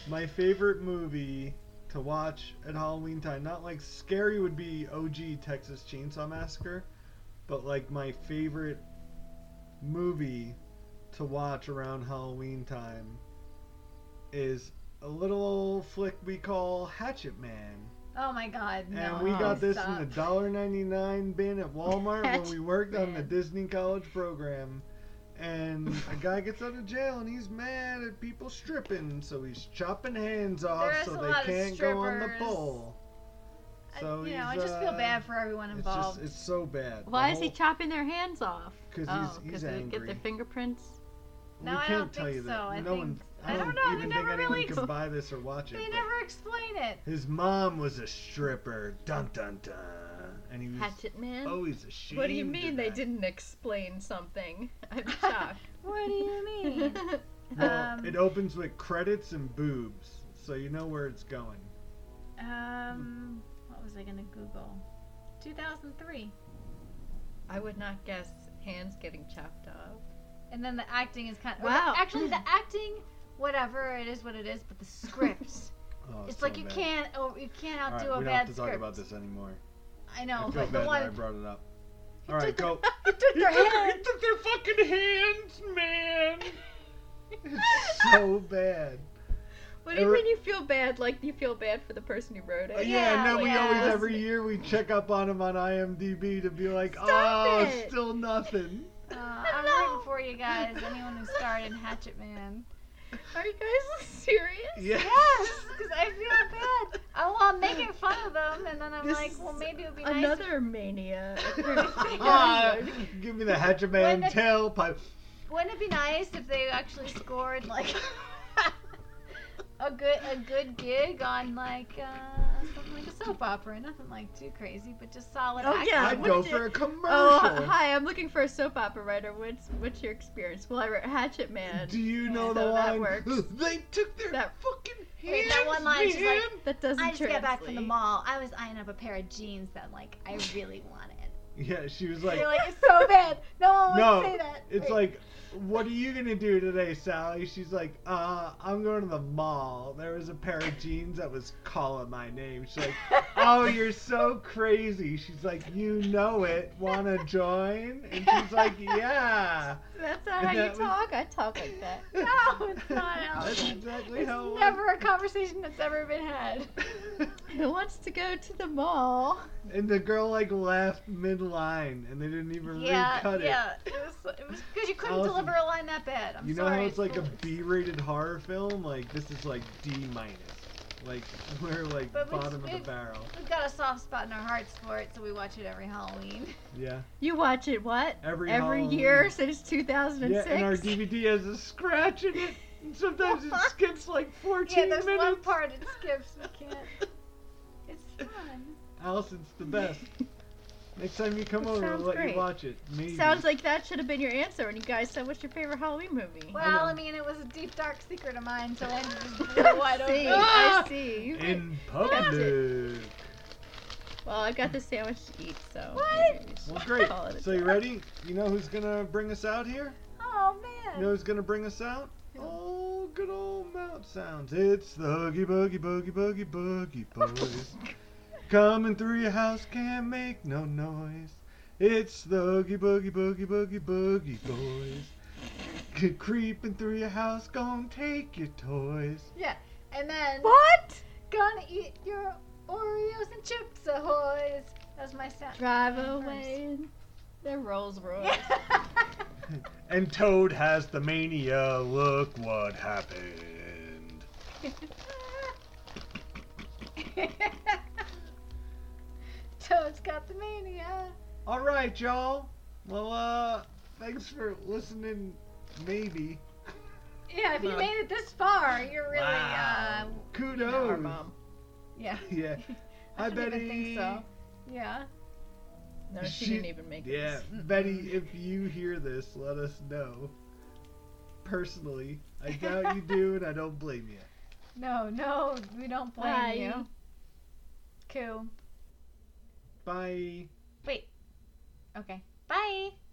Speaker 4: my favorite movie to watch at Halloween time, not like scary would be OG Texas Chainsaw Massacre, but like my favorite movie to watch around Halloween time is a little flick we call Hatchet Man.
Speaker 5: Oh my god. No,
Speaker 4: And we got
Speaker 5: please
Speaker 4: this in the
Speaker 5: Oh, stop.
Speaker 4: $1.99 bin at Walmart when we worked on the
Speaker 6: Man.
Speaker 4: Disney College program. And a guy gets out of jail and he's mad at people stripping, so he's chopping hands off
Speaker 5: There's
Speaker 4: so
Speaker 5: a
Speaker 4: they
Speaker 5: lot of
Speaker 4: can't go on the
Speaker 5: strippers.
Speaker 4: pole.
Speaker 5: I-
Speaker 4: So
Speaker 5: you
Speaker 4: he's,
Speaker 5: know, I just feel
Speaker 4: uh,
Speaker 5: bad for everyone
Speaker 4: It's just
Speaker 5: involved.
Speaker 4: it's so bad. The
Speaker 6: Why is he
Speaker 4: whole-
Speaker 6: chopping their hands off?
Speaker 4: Oh. 'cause
Speaker 6: Oh,
Speaker 4: he's, he's
Speaker 6: they
Speaker 4: angry.
Speaker 6: get their fingerprints.
Speaker 4: we
Speaker 5: No, I
Speaker 4: can't
Speaker 5: don't
Speaker 4: tell
Speaker 5: think
Speaker 4: you that.
Speaker 5: so. I
Speaker 4: no one,
Speaker 5: think-
Speaker 4: I
Speaker 5: I
Speaker 4: don't,
Speaker 5: don't know. They
Speaker 4: even think
Speaker 5: never
Speaker 4: anyone
Speaker 5: really-
Speaker 4: can buy this or watch it.
Speaker 5: they
Speaker 4: but
Speaker 5: never explain it.
Speaker 4: His mom was a stripper. Dun dun dun. And he was
Speaker 6: Hatchet man.
Speaker 4: always ashamed.
Speaker 6: What do you
Speaker 4: of
Speaker 6: mean they
Speaker 4: Oh, that.
Speaker 6: didn't explain something? I'm shocked.
Speaker 5: What do you mean?
Speaker 4: Well,
Speaker 5: Um,
Speaker 4: it opens with credits and boobs, so you know where it's going.
Speaker 5: um, what was I gonna Google? 2003.
Speaker 6: I would not guess hands getting chopped off.
Speaker 5: And then the acting is kind of
Speaker 6: Wow.
Speaker 5: actually, the acting, whatever it is, what it is, but the script. it's
Speaker 4: Oh,
Speaker 5: like
Speaker 4: so
Speaker 5: you
Speaker 4: bad.
Speaker 5: can't, oh, you can't
Speaker 4: All right,
Speaker 5: outdo
Speaker 4: we
Speaker 5: a
Speaker 4: don't
Speaker 5: bad
Speaker 4: have to
Speaker 5: script.
Speaker 4: talk about this anymore.
Speaker 5: I know,
Speaker 4: I feel
Speaker 5: but the
Speaker 4: bad that I
Speaker 5: one
Speaker 4: brought it up. All right,
Speaker 5: took
Speaker 4: go.
Speaker 5: you took their hand.
Speaker 4: took their fucking hands, man. It's so bad.
Speaker 6: What do you
Speaker 4: Ever-
Speaker 6: mean you feel bad? Like you feel bad for the person who wrote
Speaker 4: Uh, Yeah,
Speaker 6: it?
Speaker 5: Yeah,
Speaker 4: and then we
Speaker 5: yeah.
Speaker 4: always every year we check up on him on IMDb to be like,
Speaker 6: Stop
Speaker 4: oh,
Speaker 6: it."
Speaker 4: still nothing.
Speaker 5: Uh, I'm rooting for you guys. Anyone who starred in Hatchet Man.
Speaker 6: Are you guys serious?
Speaker 4: Yes.
Speaker 5: Yes, because I feel bad. Oh, well, I'm making fun of them, and then I'm
Speaker 6: This
Speaker 5: like,
Speaker 6: is
Speaker 5: well, maybe it would be nice.
Speaker 6: Another mania.
Speaker 4: Ah,
Speaker 6: occurred.
Speaker 4: give me the Hatchet Man
Speaker 5: When the-
Speaker 4: tailpipe.
Speaker 5: If, wouldn't it be nice if they actually scored like a good a good gig on like uh, something like a soap opera? Nothing like too crazy, but just solid.
Speaker 6: Oh,
Speaker 5: acting.
Speaker 6: yeah.
Speaker 4: I'd
Speaker 6: what
Speaker 4: go
Speaker 6: did-
Speaker 4: for a commercial.
Speaker 6: oh, hi- hi. I'm looking for a soap opera writer. What's what's your experience? Well, I wrote Hatchet Man.
Speaker 4: Do you know
Speaker 6: So
Speaker 4: the
Speaker 6: that
Speaker 4: line?
Speaker 6: works.
Speaker 4: They took their
Speaker 6: That-
Speaker 4: fucking hands.
Speaker 5: Wait, that one line, she's like,
Speaker 4: man."
Speaker 6: That doesn't
Speaker 5: I just got back from the
Speaker 6: translate.
Speaker 5: mall. I was eyeing up a pair of jeans that like I really wanted.
Speaker 4: Yeah, she was
Speaker 5: You're
Speaker 4: like,
Speaker 5: like, it's so bad. No one would
Speaker 4: No,
Speaker 5: say that.
Speaker 4: it's
Speaker 5: Wait.
Speaker 4: like, what are you gonna do today, Sally? She's like, uh, I'm going to the mall. There was a pair of jeans that was calling my name. She's like, oh, you're so crazy. She's like, you know it. Wanna join? And she's like, yeah.
Speaker 6: That's not how you
Speaker 4: That was-
Speaker 6: talk. I talk like that.
Speaker 5: No, it's not how-
Speaker 4: That's exactly
Speaker 5: it's
Speaker 4: how. it was.
Speaker 5: never a conversation that's ever been had.
Speaker 6: Who wants to go to the mall?
Speaker 4: and the girl like laughed midline, and they didn't even
Speaker 5: Yeah,
Speaker 4: recut it.
Speaker 5: yeah. It was it was because you couldn't
Speaker 4: Allison,
Speaker 5: deliver a line that bad. I'm
Speaker 4: you know
Speaker 5: sorry.
Speaker 4: how it's like a
Speaker 5: foolish.
Speaker 4: B-rated horror film? Like this is like D minus. Like we're like
Speaker 5: But we-
Speaker 4: bottom of the
Speaker 5: it-
Speaker 4: barrel.
Speaker 5: We've got a soft spot in our hearts for it, so we watch it every Halloween.
Speaker 4: Yeah.
Speaker 6: You watch it what?
Speaker 4: Every
Speaker 6: Every
Speaker 4: Halloween.
Speaker 6: year since 2006.
Speaker 4: Yeah, and our DVD has a scratch in it. And sometimes it skips like 14
Speaker 5: yeah, there's
Speaker 4: minutes.
Speaker 5: one part it skips. We can't. It's fun.
Speaker 4: Allison's the best. Next time you come
Speaker 6: That
Speaker 4: over,
Speaker 6: sounds
Speaker 4: we'll let
Speaker 6: great.
Speaker 4: you watch it. Maybe.
Speaker 6: Sounds like that should have been your answer when you guys said, "What's your favorite Halloween movie?"
Speaker 5: Well, I
Speaker 4: know.
Speaker 5: mean, it was a deep, dark secret of mine, so I just blew it wide
Speaker 6: see,
Speaker 5: open.
Speaker 6: I see. You guys-
Speaker 4: Ah! in public.
Speaker 6: Well, I've got the sandwich to eat, so.
Speaker 5: What?
Speaker 6: maybe we should
Speaker 4: Well, great.
Speaker 6: call it a
Speaker 4: So you
Speaker 6: day.
Speaker 4: ready? You know who's gonna bring us out here?
Speaker 5: Oh
Speaker 4: You
Speaker 5: man.
Speaker 4: know who's gonna bring us out? Oh, sounds. It's the Hoogie Boogie Boogie Boogie Boogie Boys. Coming through your house, can't make no noise. It's the Hoogie Boogie Boogie Boogie Boogie Boys. C- creeping through your house, gonna take your toys.
Speaker 5: Yeah, and then
Speaker 9: What?
Speaker 5: gonna eat your Oreos and chips ahoy. That's my sound.
Speaker 6: Drive away. The Rolls Royce.
Speaker 4: And Toad has the mania. Look what happened.
Speaker 5: Toad's got the mania.
Speaker 4: All right, y'all. Well, uh, thanks for listening. Maybe.
Speaker 5: Yeah, if you
Speaker 6: Mom.
Speaker 5: made it this far, you're really uh,
Speaker 4: Kudos.
Speaker 6: Not our mom.
Speaker 5: yeah,
Speaker 4: Yeah. Hi,
Speaker 6: I don't
Speaker 4: Betty.
Speaker 6: even think so.
Speaker 5: yeah.
Speaker 6: No, she,
Speaker 4: She-
Speaker 6: didn't even make
Speaker 4: Yeah,
Speaker 6: it.
Speaker 4: Betty, if you hear this, let us know. Personally, I doubt you do, and I don't blame you.
Speaker 5: No, no, we don't blame
Speaker 6: Bye.
Speaker 5: you. Cool.
Speaker 4: Bye.
Speaker 5: Wait. Okay. Bye.